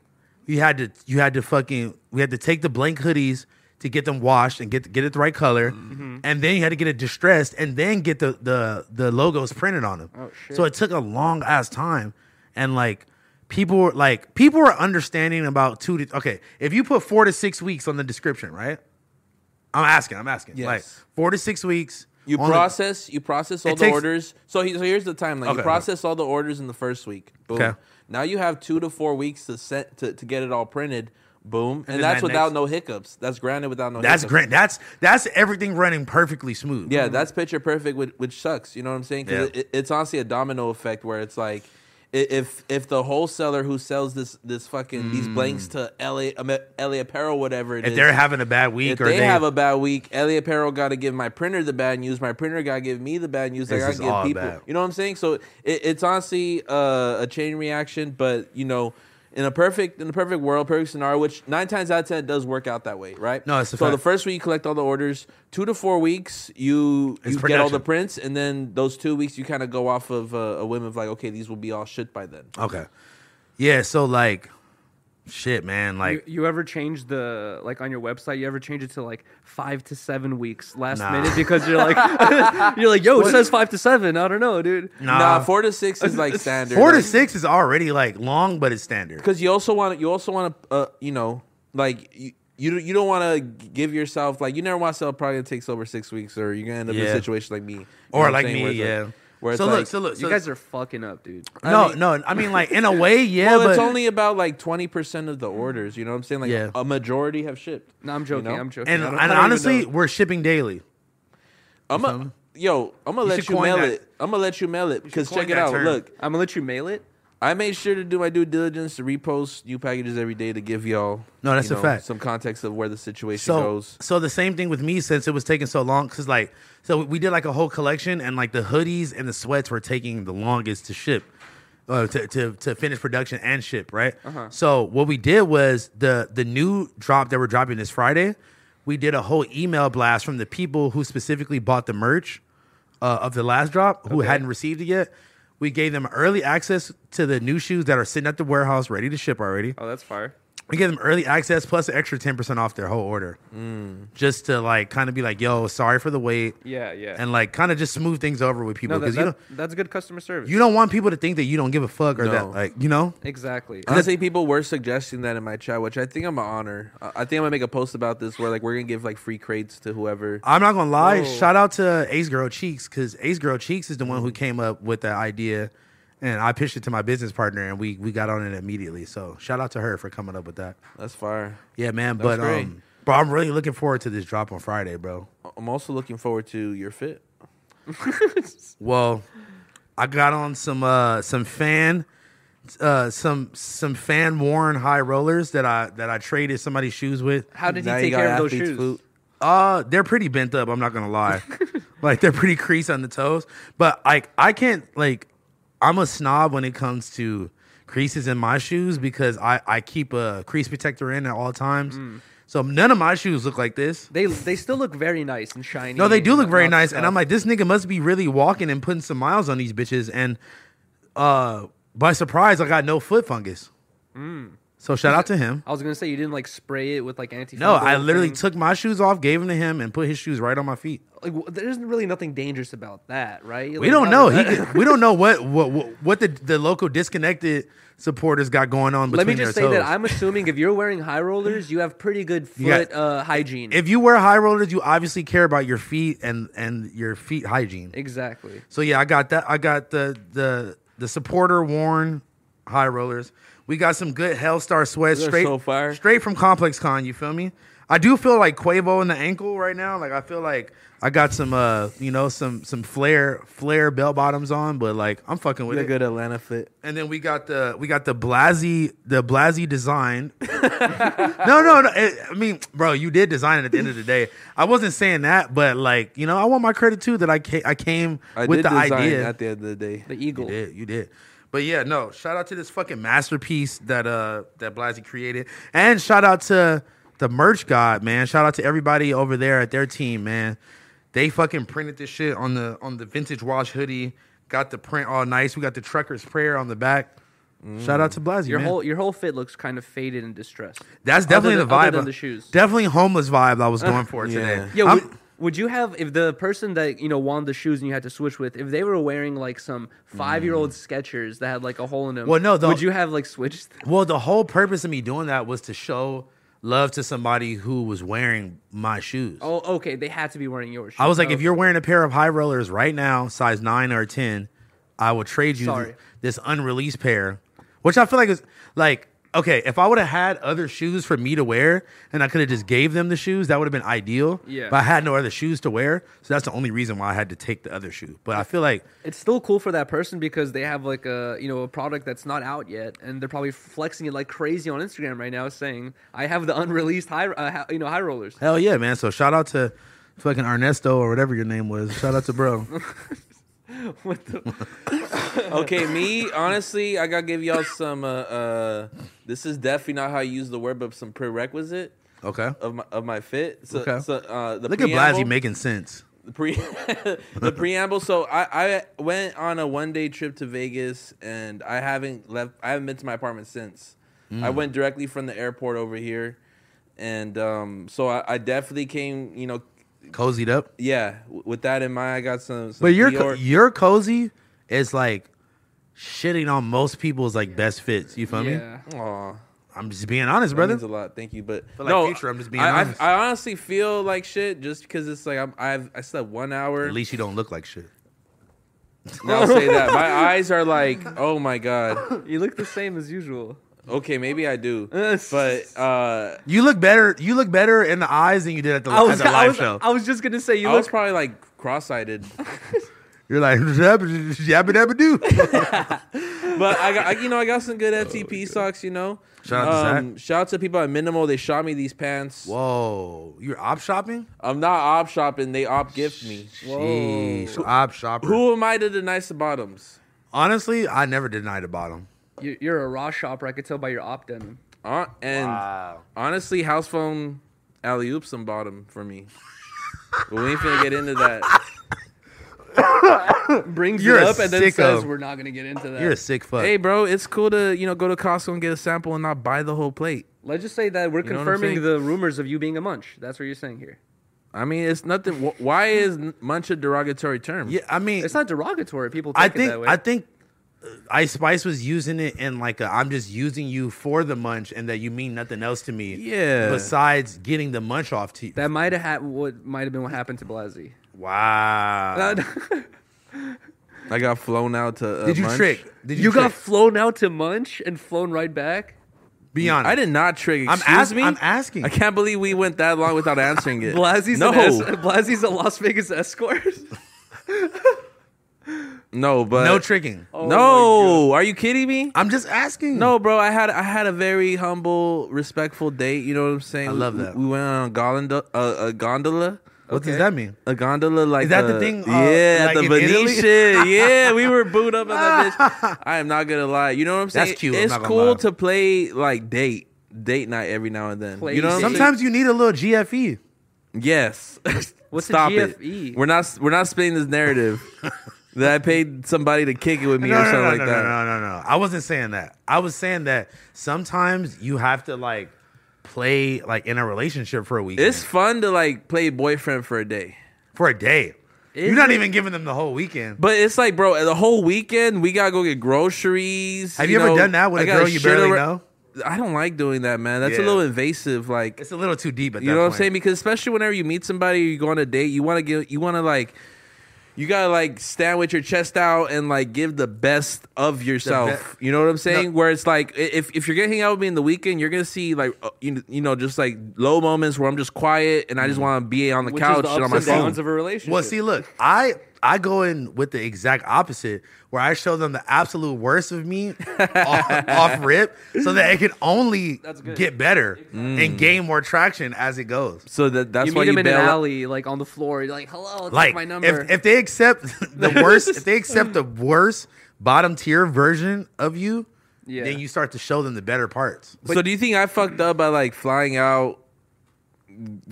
Speaker 1: You had to you had to fucking we had to take the blank hoodies to get them washed and get get it the right color,
Speaker 2: Mm-hmm.
Speaker 1: and then you had to get it distressed and then get the the the logos printed on them. Oh,
Speaker 3: shit.
Speaker 1: So it took a long ass time, and like people were like people were understanding about two to okay if you put four to six weeks on the description, right? I'm asking. I'm asking. Like
Speaker 2: Yes.
Speaker 1: four to six weeks.
Speaker 2: You
Speaker 1: on the-
Speaker 2: process you process all
Speaker 1: It
Speaker 2: the
Speaker 1: takes-
Speaker 2: orders. So he, so here's the timeline.
Speaker 1: Okay.
Speaker 2: You process all the orders in the first week. Boom.
Speaker 1: Okay.
Speaker 2: Now you have two to four weeks to set to, to get it all printed. Boom. And,
Speaker 1: then
Speaker 2: that's
Speaker 1: that
Speaker 2: without
Speaker 1: next-
Speaker 2: no hiccups. That's granted without no
Speaker 1: That's
Speaker 2: hiccups.
Speaker 1: great. That's that's everything running perfectly smooth.
Speaker 2: Yeah, that's picture perfect, which, which sucks. You know what I'm saying? 'Cause
Speaker 1: Mm-hmm. Yeah.
Speaker 2: it, it- it's honestly a domino effect where it's like, i- if if the wholesaler who sells this this fucking these blanks to LA um, LA Apparel, whatever it
Speaker 1: Mm. If
Speaker 2: is,
Speaker 1: they're having a bad week
Speaker 2: if
Speaker 1: or
Speaker 2: they, have a bad week, LA Apparel got to give my printer the bad news. My printer got to give me the bad news. Like
Speaker 1: This
Speaker 2: I
Speaker 1: is all
Speaker 2: give people,
Speaker 1: bad.
Speaker 2: you know what I'm saying? So it, it's honestly uh, a chain reaction, but you know. In a perfect in a perfect world, perfect scenario, which nine times out of ten it does work out that way, right?
Speaker 1: No, it's a
Speaker 2: so the
Speaker 1: fact.
Speaker 2: first week you collect all the orders, two to four weeks you
Speaker 1: It's
Speaker 2: you get all
Speaker 1: production.
Speaker 2: the prints, and then those two weeks you kind of go off of uh, a whim of like, okay, these will be all shit by then.
Speaker 1: okay, yeah. So like, shit, man. Like,
Speaker 3: you, you ever change the like on your website? You ever change it to like five to seven weeks last
Speaker 1: Nah.
Speaker 3: minute because you're like [laughs] you're like yo it says five to seven. I don't know, dude.
Speaker 1: Nah.
Speaker 2: nah, four to six
Speaker 1: [laughs]
Speaker 2: is like standard.
Speaker 1: four to
Speaker 2: Like,
Speaker 1: six is already like long, but it's standard.
Speaker 2: because you also want to you also want to uh, you know like you you, you don't want to give yourself like you never "Oh, want to sell a product that takes over six weeks or you're gonna end up in a
Speaker 1: Yeah.
Speaker 2: situation like me You know
Speaker 1: Or
Speaker 2: what I'm
Speaker 1: like
Speaker 2: saying?
Speaker 1: me,
Speaker 2: Where it's
Speaker 1: yeah.
Speaker 2: like, where it's
Speaker 1: so
Speaker 2: like,
Speaker 1: look, so look, so
Speaker 3: You guys are fucking up, dude.
Speaker 1: no,
Speaker 2: mean-
Speaker 1: no. I mean, like in a way, yeah,
Speaker 2: [laughs] well,
Speaker 1: but
Speaker 2: it's only about like twenty percent of the orders. You know what I'm saying? Like
Speaker 1: Yeah.
Speaker 2: a majority have shipped.
Speaker 3: No, I'm joking.
Speaker 2: know?
Speaker 3: I'm joking.
Speaker 1: and,
Speaker 3: I don't-
Speaker 1: and
Speaker 3: I don't even
Speaker 1: honestly,
Speaker 3: know.
Speaker 1: we're shipping daily.
Speaker 2: I'm a, yo. I'm gonna
Speaker 1: should
Speaker 2: let you
Speaker 1: coin
Speaker 2: mail
Speaker 1: that.
Speaker 2: it. I'm gonna let you mail it because
Speaker 1: coin
Speaker 2: check it
Speaker 1: that
Speaker 2: out.
Speaker 1: term.
Speaker 2: Look,
Speaker 3: I'm gonna let you mail it.
Speaker 2: I made sure to do my due diligence to repost new packages every day to give y'all
Speaker 1: No, that's
Speaker 2: you
Speaker 1: a
Speaker 2: know,
Speaker 1: fact.
Speaker 2: Some context of where the situation
Speaker 1: so
Speaker 2: goes.
Speaker 1: so the same thing with me since it was taking so long because like so we did like a whole collection and like the hoodies and the sweats were taking the longest to ship uh, to, to to finish production and ship right so what we did was the the new drop that we're dropping this friday we did a whole email blast from the people who specifically bought the merch uh, of the last drop who hadn't received it yet we gave them early access to the new shoes that are sitting at the warehouse ready to ship already
Speaker 3: Oh, that's fire.
Speaker 1: we give them early access plus an extra 10% off their whole order. Just to like kind of be like, yo, sorry for the wait.
Speaker 3: Mm. Yeah, yeah.
Speaker 1: And like kind of just smooth things over with people
Speaker 3: No, that,
Speaker 1: because you
Speaker 3: that-
Speaker 1: don't
Speaker 3: that's good customer service.
Speaker 1: you don't want people to think that you don't give a fuck or that
Speaker 2: No.
Speaker 1: like, you know?
Speaker 3: exactly.
Speaker 2: Honestly, people were suggesting that in my chat, which I think I'm gonna honor. I I think I'm gonna make a post about this where like we're gonna give like free crates to whoever.
Speaker 1: I'm not gonna lie.
Speaker 3: Whoa.
Speaker 1: Shout out to Ace Girl Cheeks because Ace Girl Cheeks is the one who
Speaker 3: Mm.
Speaker 1: came up with the idea, and I pitched it to my business partner, and we we got on it immediately. So shout out to her for coming up with that.
Speaker 2: That's fire.
Speaker 1: Yeah, man.
Speaker 2: That's
Speaker 1: But
Speaker 2: great.
Speaker 1: um, bro, I'm really looking forward to this drop on Friday, bro.
Speaker 2: I'm also looking forward to your fit.
Speaker 1: Well, I got on some uh some fan uh some some fan worn high rollers that I that I traded somebody's shoes with.
Speaker 3: How did he
Speaker 2: Now you
Speaker 3: take
Speaker 2: got
Speaker 3: care of those
Speaker 2: athlete's
Speaker 3: shoes?
Speaker 2: foot.
Speaker 1: Uh they're pretty bent up, I'm not gonna lie. like they're pretty creased on the toes. But like I can't like I'm a snob when it comes to creases in my shoes because I, I keep a crease protector in at all times. So none of my shoes look like this.
Speaker 3: They they still look very nice and shiny.
Speaker 1: No, they do
Speaker 3: and
Speaker 1: look very
Speaker 3: lots of
Speaker 1: nice, and I'm
Speaker 3: stuff.
Speaker 1: like, this nigga must be really walking and putting some miles on these bitches. And uh, by surprise, I got no foot fungus.
Speaker 3: Hmm.
Speaker 1: So shout out to
Speaker 3: [laughs]
Speaker 1: him.
Speaker 3: I was gonna say you didn't like spray it with like anti.
Speaker 1: No, I literally took my shoes off, gave them to him, and put his shoes right on my feet.
Speaker 3: Like, w- there's really nothing dangerous about that, right?
Speaker 1: We don't
Speaker 3: [laughs]
Speaker 1: know. He could, we don't know what what what, what the, the local disconnected supporters got going on between
Speaker 3: Let me just say
Speaker 1: their
Speaker 3: that
Speaker 1: toes.
Speaker 3: I'm assuming if you're wearing high rollers, you have pretty good foot
Speaker 1: got-
Speaker 3: uh, hygiene.
Speaker 1: if you wear high rollers, you obviously care about your feet and and your feet hygiene.
Speaker 3: exactly.
Speaker 1: So yeah, I got that. I got the the the supporter worn high rollers. We got some good Hellstar sweats
Speaker 2: They're
Speaker 1: straight
Speaker 2: so fire.
Speaker 1: straight from Complex Con. You feel me? I do feel like Quavo in the ankle right now. Like I feel like I got some uh you know some some flare flare bell bottoms on, but like I'm fucking with
Speaker 2: What a
Speaker 1: it.
Speaker 2: good Atlanta fit.
Speaker 1: And then we got the we got the Blasey the Blasey design. [laughs] no, no, no. it- I mean, bro, you did design it at the end of the day. I wasn't saying that, but like you know, I want my credit too that I ca- I came
Speaker 2: I
Speaker 1: with
Speaker 2: did
Speaker 1: the
Speaker 2: design
Speaker 1: idea
Speaker 2: at the end of the day.
Speaker 3: The e- eagle.
Speaker 1: you did, you did. But yeah, no, shout out to this fucking masterpiece that uh that Blasey created. And shout out to the merch god, man. Shout out to everybody over there at their team, man. They fucking printed this shit on the on the vintage wash hoodie. Got the print all nice. We got the trucker's prayer on the back. Shout out to Blasey.
Speaker 3: Mm. Your
Speaker 1: man.
Speaker 3: whole your whole fit looks kind of faded and distressed.
Speaker 1: That's definitely
Speaker 3: than-
Speaker 1: the
Speaker 3: other
Speaker 1: vibe.
Speaker 3: than
Speaker 1: of-
Speaker 3: the shoes.
Speaker 1: Definitely homeless vibe I
Speaker 3: [laughs]
Speaker 1: was going for today.
Speaker 3: Yo,
Speaker 1: I'm-
Speaker 3: would, would you have if the person that you know wanted the shoes and you had to switch with, if they were wearing like some five year old Skechers that had like a hole in them?
Speaker 1: Mm. Well, no, the-
Speaker 3: would you have like switched?
Speaker 1: Well, the whole purpose of me doing that was to show love to somebody who was wearing my shoes.
Speaker 3: Oh, okay. They had to be wearing yours.
Speaker 1: I was like, if
Speaker 3: Okay.
Speaker 1: you're wearing a pair of high rollers right now, size nine or ten, I will trade you
Speaker 3: Sorry.
Speaker 1: th- this unreleased pair, which I feel like is like okay. If I would have had other shoes for me to wear, and I could have just gave them the shoes, that would have been ideal.
Speaker 3: Yeah.
Speaker 1: But I had no other shoes to wear, so that's the only reason why I had to take the other shoe. But I feel like
Speaker 3: it's still cool for that person because they have like a you know a product that's not out yet, and they're probably flexing it like crazy on Instagram right now, saying, "I have the unreleased high uh, ha- you know high rollers."
Speaker 1: hell yeah, man. So shout out to fucking Ernesto or whatever your name was. Shout out to
Speaker 3: [laughs]
Speaker 1: bro.
Speaker 3: What the?
Speaker 2: [laughs] Okay,
Speaker 3: [laughs]
Speaker 2: me honestly, I gotta give y'all some. Uh, uh, this is definitely not how you use the word, but some prerequisite
Speaker 1: Okay.
Speaker 3: Uh,
Speaker 2: of my of my fit. So,
Speaker 1: Okay.
Speaker 2: so uh, the
Speaker 1: Look at
Speaker 2: preamble-
Speaker 1: Blasey making sense.
Speaker 2: the pre [laughs] the preamble. So I, I went on a one day trip to Vegas, and I haven't left. I haven't been to my apartment since. I
Speaker 1: Hmm.
Speaker 2: went directly from the airport over here, and um, so I, I definitely came. You know,
Speaker 1: Cozied up.
Speaker 2: yeah. w- With that in mind, I got some. some
Speaker 1: But your co-
Speaker 2: Dior-
Speaker 1: your cozy is like shitting on most people's like best fits. You feel me?
Speaker 3: yeah. [laughs]
Speaker 2: Aw.
Speaker 1: I'm just being honest,
Speaker 2: That
Speaker 1: brother.
Speaker 2: means a lot. Thank you, but
Speaker 1: For, like, future, I'm just being
Speaker 2: I, I-
Speaker 1: honest.
Speaker 2: I, honestly feel like shit just because it's like I'm, I've I slept one hour.
Speaker 1: At least you don't look like shit.
Speaker 2: I'll say
Speaker 1: [laughs]
Speaker 2: that my eyes are like, oh my god.
Speaker 3: You look the same as
Speaker 1: [laughs]
Speaker 3: usual.
Speaker 2: Okay, maybe I do, but uh,
Speaker 1: You look better. You look better in the eyes than you did at the,
Speaker 3: I was,
Speaker 1: at the
Speaker 3: I
Speaker 1: live
Speaker 3: was,
Speaker 1: show.
Speaker 3: I was just gonna say you
Speaker 2: I was
Speaker 3: look.
Speaker 2: probably like cross-eyed. [laughs]
Speaker 1: You're like [laughs] yabba dabba doo.
Speaker 2: but I got, I, you know, I got some good FTP socks. You know,
Speaker 1: Oh, Shout
Speaker 2: Um,
Speaker 1: out to Zach.
Speaker 2: shout out to people at Minimal. They shot me these pants.
Speaker 1: Whoa, you're op shopping.
Speaker 2: I'm not op shopping. They op gift me.
Speaker 1: Sheesh, op shopper.
Speaker 2: Who am I to deny the bottoms?
Speaker 1: Honestly, I never denied a bottom.
Speaker 3: you- You're a raw shopper. I could tell by your op denim.
Speaker 2: Uh, and honestly, house phone alley oop some bottom for me. but we ain't finna get
Speaker 1: [laughs]
Speaker 2: into that.
Speaker 3: Brings
Speaker 1: You're
Speaker 3: it
Speaker 1: a
Speaker 3: up and then
Speaker 1: sicko.
Speaker 3: says we're not gonna get into that.
Speaker 1: You're a sick fuck.
Speaker 2: Hey, bro, it's cool to you know go to Costco and get a sample and not buy the whole plate.
Speaker 3: Let's just say that we're
Speaker 2: know what I'm
Speaker 3: confirming
Speaker 2: saying?
Speaker 3: the rumors of you being a munch. That's what you're saying here.
Speaker 2: I mean, it's nothing. wh- Why is n- munch a derogatory term?
Speaker 1: yeah, I mean,
Speaker 3: It's not derogatory. People take
Speaker 1: I
Speaker 3: it that
Speaker 1: think
Speaker 3: way.
Speaker 1: I think uh, Ice Spice was using it in like a, I'm just using you for the munch and that you mean nothing else to me.
Speaker 2: Yeah.
Speaker 1: Besides getting the munch off to you.
Speaker 3: that might have ha- what might have been what happened to Blasi.
Speaker 1: wow. [laughs]
Speaker 2: I got flown out to. Uh,
Speaker 1: Did you
Speaker 2: Munch.
Speaker 1: trick? Did you,
Speaker 3: you got
Speaker 1: trick?
Speaker 3: flown out to munch and flown right back.
Speaker 1: Be honest.
Speaker 2: I did not trick.
Speaker 1: I'm
Speaker 2: Excuse
Speaker 1: ask-
Speaker 2: me.
Speaker 1: I'm asking.
Speaker 2: I can't believe we went that long without answering
Speaker 1: [laughs]
Speaker 2: it.
Speaker 3: Blasi's
Speaker 2: no,
Speaker 3: an es- Blasi's a Las Vegas escort.
Speaker 2: no, but
Speaker 1: No tricking.
Speaker 2: no, are you kidding me?
Speaker 1: I'm just asking.
Speaker 2: No, bro. I had I had a very humble, respectful date. You know what I'm saying?
Speaker 1: I love
Speaker 2: We-
Speaker 1: that.
Speaker 2: We, went on a gondola. Uh, a gondola.
Speaker 1: What does that mean?
Speaker 2: A gondola like
Speaker 1: Is that the
Speaker 2: uh,
Speaker 1: thing, uh,
Speaker 2: yeah,
Speaker 1: like
Speaker 2: at the
Speaker 1: in Italy? [laughs]
Speaker 2: Venetian. yeah, we were booed up at that bitch. I am not gonna lie. You know what I'm saying?
Speaker 1: That's cute, I'm
Speaker 2: It's
Speaker 1: not gonna
Speaker 2: cool
Speaker 1: lie.
Speaker 2: to play like date date night every now and then.
Speaker 3: Play
Speaker 2: you know what I'm
Speaker 3: date.
Speaker 2: saying?
Speaker 1: Sometimes you need a little E.
Speaker 2: [laughs]
Speaker 1: [laughs] GFE. [laughs]
Speaker 2: Yes.
Speaker 3: What's a
Speaker 2: Stop
Speaker 3: GFE?
Speaker 1: E?
Speaker 2: it. We're not we're not spinning this narrative that I paid somebody to kick it with me
Speaker 1: No,
Speaker 2: or
Speaker 1: no,
Speaker 2: something
Speaker 1: no,
Speaker 2: like
Speaker 1: no,
Speaker 2: that.
Speaker 1: no, no, no, no. I wasn't saying that. I was saying that sometimes you have to like play like in a relationship for a week.
Speaker 2: It's fun to like play boyfriend for a day.
Speaker 1: for a day. You're
Speaker 3: Is
Speaker 1: not
Speaker 3: it-
Speaker 1: even giving them the whole weekend.
Speaker 2: But it's like, bro, the whole weekend we gotta go get groceries.
Speaker 1: Have you ever
Speaker 2: know,
Speaker 1: done that with
Speaker 2: I
Speaker 1: a
Speaker 2: gotta
Speaker 1: girl you
Speaker 2: shit
Speaker 1: barely
Speaker 2: over-
Speaker 1: know?
Speaker 2: I don't like doing that, man. That's a
Speaker 1: Yeah.
Speaker 2: little invasive. Like
Speaker 1: It's a little too deep at
Speaker 2: You
Speaker 1: that
Speaker 2: know what I'm
Speaker 1: point.
Speaker 2: saying? Because especially whenever you meet somebody, you go on a date, you want to give, you want to like, you gotta like stand with your chest out and like give the best of yourself. you know what I'm saying? Where it's like, i- if if you're gonna hang out with me in the weekend, you're gonna see like, uh, you kn- you know, just like low moments where I'm just quiet and I just want to be on the
Speaker 3: Mm. Which is
Speaker 2: couch
Speaker 3: the
Speaker 2: and on
Speaker 3: ups
Speaker 2: my
Speaker 3: and
Speaker 2: phone.
Speaker 3: downs of a relationship.
Speaker 1: Well, see, look, I I go in with the exact opposite, where I show them the absolute worst of me [laughs] off, off rip, so that it can only
Speaker 3: good.
Speaker 1: get better and gain more traction as it goes.
Speaker 2: so that that's
Speaker 3: you
Speaker 2: why
Speaker 3: meet
Speaker 2: you
Speaker 3: him in an
Speaker 2: bail. out.
Speaker 3: alley, like on the floor. You're like, "Hello, take
Speaker 1: Like
Speaker 3: my number."
Speaker 1: if if they accept [laughs] the worst, if they accept [laughs] the worst bottom tier version of you,
Speaker 3: Yeah.
Speaker 1: then you start to show them the better parts.
Speaker 2: So do you think I fucked up by like flying out,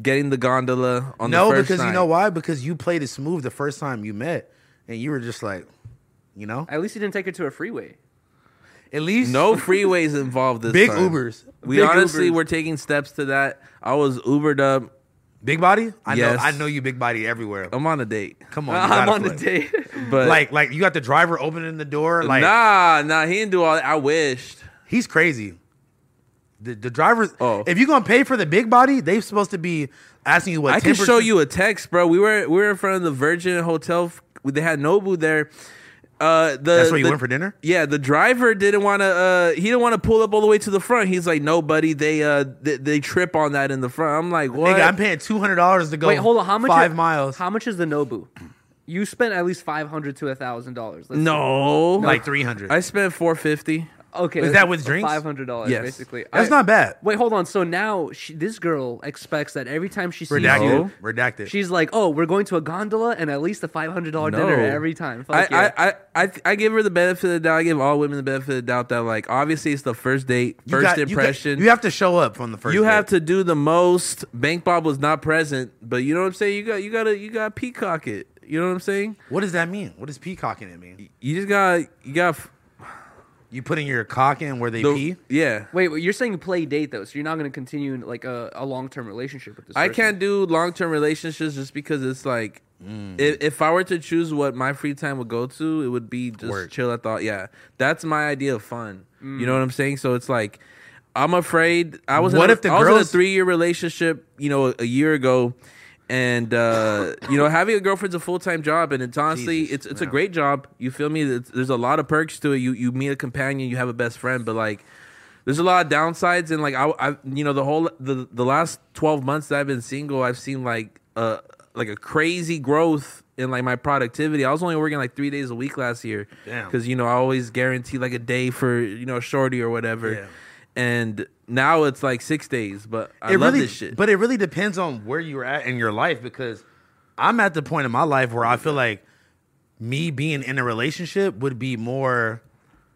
Speaker 2: getting the gondola on
Speaker 1: No,
Speaker 2: the first
Speaker 1: because you
Speaker 2: night?
Speaker 1: know why? Because you played it smooth the first time you met, and you were just like, you know,
Speaker 3: At least you didn't take her to
Speaker 1: [laughs]
Speaker 3: a freeway.
Speaker 1: at least
Speaker 2: No freeways involved this
Speaker 1: big
Speaker 2: time.
Speaker 1: Ubers.
Speaker 2: We
Speaker 3: Big
Speaker 2: honestly
Speaker 3: Ubers.
Speaker 2: were taking steps to that. I was Ubered up.
Speaker 1: Big body? I
Speaker 2: Yes.
Speaker 1: know I know you big body everywhere.
Speaker 2: I'm on a date,
Speaker 1: Come
Speaker 2: [laughs]
Speaker 1: on. you
Speaker 3: I'm
Speaker 1: gotta
Speaker 3: on the
Speaker 1: flip.
Speaker 3: date.
Speaker 2: but
Speaker 1: Like like you got the driver opening the door like
Speaker 2: nah, nah, he didn't do all that. I wished.
Speaker 1: he's crazy. The, the drivers.
Speaker 2: Oh.
Speaker 1: If you're gonna pay for the big body, they're supposed to be asking you what.
Speaker 2: I can show
Speaker 1: 10%
Speaker 2: you uh, a text, bro. We were we were in front of the Virgin Hotel. F- They had Nobu there. Uh, the,
Speaker 1: That's where you
Speaker 2: the-
Speaker 1: went for dinner?
Speaker 2: Yeah, the driver didn't want to. Uh, he didn't want to pull up all the way to the front. He's like, "No, buddy, they uh, they, they trip on that in the front." I'm like, "What?"
Speaker 1: Nigga, I'm paying two hundred dollars to go.
Speaker 3: [laughs] Wait, hold on. How much?
Speaker 1: Five miles.
Speaker 3: How much is the Nobu? You spent at least five hundred to thousand dollars.
Speaker 2: no,
Speaker 1: like three hundred.
Speaker 2: I spent four fifty.
Speaker 3: Okay.
Speaker 1: Is that with drinks?
Speaker 3: Five hundred dollars,
Speaker 2: Yes.
Speaker 3: basically.
Speaker 1: That's not bad.
Speaker 3: Wait, hold on. So now she, this girl expects that every time she sees
Speaker 1: Redacted.
Speaker 3: you,
Speaker 1: Redacted.
Speaker 3: she's like, "Oh, we're going to a gondola and at least a five hundred dollar
Speaker 2: No.
Speaker 3: dinner every time."
Speaker 2: I,
Speaker 3: Fuck yeah.
Speaker 2: I, I, I, th- I give her the benefit of the doubt. I give all women the benefit of the doubt that, like, obviously it's the first date,
Speaker 1: You
Speaker 2: first
Speaker 1: got- you got-
Speaker 2: impression.
Speaker 1: You, have to show up from the first.
Speaker 2: you have
Speaker 1: date.
Speaker 2: to do the most. Bank Bob was not present, but you know what I'm saying. You got you got to you got to peacock it. You know what I'm saying.
Speaker 1: What does that mean? What does peacocking it mean?
Speaker 2: You just got you got
Speaker 1: You putting your cock in where they pee?
Speaker 2: yeah.
Speaker 3: Wait, wait, you're saying play date though, so you're not going to continue in, like a, a long term relationship with this.
Speaker 2: I
Speaker 3: person.
Speaker 2: can't do long term relationships just because it's like
Speaker 1: Mm.
Speaker 2: if, if I were to choose what my free time would go to, it would be just
Speaker 1: Work.
Speaker 2: chill at the yeah. That's my idea of fun. You know what I'm saying? So it's like I'm afraid I was
Speaker 1: What
Speaker 2: in a,
Speaker 1: if the
Speaker 2: I was in a
Speaker 1: girls-
Speaker 2: three year relationship, you know, a, year ago. And uh,
Speaker 1: [laughs]
Speaker 2: you know, having a girlfriend's a full time job, and it's honestly,
Speaker 1: Jesus,
Speaker 2: it's it's a great job. You feel me? It's, there's a lot of perks to it. You you meet a companion, you have a best friend, but like, there's a lot of downsides and like I, I you know the whole the the last 12 months that I've been single I've seen like uh like a crazy growth in like my productivity. I was only working like 3 days a week last year
Speaker 1: Damn.
Speaker 2: cuz you know I always guarantee like a day for you know shorty or whatever.
Speaker 1: Yeah.
Speaker 2: And now it's like 6 days, but I
Speaker 1: it
Speaker 2: love
Speaker 1: really,
Speaker 2: this shit.
Speaker 1: But it really depends on where you're at in your life because I'm at the point in my life where I feel like me being in a relationship would be more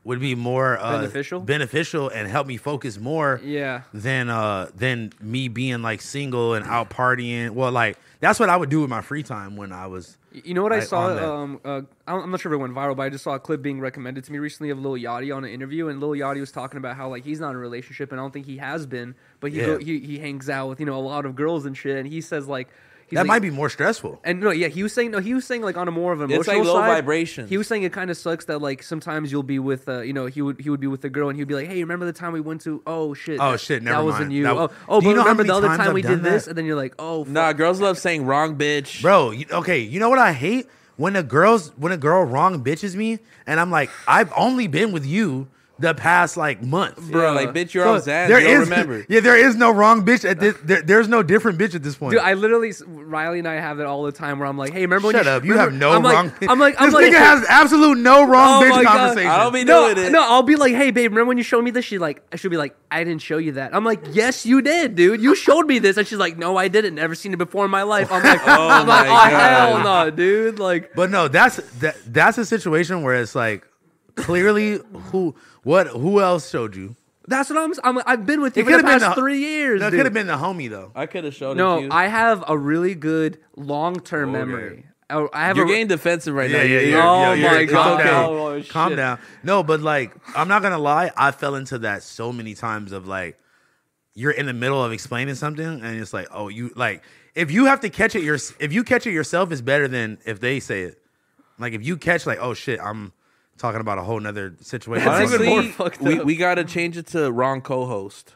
Speaker 1: would be more uh,
Speaker 3: Beneficial?
Speaker 1: beneficial and help me focus more
Speaker 3: Yeah.
Speaker 1: than uh than me being like single and out partying well like that's what i would do with my free time when i was
Speaker 3: You know what I,
Speaker 1: Like,
Speaker 3: saw?
Speaker 1: on that.
Speaker 3: Um, uh, I'm I'm not sure if it went viral, but I just saw a clip being recommended to me recently of Lil Yachty on an interview, and Lil Yachty was talking about how like he's not in a relationship, and I don't think he has been, but he
Speaker 1: Yeah.
Speaker 3: go, he, he hangs out with you know a lot of girls and shit, and he says like he's
Speaker 1: that
Speaker 3: like-
Speaker 1: might be more stressful
Speaker 3: And no, yeah, he was saying no. He was saying like on a more of an emotional
Speaker 2: It's, like, low
Speaker 3: side,
Speaker 2: vibrations.
Speaker 3: He was saying it kind of sucks that like sometimes you'll be with, uh, you know, he would he would be with a girl and he'd be like, hey, remember the time we went to? Oh shit!
Speaker 1: Oh,
Speaker 3: that-
Speaker 1: shit, never
Speaker 3: That
Speaker 1: mind.
Speaker 3: wasn't you.
Speaker 1: That-
Speaker 3: oh, oh,
Speaker 1: Do you
Speaker 3: but
Speaker 1: know how
Speaker 3: remember
Speaker 1: many
Speaker 3: the other
Speaker 1: times
Speaker 3: time
Speaker 1: I've
Speaker 3: we
Speaker 1: done
Speaker 3: did this?
Speaker 1: that?
Speaker 3: And then you're like, oh, fuck.
Speaker 2: nah, girls love saying wrong bitch.
Speaker 1: bro you, okay you know what i hate when a girl's when a girl wrong bitches me and i'm like i've only been with you the past like month
Speaker 2: Bro,
Speaker 3: Yeah.
Speaker 2: like bitch, you're
Speaker 1: So
Speaker 2: on Zaz.
Speaker 1: there
Speaker 2: you don't
Speaker 1: is-
Speaker 2: remember.
Speaker 1: [laughs] yeah there is no wrong bitch at this there, there's no different bitch at this point
Speaker 3: Dude, I literally Riley and I have it all the time where I'm like, hey, remember when
Speaker 1: Shut
Speaker 3: you
Speaker 1: up! You
Speaker 3: remember-
Speaker 1: have no
Speaker 3: I'm
Speaker 1: wrong.
Speaker 3: Like, I'm
Speaker 1: [laughs]
Speaker 3: like, I'm
Speaker 1: this
Speaker 3: like,
Speaker 1: nigga has absolute no wrong
Speaker 3: Oh my
Speaker 1: bitch
Speaker 3: God.
Speaker 1: conversation.
Speaker 2: I don't be
Speaker 3: no,
Speaker 2: doing it.
Speaker 3: no. I'll be like, hey, babe, remember when you showed me this? She like, she'll be like, I didn't show you that. I'm like, yes, you did, dude. You showed me this, and she's like, no, I didn't. Never seen it before in my life. I'm like, I'm like,
Speaker 2: my
Speaker 3: oh
Speaker 2: God.
Speaker 3: [laughs] hell
Speaker 1: [laughs]
Speaker 3: no, dude. Like,
Speaker 1: But no, that's that, that's a situation where it's like clearly who what who else showed you?
Speaker 3: That's what I'm. s- I'm I've been with you
Speaker 1: It
Speaker 3: for the
Speaker 1: could've been
Speaker 3: past
Speaker 1: the-
Speaker 3: three years.
Speaker 1: No, it
Speaker 3: dude.
Speaker 1: could have been the homie though.
Speaker 2: I could have showed it to
Speaker 3: No,
Speaker 2: you.
Speaker 3: I have a really good long-term memory. I, I have
Speaker 2: you're
Speaker 3: a,
Speaker 2: getting defensive right
Speaker 1: Yeah,
Speaker 2: now.
Speaker 1: yeah,
Speaker 2: You're-
Speaker 1: yeah.
Speaker 3: Oh
Speaker 1: yeah,
Speaker 3: my
Speaker 1: yeah,
Speaker 3: God.
Speaker 1: Calm down.
Speaker 3: Oh, shit.
Speaker 1: calm down. No, but like I'm not gonna lie, I fell into that so many times of like you're in the middle of explaining something and it's like, oh, you like if you have to catch it your if you catch it yourself is better than if they say it. Like if you catch like, oh shit, I'm talking about a whole nother situation.
Speaker 3: That's even
Speaker 2: Honestly,
Speaker 3: more fucked
Speaker 2: we,
Speaker 3: up.
Speaker 2: we gotta change it to wrong co-host.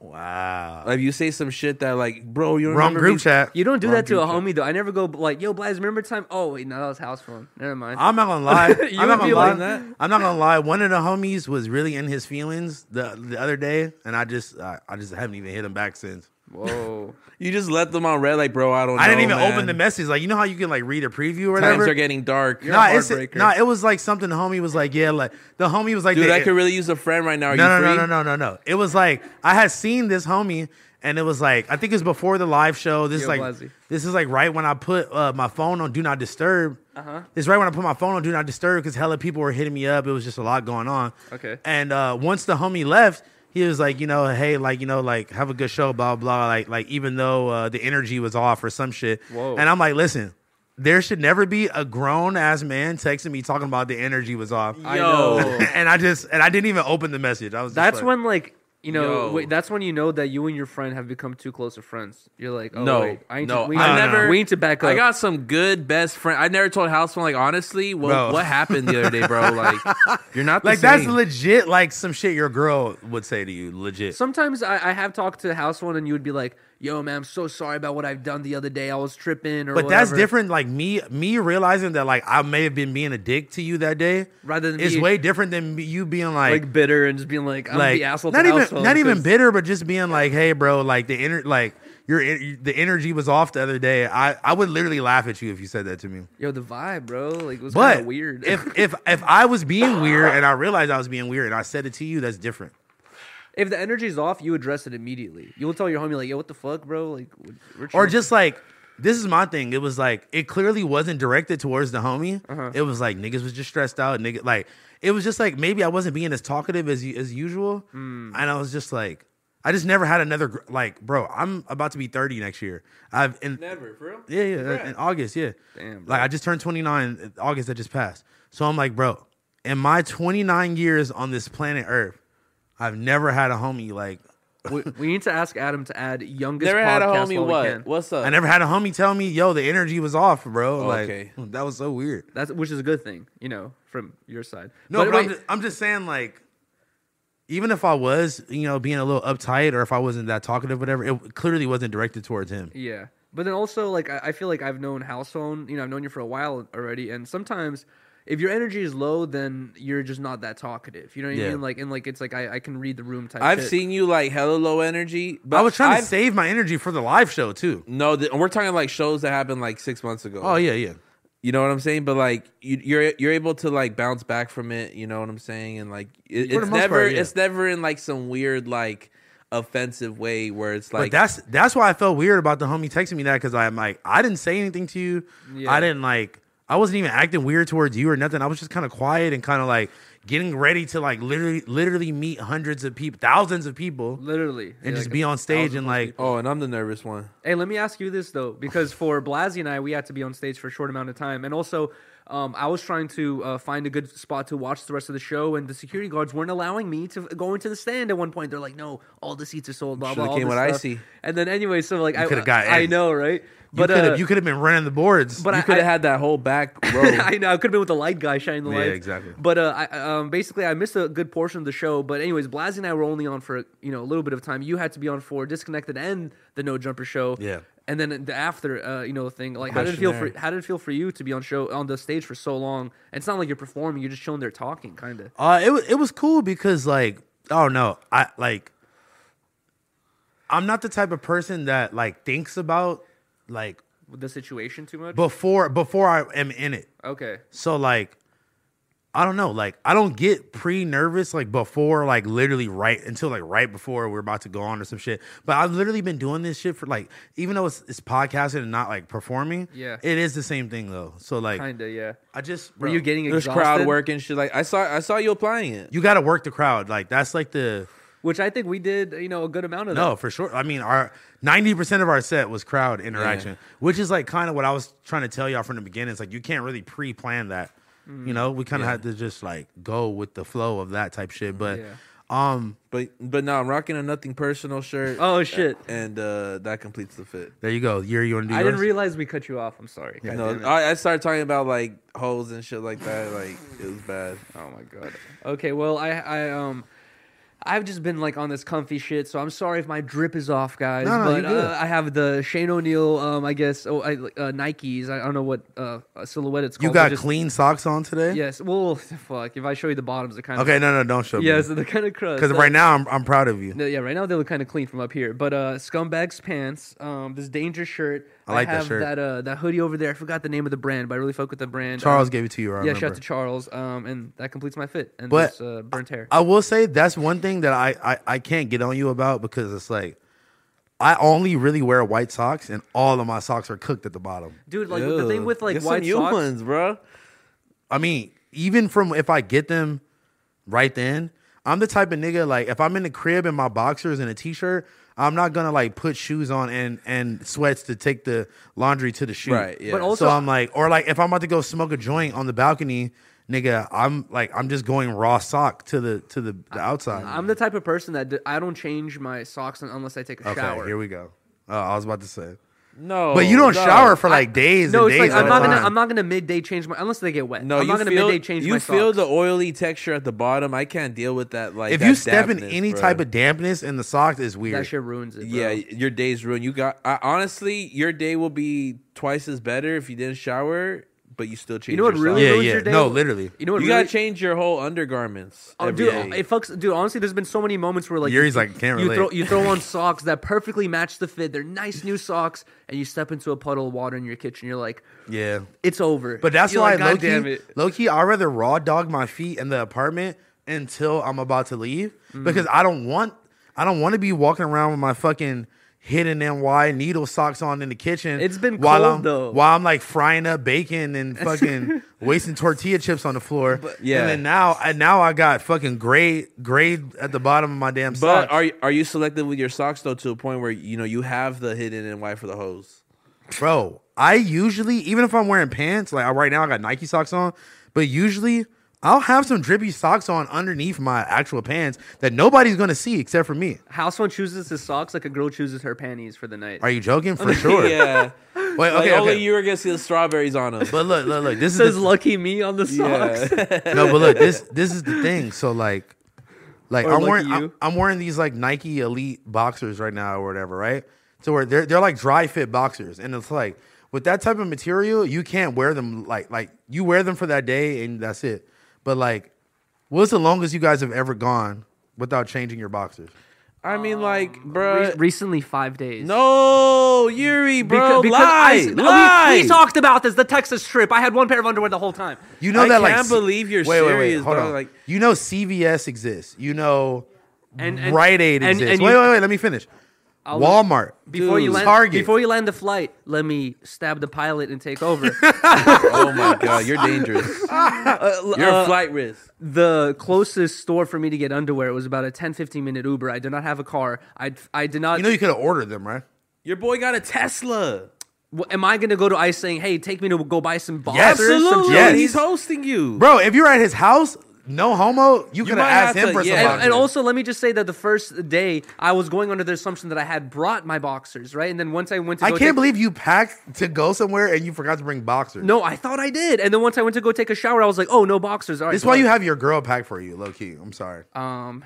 Speaker 1: wow.
Speaker 2: Like you say some shit that like, bro, you don't
Speaker 1: Wrong
Speaker 2: remember
Speaker 1: group
Speaker 2: me?
Speaker 1: chat.
Speaker 3: You don't do
Speaker 1: Wrong
Speaker 3: that to
Speaker 1: group
Speaker 3: a
Speaker 1: chat.
Speaker 3: homie though. I never go like, "Yo, Blaze, remember time?" Oh wait, no, that was house phone. Never mind.
Speaker 1: I'm not gonna lie.
Speaker 3: [laughs] You
Speaker 1: I'm
Speaker 3: would
Speaker 1: not gonna
Speaker 3: be
Speaker 1: lie.
Speaker 3: like that?
Speaker 1: I'm not gonna lie. One of the homies was really in his feelings the the other day, and I just I, I just haven't even hit him back since. [laughs]
Speaker 3: Whoa.
Speaker 2: You just let them on red, like, bro, I don't.
Speaker 1: I didn't
Speaker 2: know,
Speaker 1: even
Speaker 2: man.
Speaker 1: open the message. Like you know how you can like read a preview or
Speaker 2: Times
Speaker 1: whatever.
Speaker 2: are getting dark.
Speaker 1: nah, it's,
Speaker 3: heartbreaker.
Speaker 1: nah, it was like something the homie was like, yeah, like the homie was like,
Speaker 2: dude,
Speaker 1: the-
Speaker 2: I could really use a friend right now. Are
Speaker 1: no,
Speaker 2: you
Speaker 1: no,
Speaker 2: free?
Speaker 1: no, no, no, no, no. It was like I had seen this homie, and it was like I think it was before the live show. This
Speaker 3: Yo,
Speaker 1: is like
Speaker 3: Blasi.
Speaker 1: this is like right when I put uh, my phone on do not disturb. Uh-huh. This is right when I put my phone on do not disturb because hella people were hitting me up. It was just a lot going on.
Speaker 3: Okay.
Speaker 1: And uh, once the homie left, he was like, you know, hey, like you know, like have a good show, blah blah. Like like even though uh, the energy was off or some shit.
Speaker 3: Whoa.
Speaker 1: And I'm like, listen. There should never be a grown ass man texting me talking about the energy was off.
Speaker 3: I know.
Speaker 1: and I just and I didn't even open the message. I was just
Speaker 3: [laughs] That's
Speaker 1: like-
Speaker 3: when like You know,
Speaker 2: Yo.
Speaker 3: wait, that's when you know that you and your friend have become too close of friends. You're like, oh,
Speaker 2: no,
Speaker 3: wait, I need
Speaker 2: no,
Speaker 3: to, we,
Speaker 2: I
Speaker 3: need to-
Speaker 2: never.
Speaker 3: we need to back up.
Speaker 2: I got some good best friend. I never told house phone like honestly. What
Speaker 1: Bro.
Speaker 2: what happened the other day, bro? Like you're not the
Speaker 1: Like that's
Speaker 2: same.
Speaker 1: legit. Like some shit your girl would say to you. Legit.
Speaker 3: Sometimes I, I have talked to house one, and you would be like, "Yo, man, I'm so sorry about what I've done the other day. I was tripping, or
Speaker 1: but that's
Speaker 3: whatever."
Speaker 1: different. Like me, me realizing that like I may have been being a dick to you that day,
Speaker 3: Rather than
Speaker 1: is
Speaker 3: be-
Speaker 1: way different than me- you being like
Speaker 3: like bitter and just being like, "I'm
Speaker 1: like
Speaker 3: the asshole." to
Speaker 1: not even
Speaker 3: House Phone
Speaker 1: not even
Speaker 3: 'cause-
Speaker 1: bitter, but just being like, hey, bro, like the inner like your en- the energy was off the other day. I I would literally laugh at you if you said that to me.
Speaker 3: Yo, the vibe, bro, like it was kind
Speaker 1: But
Speaker 3: of weird.
Speaker 1: if if if I was being weird and I realized I was being weird and I said it to you, that's different.
Speaker 3: [laughs] if the energy's off, you address it immediately. You'll tell your homie like, "Yo, what the fuck, bro?" Like, we're- we're
Speaker 1: Or
Speaker 3: chilling.
Speaker 1: just like this is my thing. It was like it clearly wasn't directed towards the homie.
Speaker 3: Uh-huh.
Speaker 1: It was like niggas was just stressed out. Nigga, like it was just like maybe I wasn't being as talkative as u- as usual,
Speaker 3: Mm.
Speaker 1: and I was just like. I just never had another gr- like, bro. I'm about to be 30 next year. I've and
Speaker 2: Never, for real?
Speaker 1: Yeah, yeah. In August, yeah.
Speaker 3: Damn, bro.
Speaker 1: Like I just turned 29 in August that just passed. So I'm like, bro, in my 29 years on this planet Earth, I've never had a homie like
Speaker 3: we, we need to ask Adam
Speaker 2: [laughs]
Speaker 3: to add youngest.
Speaker 2: Never had a
Speaker 3: podcast
Speaker 2: homie.
Speaker 3: while we
Speaker 2: What?
Speaker 3: can.
Speaker 2: What's up?
Speaker 1: I never had a homie tell me, yo, the energy was off, bro. Like
Speaker 2: Oh,
Speaker 1: hmm,
Speaker 2: Okay.
Speaker 1: that was so weird.
Speaker 3: That's which is a good thing, you know, from your side.
Speaker 1: No, but, I'm,
Speaker 3: wait,
Speaker 1: just, I'm just saying, like, even if I was, you know, being a little uptight or if I wasn't that talkative, whatever, it clearly wasn't directed towards him.
Speaker 3: Yeah. But then also, like, I, I feel like I've known House Phone, you know, I've known you for a while already. And sometimes if your energy is low, then you're just not that talkative. You know what
Speaker 1: Yeah.
Speaker 3: I mean? Like, and like, it's like I, I can read the room type
Speaker 2: I've
Speaker 3: shit.
Speaker 2: seen you like hella low energy. But
Speaker 1: I was trying
Speaker 2: I've-
Speaker 1: to save my energy for the live show, too.
Speaker 2: No, th- we're talking like shows that happened like six months ago.
Speaker 1: Oh, yeah, yeah.
Speaker 2: You know what I'm saying? But like you, you're you're able to like bounce back from it. You know what I'm saying? And like it,
Speaker 1: For the
Speaker 2: it's
Speaker 1: most
Speaker 2: never
Speaker 1: part, yeah.
Speaker 2: it's never in like some weird like offensive way where it's like
Speaker 1: but that's that's why I felt weird about the homie texting me that because I'm like I didn't say anything to you. I didn't like I wasn't even acting weird towards you or nothing. I was just kind of quiet and kind of like getting ready to like literally literally meet hundreds of people, thousands of people,
Speaker 3: Literally.
Speaker 1: and
Speaker 3: Yeah,
Speaker 1: just
Speaker 3: like,
Speaker 1: be
Speaker 3: a
Speaker 1: on stage
Speaker 3: thousand
Speaker 1: and
Speaker 3: plus
Speaker 1: like
Speaker 2: oh, and I'm the nervous one.
Speaker 3: Hey, let me ask you this though, because for Blasey and I, we had to be on stage for a short amount of time, and also, um, I was trying to uh, find a good spot to watch the rest of the show, and the security guards weren't allowing me to go into the stand. At one point, they're like, "No, all the seats are sold." Blah
Speaker 2: Shoulda
Speaker 3: blah. all
Speaker 2: came
Speaker 3: this
Speaker 2: with
Speaker 3: stuff.
Speaker 2: Icy.
Speaker 3: And then anyway, so like I
Speaker 1: coulda got
Speaker 3: I
Speaker 1: in.
Speaker 3: know, right?
Speaker 1: you
Speaker 3: But
Speaker 1: could have
Speaker 3: uh,
Speaker 1: you could have been running the boards.
Speaker 3: but
Speaker 2: You
Speaker 3: I-
Speaker 2: could
Speaker 3: I- [laughs]
Speaker 2: have had that whole back
Speaker 1: [laughs]
Speaker 2: row.
Speaker 3: I know. I could have been with the light guy shining the
Speaker 1: Yeah,
Speaker 3: lights.
Speaker 1: exactly.
Speaker 3: But uh, I, um, basically, I missed a good portion of the show. But anyways, Blasi and I were only on for you know a little bit of time. You had to be on for disconnected and the no jumper show.
Speaker 1: Yeah.
Speaker 3: And then the after uh, you know thing. Like, how did it feel for how did it feel for you to be on show on the stage for so long? And it's not like you're performing; you're just chilling there talking, kind of.
Speaker 1: Uh, it was it was cool because like I don't know I like I'm not the type of person that like thinks about like
Speaker 3: The situation too much.
Speaker 1: before before I am in it.
Speaker 3: okay.
Speaker 1: So like, I don't know. Like, I don't get pre nervous like before like literally right until like right before we're about to go on or some shit. But I've literally been doing this shit for like even though it's, it's podcasting and not like performing.
Speaker 3: Yeah.
Speaker 1: it is the same thing though. So like,
Speaker 3: Kinda, yeah.
Speaker 1: I just
Speaker 3: Were you getting
Speaker 2: There's
Speaker 3: exhausted?
Speaker 2: crowd work and shit. Like I saw I saw you applying it.
Speaker 1: You got to work the crowd. Like that's like the
Speaker 3: Which I think we did, you know, a good amount of
Speaker 1: no
Speaker 3: that.
Speaker 1: for sure. I mean, our ninety percent of our set was crowd interaction, which is like kind of what I was trying to tell y'all from the beginning. It's like you can't really pre plan that. You know, we kind of had to just like go with the flow of that type shit. But
Speaker 3: Mm, Yeah.
Speaker 1: um,
Speaker 2: But but no, I'm rocking a nothing personal shirt.
Speaker 3: Oh shit!
Speaker 2: and uh, that completes the fit.
Speaker 1: There you go. Year you want to do
Speaker 3: I
Speaker 1: yours?
Speaker 3: didn't realize we cut you off. I'm sorry. God
Speaker 2: No,
Speaker 3: damn it.
Speaker 2: I, I started talking about like hoes and shit like that. Like it was bad.
Speaker 3: Oh my god. Okay, well I I um I've just been like on this comfy shit, so I'm sorry if my drip is off, guys.
Speaker 1: No, no,
Speaker 3: but
Speaker 1: you're good.
Speaker 3: Uh, I have the Shane O'Neill, um, I guess, oh, I, uh, Nikes. I, I don't know what uh, uh, silhouette it's called.
Speaker 1: You
Speaker 3: but
Speaker 1: got
Speaker 3: just-
Speaker 1: clean socks on today?
Speaker 3: Yes. Well, [laughs] fuck. If I show you the bottoms, the kind
Speaker 1: Okay,
Speaker 3: of
Speaker 1: no, no, don't show me.
Speaker 3: yeah, so the kind of crust.
Speaker 1: Because
Speaker 3: uh,
Speaker 1: right now I'm, I'm proud of you.
Speaker 3: no, yeah, right now they look kind of clean from up here. But uh, scumbags pants, um, this danger shirt.
Speaker 1: I like that
Speaker 3: have
Speaker 1: shirt.
Speaker 3: That uh, that hoodie over there. I forgot the name of the brand, but I really fuck with the brand.
Speaker 1: Charles
Speaker 3: Um,
Speaker 1: gave it to you. I
Speaker 3: yeah,
Speaker 1: remember.
Speaker 3: shout out to Charles. Um, and that completes my fit. And
Speaker 1: But
Speaker 3: this uh, burnt hair.
Speaker 1: I will say that's one thing that I, I I can't get on you about because it's like I only really wear white socks and all of my socks are cooked at the bottom.
Speaker 3: Dude, like the thing
Speaker 2: Ew.
Speaker 3: with like
Speaker 2: Get
Speaker 3: white
Speaker 2: some new
Speaker 3: socks.
Speaker 2: ones, bro.
Speaker 1: I mean, even from if I get them right then, I'm the type of nigga like if I'm in the crib in my boxers and a t-shirt, I'm not gonna like put shoes on and and sweats to take the laundry to the shoe.
Speaker 2: Right, yeah. But
Speaker 1: But also,
Speaker 3: also-
Speaker 1: so I'm like, or like if I'm about to go smoke a joint on the balcony nigga, I'm like I'm just going raw sock to the to the, the outside.
Speaker 3: I'm the type of person that d- I don't change my socks un- unless I take a
Speaker 1: okay,
Speaker 3: shower.
Speaker 1: here we go. Oh, I was about to say,
Speaker 2: No,
Speaker 1: but you don't
Speaker 2: no.
Speaker 1: shower for like days.
Speaker 3: Oh, no,
Speaker 1: and
Speaker 3: it's
Speaker 1: days
Speaker 3: like
Speaker 1: at
Speaker 3: I'm
Speaker 1: a
Speaker 3: not gonna
Speaker 1: time.
Speaker 3: I'm not gonna midday change my unless they get wet.
Speaker 2: No,
Speaker 3: I'm
Speaker 2: you
Speaker 3: not gonna
Speaker 2: feel,
Speaker 3: midday change
Speaker 2: you
Speaker 3: my
Speaker 2: feel
Speaker 3: socks.
Speaker 2: the oily texture at the bottom. I can't deal with that. Like
Speaker 1: if
Speaker 2: that
Speaker 1: you step in
Speaker 2: dampness,
Speaker 1: any
Speaker 2: bro.
Speaker 1: type of dampness in the sock, it's weird.
Speaker 3: that shit ruins it. Bro.
Speaker 2: yeah, your day's ruined. You got I, honestly, your day will be twice as better if you didn't shower, but you still change.
Speaker 3: know what
Speaker 2: your
Speaker 3: really
Speaker 2: socks.
Speaker 1: yeah,
Speaker 3: ruins
Speaker 1: yeah.
Speaker 3: your day?
Speaker 1: No, literally.
Speaker 3: You know what?
Speaker 2: you
Speaker 3: really,
Speaker 2: gotta change your whole undergarments.
Speaker 3: Oh,
Speaker 2: every
Speaker 3: dude,
Speaker 2: day.
Speaker 3: it fucks. Dude, honestly, there's been so many moments where like
Speaker 1: Yuri's
Speaker 3: you,
Speaker 1: like, "Can't
Speaker 3: you
Speaker 1: relate."
Speaker 3: throw
Speaker 1: [laughs]
Speaker 3: you throw on socks that perfectly match the fit. They're nice new socks, and you step into a puddle of water in your kitchen. You're like,
Speaker 1: Yeah.
Speaker 3: it's over.
Speaker 1: But that's
Speaker 3: You're
Speaker 1: why
Speaker 3: like,
Speaker 1: low
Speaker 3: God
Speaker 1: key,
Speaker 3: damn it.
Speaker 1: low key, I'd rather raw dog my feet in the apartment until I'm about to leave
Speaker 3: Mm.
Speaker 1: because I don't want I don't want to be walking around with my fucking hidden NY needle socks on in the kitchen.
Speaker 3: It's been
Speaker 1: while
Speaker 3: cold,
Speaker 1: I'm,
Speaker 3: though.
Speaker 1: While I'm like frying up bacon
Speaker 3: [laughs]
Speaker 1: and fucking wasting tortilla chips on the floor.
Speaker 2: yeah.
Speaker 1: And then now I now I got fucking gray gray at the bottom of my damn
Speaker 2: But
Speaker 1: socks.
Speaker 2: are you- are you selective with your socks though to a point where you know you have the hidden and why for the hose?
Speaker 1: bro i usually even if i'm wearing pants like right now i got nike socks on but usually i'll have some drippy socks on underneath my actual pants that nobody's gonna see except for me
Speaker 3: House one chooses his socks like a girl chooses her panties for the night.
Speaker 1: are you joking for
Speaker 3: [laughs]
Speaker 1: sure
Speaker 2: [laughs] yeah.
Speaker 1: wait
Speaker 2: like,
Speaker 1: okay,
Speaker 2: only
Speaker 1: okay.
Speaker 2: you are gonna see the strawberries on
Speaker 3: [laughs]
Speaker 2: them.
Speaker 1: but look look look this
Speaker 3: Says
Speaker 1: is the,
Speaker 3: lucky me on the socks.
Speaker 1: no but look
Speaker 3: [laughs]
Speaker 1: this this is the thing so like like
Speaker 3: Or
Speaker 1: i'm
Speaker 3: lucky
Speaker 1: wearing I'm,
Speaker 3: you.
Speaker 1: I'm wearing these like nike elite boxers right now or whatever right so where they're, they're like dry fit boxers and it's like with that type of material you can't wear them like like you wear them for that day and that's it but like what's the longest you guys have ever gone without changing your boxers
Speaker 2: I mean, like,
Speaker 3: Oh, Re-
Speaker 1: Uh,
Speaker 2: bro.
Speaker 3: recently, five days.
Speaker 2: no, Yuri, bro.
Speaker 3: Beca-
Speaker 2: lie,
Speaker 3: I- no, we-
Speaker 2: lie.
Speaker 3: We, talked about this. The Texas trip. I had one pair of underwear the whole time.
Speaker 1: you know
Speaker 2: I
Speaker 1: that like
Speaker 2: can't
Speaker 1: C-
Speaker 2: believe you're serious,
Speaker 1: hold
Speaker 2: bro,
Speaker 1: on
Speaker 2: like-
Speaker 1: you know cvs exists you know
Speaker 3: And, and
Speaker 1: Rite Aid
Speaker 3: and-
Speaker 1: exists.
Speaker 3: and
Speaker 1: wait,
Speaker 3: you-
Speaker 1: wait, wait. Let me finish. Walmart.
Speaker 3: Before you
Speaker 2: Dude.
Speaker 3: land,
Speaker 1: Target.
Speaker 3: before you land the flight, let me stab the pilot and take over.
Speaker 1: [laughs]
Speaker 2: oh my god, you're
Speaker 3: [laughs]
Speaker 2: dangerous.
Speaker 3: Uh,
Speaker 2: you're a flight risk.
Speaker 3: the closest store for me to get underwear was about a 10, 15 minute Uber. I did not have a car. I I did not.
Speaker 1: You know you could have ordered them, right?
Speaker 2: Your boy got a Tesla.
Speaker 3: w- am I gonna go to ICE saying, "Hey, take me to go buy some boxers"?
Speaker 1: Yes.
Speaker 3: Some
Speaker 2: Absolutely,
Speaker 1: Yes.
Speaker 2: he's hosting you,
Speaker 1: Bro, if you're at his house, no homo, you, could have
Speaker 2: might
Speaker 1: asked him
Speaker 2: have to-
Speaker 1: for some
Speaker 2: yeah.
Speaker 3: And,
Speaker 1: boxers.
Speaker 3: and also, let me just say that the first day I was going under the assumption that I had brought my boxers, right? And then once I went to,
Speaker 1: I
Speaker 3: go
Speaker 1: can't
Speaker 3: take-
Speaker 1: believe you packed to go somewhere and you forgot to bring boxers.
Speaker 3: No, I thought I did. And then once I went to go take a shower, I was like, "Oh, no boxers." All right,
Speaker 1: That's why
Speaker 3: so-
Speaker 1: you have your girl pack for you, low key. I'm sorry.
Speaker 3: Um,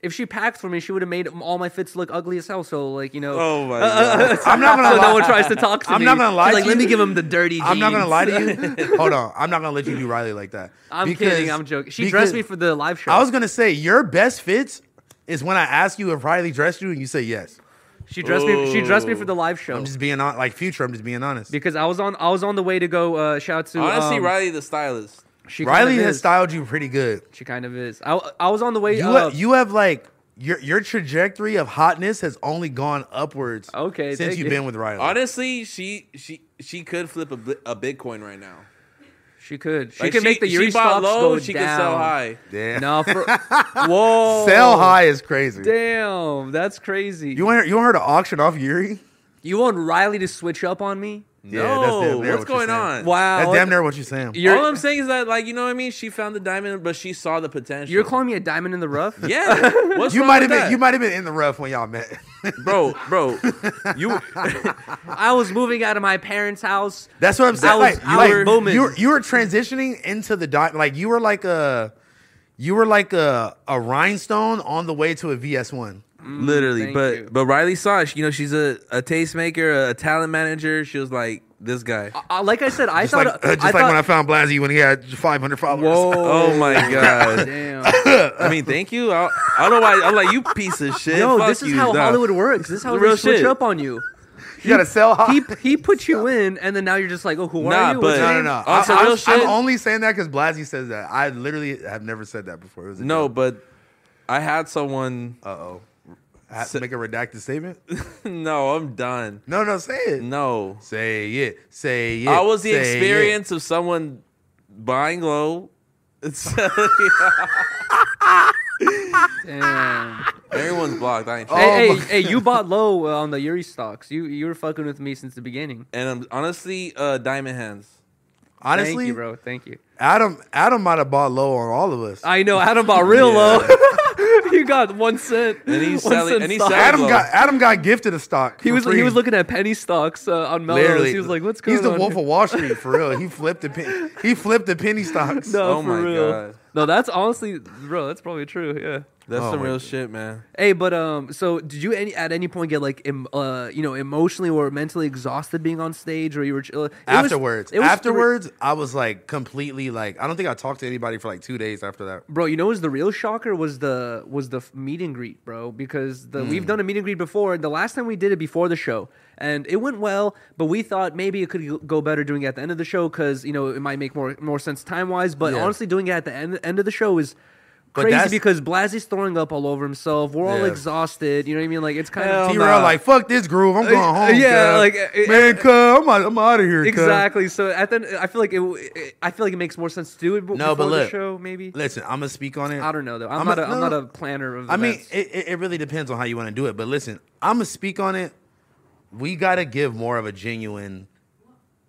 Speaker 3: if she packed for me, she would have made all my fits look ugly as hell. So, like, you know, [laughs]
Speaker 2: Oh my god.
Speaker 1: I'm not gonna
Speaker 3: so
Speaker 1: lie.
Speaker 3: no one tries to talk to
Speaker 1: I'm
Speaker 3: me.
Speaker 1: not gonna lie
Speaker 3: She's like,
Speaker 1: to
Speaker 3: let
Speaker 1: you.
Speaker 3: me give him the dirty.
Speaker 1: I'm not gonna
Speaker 3: jeans."
Speaker 1: lie to you. Hold on. I'm not gonna let you do Riley like that.
Speaker 3: I'm
Speaker 1: Because-
Speaker 3: kidding. I'm joking. She
Speaker 1: because-
Speaker 3: dressed me for the live show.
Speaker 1: I was gonna say your best fits is when I ask you if Riley dressed you and you say yes.
Speaker 3: she dressed me. She dressed me for the live show
Speaker 1: Oh. I'm just being on like future. I'm just being honest.
Speaker 3: because I was on. I was on the way to go. Uh, shout out to
Speaker 2: Honestly,
Speaker 3: um,
Speaker 2: Riley the stylist.
Speaker 3: She kind
Speaker 1: Riley
Speaker 3: of
Speaker 1: has
Speaker 3: is.
Speaker 1: styled you pretty good.
Speaker 3: She kind of is. I, I was on the way.
Speaker 1: You
Speaker 3: uh,
Speaker 1: have, you have like your your trajectory of hotness has only gone upwards.
Speaker 3: Okay,
Speaker 1: since
Speaker 3: thank
Speaker 1: you've
Speaker 3: you.
Speaker 1: been with Riley.
Speaker 2: Honestly, she she she could flip a, bi- a Bitcoin right now.
Speaker 3: she could. She
Speaker 2: Like,
Speaker 3: could make the Yuri
Speaker 2: she bought
Speaker 3: stocks
Speaker 2: low,
Speaker 3: go
Speaker 2: she
Speaker 3: down.
Speaker 2: could sell high.
Speaker 1: Damn.
Speaker 3: No,
Speaker 1: [laughs]
Speaker 3: for, [laughs] whoa,
Speaker 1: Sell high is crazy.
Speaker 3: Damn, that's crazy.
Speaker 1: You want her, you want her to auction off Yuri?
Speaker 3: You want Riley to switch up on me?
Speaker 1: Yeah,
Speaker 2: no,
Speaker 1: near
Speaker 2: what's
Speaker 1: what you're
Speaker 2: going
Speaker 1: saying.
Speaker 2: on?
Speaker 3: Wow.
Speaker 1: That's damn near what you're saying.
Speaker 3: You're,
Speaker 2: All I'm saying is that, like, you know what I mean? She found the diamond, but she saw the potential.
Speaker 3: you're calling me a diamond in
Speaker 1: [laughs]
Speaker 3: the rough?
Speaker 2: Yeah. What's
Speaker 1: you
Speaker 2: wrong
Speaker 1: might have
Speaker 2: with
Speaker 1: been
Speaker 2: that?
Speaker 1: you might have been in the rough when y'all met. [laughs]
Speaker 2: bro,
Speaker 3: [laughs]
Speaker 2: bro. You
Speaker 3: I was moving out of my parents' house.
Speaker 1: That's what I'm saying.
Speaker 3: was
Speaker 1: like,
Speaker 3: our
Speaker 1: like,
Speaker 3: moment.
Speaker 1: You were, you were transitioning into the di- like you were like a you were like a a rhinestone on the way to a VS one.
Speaker 2: literally,
Speaker 3: thank
Speaker 2: but
Speaker 3: you.
Speaker 2: but Riley saw. it. She- Mm, You know, she's a a tastemaker, a talent manager. She was like this guy.
Speaker 3: Uh, like I said, I
Speaker 1: Just
Speaker 3: thought.
Speaker 1: like uh, just
Speaker 3: I
Speaker 1: like
Speaker 3: thought, [laughs]
Speaker 1: when I found Blasey when he had 500 followers.
Speaker 2: Oh my god.
Speaker 3: Damn.
Speaker 2: I mean, thank you. I, I don't know why. I'm like you piece of shit.
Speaker 3: No,
Speaker 2: Fuck
Speaker 3: this is
Speaker 2: you,
Speaker 3: how
Speaker 2: nah.
Speaker 3: Hollywood works. This
Speaker 1: [laughs]
Speaker 3: is how
Speaker 2: Real
Speaker 3: they switch
Speaker 2: shit.
Speaker 3: up on you.
Speaker 1: [laughs] you gotta sell high.
Speaker 3: He he
Speaker 1: [laughs]
Speaker 3: put you in, and then now you're just like, oh, who
Speaker 2: Nah,
Speaker 3: are you?
Speaker 2: but-
Speaker 3: What's your
Speaker 1: No, no,
Speaker 3: name?
Speaker 1: no.
Speaker 2: On
Speaker 1: I,
Speaker 2: some real
Speaker 1: am
Speaker 2: shit?
Speaker 1: only saying that because Blasey says that. I literally have never said that before. It was a
Speaker 2: No,
Speaker 1: joke.
Speaker 2: but I had someone.
Speaker 3: Uh,
Speaker 1: I have to make a redacted statement.
Speaker 2: [laughs] no, I'm done.
Speaker 1: No, no, say
Speaker 3: [laughs]
Speaker 1: it.
Speaker 2: No,
Speaker 1: Say it. Say it.
Speaker 2: I was the
Speaker 1: say it.
Speaker 2: experience of someone buying low. [laughs]
Speaker 1: Ah.
Speaker 3: Damn.
Speaker 2: Everyone's blocked. I ain't.
Speaker 1: Oh.
Speaker 2: trying.
Speaker 3: Hey,
Speaker 1: my-
Speaker 3: hey, hey, you bought low uh, on the Yuri stocks. You you were fucking with me since the beginning.
Speaker 2: And um, honestly, uh, Diamond Hands.
Speaker 1: Honestly,
Speaker 3: Thank you, bro. Thank you.
Speaker 1: Adam Adam might have bought low on all of us.
Speaker 3: I know Adam bought real low. [laughs] you got one cent.
Speaker 2: And he's
Speaker 3: One
Speaker 2: selling-
Speaker 3: cent
Speaker 2: and he's
Speaker 3: stock.
Speaker 2: selling-
Speaker 1: Adam
Speaker 2: low.
Speaker 1: got Adam got gifted a stock.
Speaker 3: He
Speaker 1: for
Speaker 3: was
Speaker 1: free.
Speaker 3: he was looking at penny stocks uh, on Melrose.
Speaker 1: Literally,
Speaker 3: He was like, "What's going
Speaker 1: He's
Speaker 3: on?"
Speaker 1: the Wolf
Speaker 3: here?"
Speaker 1: of Wall Street for real. He flipped the pen, he flipped the penny stocks.
Speaker 3: [laughs] No,
Speaker 2: Oh
Speaker 3: for
Speaker 2: my
Speaker 3: real.
Speaker 2: God.
Speaker 3: No, that's honestly, bro. That's probably true. Yeah.
Speaker 2: That's
Speaker 1: Oh
Speaker 2: some
Speaker 1: my
Speaker 2: real shit, man.
Speaker 3: Hey, but um, so did you any at any point get like, em, uh, you know, emotionally or mentally exhausted being on stage, or you were ch- uh, it was-
Speaker 1: afterwards,
Speaker 3: it was three-
Speaker 1: afterwards, I was like completely like I don't think I talked to anybody for like two days after that.
Speaker 3: Bro, you know what was the real shocker was the was the f- meet and greet, bro, because
Speaker 1: Hmm.
Speaker 3: the we've done a meet and greet before. The last time we did it before the show, and it went well, but we thought maybe it could go better doing it at the end of the show because you know it might make more more sense time wise. But
Speaker 1: Yeah.
Speaker 3: honestly, doing it at the end end of the show is
Speaker 1: But
Speaker 3: crazy
Speaker 1: that's-
Speaker 3: because Blasey's throwing up all over himself. We're all
Speaker 1: Yeah.
Speaker 3: exhausted. You know what I mean? Like it's kind
Speaker 2: Hell
Speaker 3: of
Speaker 1: T
Speaker 2: no.
Speaker 1: Rail like fuck this groove. I'm going
Speaker 3: Uh,
Speaker 1: home.
Speaker 3: yeah,
Speaker 1: cuz.
Speaker 3: like, uh,
Speaker 1: man, cuz, I'm out, I'm out of here. cuz."
Speaker 3: exactly. So at the I feel like it, w- it- I feel like it makes more sense to do it b-
Speaker 1: No,
Speaker 3: before
Speaker 1: but
Speaker 3: the
Speaker 1: look,
Speaker 3: show. Maybe
Speaker 1: Listen, I'm gonna speak on it.
Speaker 3: I don't know though. I'm, not a, I'm not a planner of.
Speaker 1: I mean,
Speaker 3: events.
Speaker 1: it, it, it really depends on how you want to do it. But listen, I'm gonna speak on it. We gotta give more of a genuine,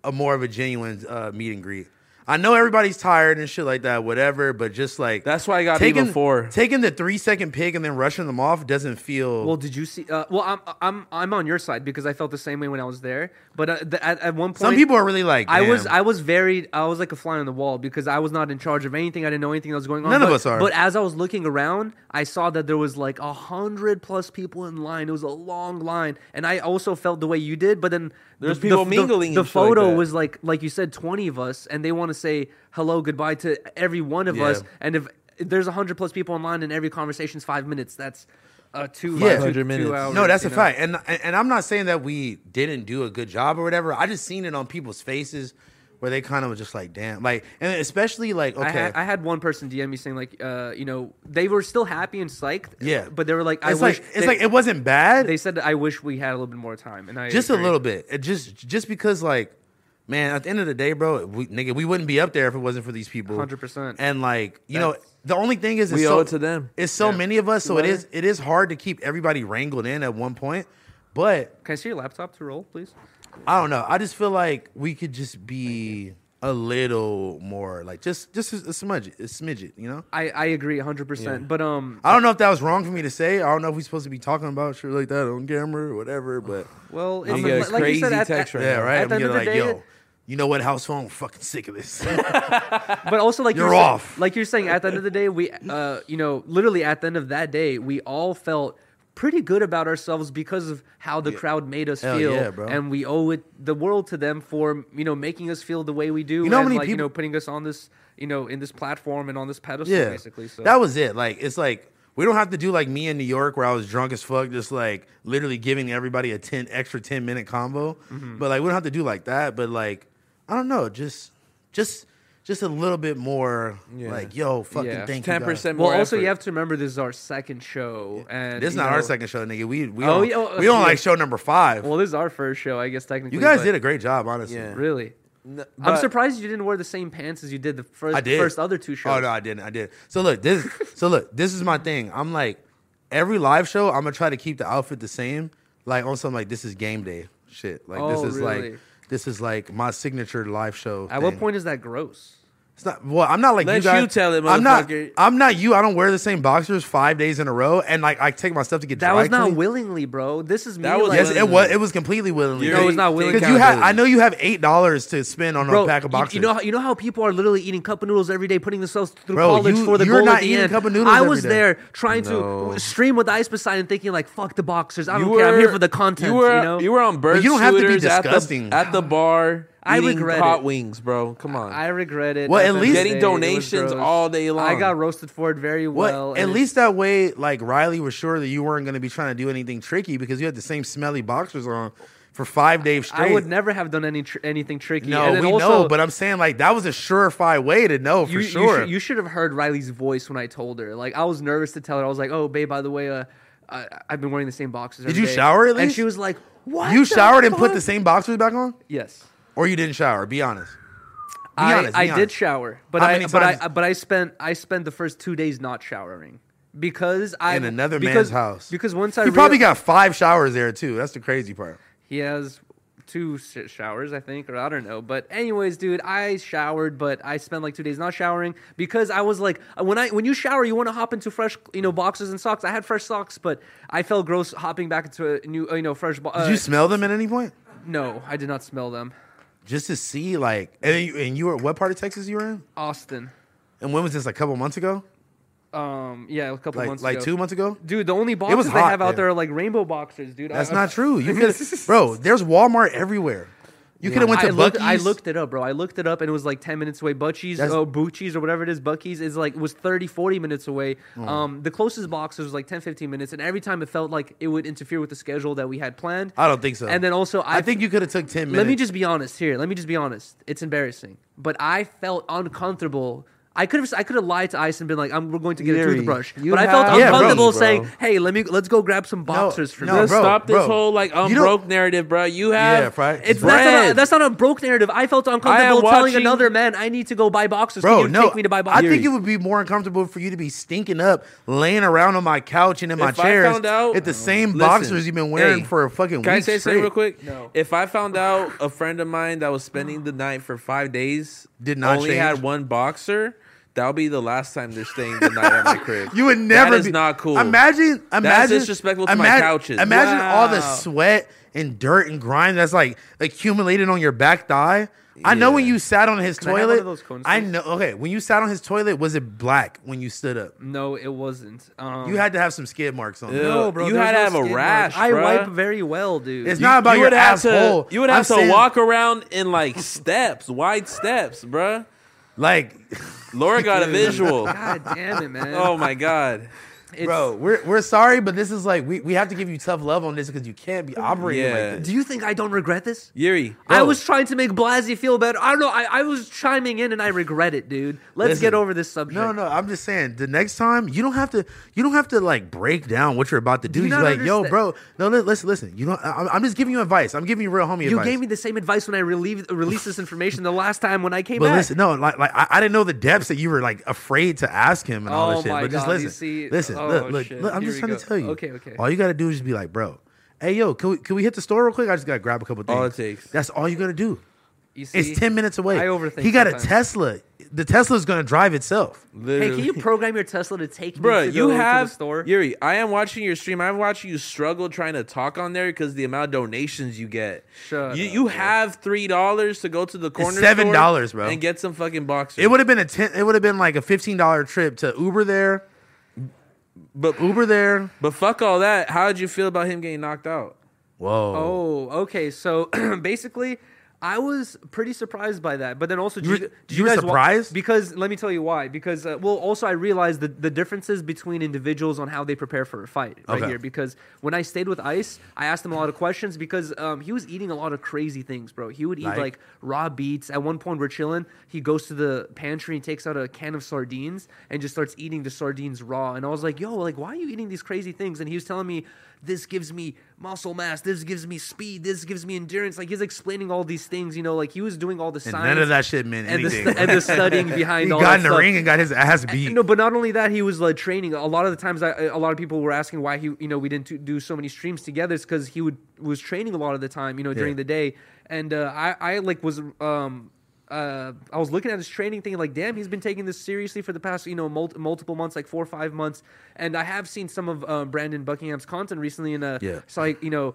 Speaker 1: a more of a genuine uh, meet and greet. I know everybody's tired and shit like that, whatever. But just like
Speaker 2: That's why I gotta be before.
Speaker 1: taking the three second pick and then rushing them off doesn't feel
Speaker 3: Well, did you see? Uh, well, I'm I'm I'm on your side because I felt the same way when I was there. But uh, the, at, at one point,
Speaker 1: Some people are really like.
Speaker 3: I was
Speaker 1: "Damn."
Speaker 3: I was very I was like a fly on the wall because I was not in charge of anything. I didn't know anything that was going on.
Speaker 1: None of
Speaker 3: but-
Speaker 1: us are.
Speaker 3: But as I was looking around, I saw that there was like a hundred plus people in line. It was a long line, and I also felt the way you did. But then
Speaker 2: There's
Speaker 3: the,
Speaker 2: people
Speaker 3: the,
Speaker 2: mingling
Speaker 3: The,
Speaker 2: and shit like
Speaker 3: photo
Speaker 2: that.
Speaker 3: was like like you said, twenty of us, and they want to say hello, goodbye to every one of
Speaker 1: Yeah.
Speaker 3: us. And if there's a hundred plus people in line, and every conversation's five minutes, that's uh, two
Speaker 1: Yeah.
Speaker 3: two-
Speaker 1: 500
Speaker 3: two
Speaker 2: minutes.
Speaker 3: hours,
Speaker 1: No, that's
Speaker 3: you
Speaker 1: a
Speaker 3: know?
Speaker 1: fact. And, and and I'm not saying that we didn't do a good job or whatever. I just seen it on people's faces where they kind of was just like, damn, like, and especially like, okay,
Speaker 3: I had, I had one person DM me saying like, uh, you know, they were still happy and psyched.
Speaker 1: yeah,
Speaker 3: but they were like, I
Speaker 1: it's
Speaker 3: wish
Speaker 1: like,
Speaker 3: they-
Speaker 1: it's like it wasn't bad,
Speaker 3: They said, I wish we had a little bit more time, and I
Speaker 1: just a
Speaker 3: agree.
Speaker 1: little bit. It just just because like, man, at the end of the day, bro, we, nigga, we wouldn't be up there if it wasn't for these people,
Speaker 3: 100%.
Speaker 1: And like, you know,
Speaker 3: That's-
Speaker 1: the only thing is, it's
Speaker 2: We
Speaker 1: so,
Speaker 2: owe it to them.
Speaker 1: It's so many of us, so it is it is hard to keep everybody wrangled in at one point, but.
Speaker 3: Can I see your laptop to roll, please?
Speaker 1: I don't know. I just feel like we could just be a little more like just just a, a smudge, a smidget, you know.
Speaker 3: I, I agree 100%. But um,
Speaker 1: I don't know if that was wrong for me to say. I don't know if we're supposed to be talking about shit like that on camera or whatever,
Speaker 3: [sighs]
Speaker 1: but
Speaker 3: well, it's
Speaker 2: I'm
Speaker 3: li-
Speaker 2: getting
Speaker 3: like, you
Speaker 2: crazy
Speaker 3: said, at,
Speaker 2: text
Speaker 3: at-
Speaker 2: right
Speaker 1: yeah,
Speaker 2: now.
Speaker 1: right.
Speaker 3: At the
Speaker 1: I'm
Speaker 3: end of
Speaker 1: gonna
Speaker 3: the
Speaker 1: like,
Speaker 3: day,
Speaker 1: yo, you know what, house phone, I'm fucking sick of this.
Speaker 3: [laughs] but also like
Speaker 1: You're
Speaker 3: sa-
Speaker 1: off.
Speaker 3: Like you're saying, at the end of the day, we, uh, you know, literally at the end of that day, we all felt pretty good about ourselves because of how the crowd made us
Speaker 1: Hell
Speaker 3: feel,
Speaker 1: yeah, bro.
Speaker 3: and we owe it the world to them for you know making us feel the way we do,
Speaker 1: You know how
Speaker 3: and
Speaker 1: many
Speaker 3: like you know
Speaker 1: people-
Speaker 3: putting us on this you know in this platform and on this pedestal
Speaker 1: yeah,
Speaker 3: basically. So
Speaker 1: that was it. Like it's like we don't have to do like me in New York where I was drunk as fuck, just like literally giving everybody a ten extra ten minute combo.
Speaker 3: Mm-hmm.
Speaker 1: But like we don't have to do like that. But like I don't know, just just just a little bit more
Speaker 2: Yeah.
Speaker 1: like yo, fucking
Speaker 3: Yeah.
Speaker 1: thank you.
Speaker 2: Ten
Speaker 1: guys.
Speaker 2: percent more.
Speaker 3: Well, also
Speaker 2: effort.
Speaker 3: you have to remember this is our second show, and
Speaker 1: This is
Speaker 3: you
Speaker 1: not our
Speaker 3: know-
Speaker 1: second show, nigga. We we
Speaker 3: Oh,
Speaker 1: don't,
Speaker 3: yeah, oh,
Speaker 1: we don't
Speaker 3: yeah.
Speaker 1: like show number five.
Speaker 3: Well, this is our first show, I guess technically.
Speaker 1: you guys
Speaker 3: but
Speaker 1: did a great job, honestly.
Speaker 2: Yeah.
Speaker 3: really.
Speaker 2: N-
Speaker 3: I'm
Speaker 2: but-
Speaker 3: surprised you didn't wear the same pants as you did the first
Speaker 1: I did.
Speaker 3: first other two shows.
Speaker 1: Oh no, I didn't. I did. So look, this. so look, this is my thing. I'm like, every live show, I'm gonna try to keep the outfit the same. Like on some like this is game day shit. Like
Speaker 3: Oh,
Speaker 1: this is
Speaker 3: really?
Speaker 1: like this is like my signature live show.
Speaker 3: At what
Speaker 1: thing.
Speaker 3: point is that gross?
Speaker 1: It's not. Well, I'm not like
Speaker 2: Let
Speaker 1: you guys.
Speaker 2: you tell it,
Speaker 1: I'm not.
Speaker 2: motherfucker.
Speaker 1: I'm not you. I don't wear the same boxers five days in a row, and like I take my stuff to get
Speaker 3: That
Speaker 1: dry
Speaker 3: was not
Speaker 1: cleaned.
Speaker 3: willingly, bro. This is me.
Speaker 2: That was
Speaker 3: like,
Speaker 1: Yes, it was.
Speaker 2: willingly.
Speaker 1: It was completely willingly.
Speaker 3: No, it was not willing
Speaker 1: Because you had.
Speaker 2: accountability.
Speaker 1: I know you have eight dollars to spend on
Speaker 3: bro.
Speaker 1: a pack
Speaker 3: you-
Speaker 1: of boxes.
Speaker 3: You, know, how- you know how people are literally eating cup of noodles every day, putting themselves through
Speaker 1: Bro,
Speaker 3: college
Speaker 1: you-
Speaker 3: for the
Speaker 1: you're
Speaker 3: goal
Speaker 1: not
Speaker 3: at the
Speaker 1: eating
Speaker 3: end.
Speaker 1: cup of noodles
Speaker 3: I
Speaker 1: every
Speaker 3: was
Speaker 1: day.
Speaker 3: there trying
Speaker 2: No.
Speaker 3: to stream with Ice Beside and thinking like, "Fuck the boxers. I
Speaker 2: You
Speaker 3: don't care. I'm here
Speaker 2: were-
Speaker 3: for the content."
Speaker 2: You were
Speaker 3: know,
Speaker 2: you were on bird
Speaker 1: But you don't have to be
Speaker 2: scooters at the-
Speaker 1: disgusting.
Speaker 2: at
Speaker 1: [sighs]
Speaker 2: the, bar.
Speaker 3: I
Speaker 2: eating
Speaker 3: regret
Speaker 2: hot
Speaker 3: it.
Speaker 2: wings, bro. Come on.
Speaker 3: I regret it.
Speaker 1: Well,
Speaker 3: At
Speaker 1: at
Speaker 3: the end of
Speaker 1: least-
Speaker 3: the
Speaker 1: Getting
Speaker 3: day, it was
Speaker 2: donations
Speaker 3: gross.
Speaker 2: all day
Speaker 3: I
Speaker 2: long.
Speaker 3: got roasted for it very well.
Speaker 1: Well,
Speaker 3: and
Speaker 1: at
Speaker 3: it's-
Speaker 1: least that way, like Riley was sure that you weren't going to be trying to do anything tricky because you had the same smelly boxers on for five days straight.
Speaker 3: I would never have done any tr- anything tricky.
Speaker 1: No,
Speaker 3: and then
Speaker 1: we
Speaker 3: also,
Speaker 1: know, but I'm saying like that was a surefire way to know for
Speaker 3: you, you
Speaker 1: sure.
Speaker 3: should, you should have heard Riley's voice when I told her. Like I was nervous to tell her. I was like, "Oh, babe, by the way, uh, I, I've been wearing the same boxes." every
Speaker 1: you
Speaker 3: day."
Speaker 1: shower at
Speaker 3: And
Speaker 1: least?
Speaker 3: she was like, "What?
Speaker 1: You
Speaker 3: the
Speaker 1: showered and put
Speaker 3: fuck?"
Speaker 1: the same boxers back on,
Speaker 3: Yes,
Speaker 1: or you didn't shower. Be honest. Be
Speaker 3: I,
Speaker 1: honest. be
Speaker 3: I did
Speaker 1: honest.
Speaker 3: shower, but
Speaker 1: How
Speaker 3: I
Speaker 1: many
Speaker 3: but I
Speaker 1: times-
Speaker 3: but I spent I spent the first two days not showering because I
Speaker 1: in another
Speaker 3: because-
Speaker 1: man's house
Speaker 3: because once
Speaker 1: you
Speaker 3: I
Speaker 1: probably
Speaker 3: real-
Speaker 1: got five showers there too. That's the crazy part.
Speaker 3: he has two sh- showers, I think, or I don't know. But anyways, dude, I showered, but I spent like two days not showering because I was like, when I when you shower, you want to hop into fresh, you know, boxes and socks. I had fresh socks, but I felt gross hopping back into a new, uh, you know, fresh. Bo-
Speaker 1: Did
Speaker 3: uh,
Speaker 1: you smell them at any point?
Speaker 3: no, I did not smell them.
Speaker 1: Just to see, like, and you, and you were what part of Texas you were in?
Speaker 3: Austin,
Speaker 1: And when was this? Like a couple months ago?
Speaker 3: um, yeah, a couple
Speaker 1: Like,
Speaker 3: months
Speaker 1: like
Speaker 3: ago.
Speaker 1: two months ago?
Speaker 3: Dude, the only boxes they
Speaker 1: hot
Speaker 3: have out
Speaker 1: there.
Speaker 3: there are like rainbow boxers, dude. I-
Speaker 1: That's
Speaker 3: I-
Speaker 1: not true.
Speaker 3: [laughs]
Speaker 1: You could, bro. There's Walmart everywhere. You could have went to
Speaker 3: I looked,
Speaker 1: Bucky's.
Speaker 3: I looked it up, bro. I looked it up and it was like 10 minutes away. Butchies,
Speaker 1: That's-
Speaker 3: oh, Bucci's or whatever it is, Bucky's is like, was 30, 40 minutes away.
Speaker 1: Mm.
Speaker 3: Um, the closest box was like 10, 15 minutes. And every time it felt like it would interfere with the schedule that we had planned.
Speaker 1: I don't think so.
Speaker 3: And then also, I,
Speaker 1: I think you could have took ten minutes.
Speaker 3: Let me just be honest here. Let me just be honest. It's embarrassing, but I felt uncomfortable. I could have I could have lied to Ice and been like, "I'm we're going to get
Speaker 6: Yuri,
Speaker 3: a toothbrush,"
Speaker 6: you
Speaker 3: but I felt
Speaker 6: have
Speaker 1: Yeah, bro.
Speaker 3: uncomfortable
Speaker 6: bro.
Speaker 3: saying, "Hey, let me let's go grab some boxers for
Speaker 1: no,
Speaker 3: me."
Speaker 2: Let's
Speaker 1: bro,
Speaker 2: stop this
Speaker 1: bro.
Speaker 2: whole like
Speaker 1: You
Speaker 2: I'm
Speaker 1: don't-
Speaker 2: broke narrative, bro. You have
Speaker 1: Yeah, fri-
Speaker 3: It's
Speaker 1: bread.
Speaker 3: that's not, a, that's not a broke narrative. I felt uncomfortable telling
Speaker 2: watching-
Speaker 3: another man I need to go buy boxes. Can
Speaker 1: bro.
Speaker 3: you
Speaker 1: No,
Speaker 3: take me to buy
Speaker 1: I
Speaker 3: boxes.
Speaker 1: think it would be more uncomfortable for you to be stinking up, laying around on my couch and in my
Speaker 2: If I
Speaker 1: chairs
Speaker 2: found out-
Speaker 1: at the same
Speaker 2: Listen,
Speaker 1: boxers you've been wearing
Speaker 2: hey,
Speaker 1: for a fucking
Speaker 2: Can I
Speaker 1: week
Speaker 2: say something real
Speaker 1: straight.
Speaker 2: quick? No. If I found out a friend of mine that was spending the night for five days
Speaker 1: Did not
Speaker 2: only
Speaker 1: change?
Speaker 2: had one boxer, that'll be the last time they're staying the night at my crib.
Speaker 1: [laughs] You would never.
Speaker 2: That is
Speaker 1: be,
Speaker 2: not cool.
Speaker 1: Imagine, imagine
Speaker 2: disrespectful to my
Speaker 1: imagine-
Speaker 2: couches.
Speaker 1: Imagine all the
Speaker 3: Wow.
Speaker 1: sweat and dirt and grime that's like accumulated on your back thigh. I know when
Speaker 2: Yeah.
Speaker 1: you sat on his
Speaker 3: I have
Speaker 1: toilet.
Speaker 3: one of those cones,
Speaker 1: I
Speaker 3: please?
Speaker 1: know. Okay, when you sat on his toilet, was it black when you stood up?
Speaker 3: no, it wasn't. Um,
Speaker 1: You had to have some skid marks on. it.
Speaker 2: Ew.
Speaker 3: no, bro.
Speaker 2: you
Speaker 3: there
Speaker 2: had to
Speaker 3: was no
Speaker 2: have a
Speaker 3: skin mark.
Speaker 2: rash,
Speaker 3: I
Speaker 2: bruh.
Speaker 3: wipe very well, dude.
Speaker 1: It's not about
Speaker 2: you
Speaker 1: your
Speaker 2: would have
Speaker 1: asshole.
Speaker 2: to you would
Speaker 1: I'm
Speaker 2: have to
Speaker 1: saying,
Speaker 2: walk around in like steps, wide steps, bruh.
Speaker 1: like, [laughs]
Speaker 2: Laura got a visual.
Speaker 3: God damn it, man.
Speaker 2: Oh my god.
Speaker 3: It's-
Speaker 1: bro. We're we're sorry, but this is like we, we have to give you tough love on this because you can't be operating
Speaker 2: Yeah.
Speaker 1: like this.
Speaker 3: Do you think I don't regret this?
Speaker 2: Yuri.
Speaker 3: I
Speaker 2: bro,
Speaker 3: was trying to make Blasey feel better. I don't know. I, I was chiming in and I regret it, dude. Let's
Speaker 1: Listen.
Speaker 3: get over this subject.
Speaker 1: No, no, I'm just saying. The next time, you don't have to. You don't have to like break down what you're about to do.
Speaker 3: you
Speaker 1: You're
Speaker 3: not
Speaker 1: like, yo,
Speaker 3: understand-
Speaker 1: bro. No, li- listen, listen. You don't. I- I'm just giving you advice. I'm giving you real homie
Speaker 3: You
Speaker 1: advice.
Speaker 3: gave me the same advice when I relieved, released this information the last time when I came
Speaker 1: But
Speaker 3: back.
Speaker 1: listen, no, like, like I, I didn't know the depths that you were like afraid to ask him and all
Speaker 3: Oh
Speaker 1: this shit.
Speaker 3: my
Speaker 1: But just
Speaker 3: God, you
Speaker 1: listen,
Speaker 3: see-
Speaker 1: listen,
Speaker 3: oh,
Speaker 1: look, look,
Speaker 3: shit.
Speaker 1: look. I'm
Speaker 3: Here
Speaker 1: just
Speaker 3: we
Speaker 1: trying to
Speaker 3: go.
Speaker 1: tell you.
Speaker 3: Okay, okay.
Speaker 1: All you gotta do is just be like, bro. Hey, yo, can we, can we hit the store real quick? I just gotta grab a couple things.
Speaker 2: All it takes.
Speaker 1: That's all you gotta do.
Speaker 3: You see?
Speaker 1: It's ten minutes away.
Speaker 3: I overthink
Speaker 1: He got
Speaker 3: sometimes.
Speaker 1: a Tesla. The Tesla's gonna drive itself.
Speaker 3: Hey,
Speaker 2: literally.
Speaker 3: can you program your Tesla to take
Speaker 2: Bro,
Speaker 3: me to,
Speaker 2: you
Speaker 3: the,
Speaker 2: have
Speaker 3: to the store?
Speaker 2: Yuri. I am watching your stream. I'm watching you struggle trying to talk on there because the amount of donations you get.
Speaker 3: Shut
Speaker 2: you
Speaker 3: up,
Speaker 2: you have three dollars to go to the corner. store
Speaker 1: $7, bro.
Speaker 2: and get some fucking boxers.
Speaker 1: It would have been a ten. It would have been like a fifteen dollar trip to Uber there,
Speaker 2: but
Speaker 1: Uber there.
Speaker 2: but fuck all that. How did you feel about him getting knocked out?
Speaker 1: Whoa.
Speaker 3: Oh, okay. So [clears throat] basically, I was pretty surprised by that. But then also, did
Speaker 1: You
Speaker 3: you,
Speaker 1: were-
Speaker 3: did
Speaker 1: you were
Speaker 3: guys wa-
Speaker 1: surprised?
Speaker 3: because let me tell you why. Because uh, well, also I realized the the differences between individuals on how they prepare for a fight right
Speaker 1: Okay.
Speaker 3: here. Because when I stayed with Ice, I asked him a lot of questions because um, he was eating a lot of crazy things, bro. He would eat
Speaker 1: Like?
Speaker 3: like raw beets. At one point, we're chilling. He goes to the pantry and takes out a can of sardines and just starts eating the sardines raw. And I was like, yo, like, why are you eating these crazy things? And he was telling me, this gives me muscle mass. This gives me speed. This gives me endurance. Like, he's explaining all these things, you know, like he was doing all the
Speaker 1: And
Speaker 3: science.
Speaker 1: none of that shit meant
Speaker 3: and the,
Speaker 1: anything.
Speaker 3: and the
Speaker 1: [laughs]
Speaker 3: studying
Speaker 1: he
Speaker 3: behind all
Speaker 1: got
Speaker 3: that
Speaker 1: in the
Speaker 3: stuff.
Speaker 1: ring and got his ass beat.
Speaker 3: No, but not only that, he was like training. A lot of the times, I, a lot of people were asking why he, you know, we didn't do- do so many streams together. It's because he would was training a lot of the time, you know, during
Speaker 1: Yeah.
Speaker 3: the day. And uh, I, I like was, um, uh, I was looking at his training thing, like, damn, he's been taking this seriously for the past, you know, mul- multiple months, like four or five months. And I have seen some of uh, Brandon Buckingham's content recently, and uh,
Speaker 1: Yeah.
Speaker 3: so I, you know.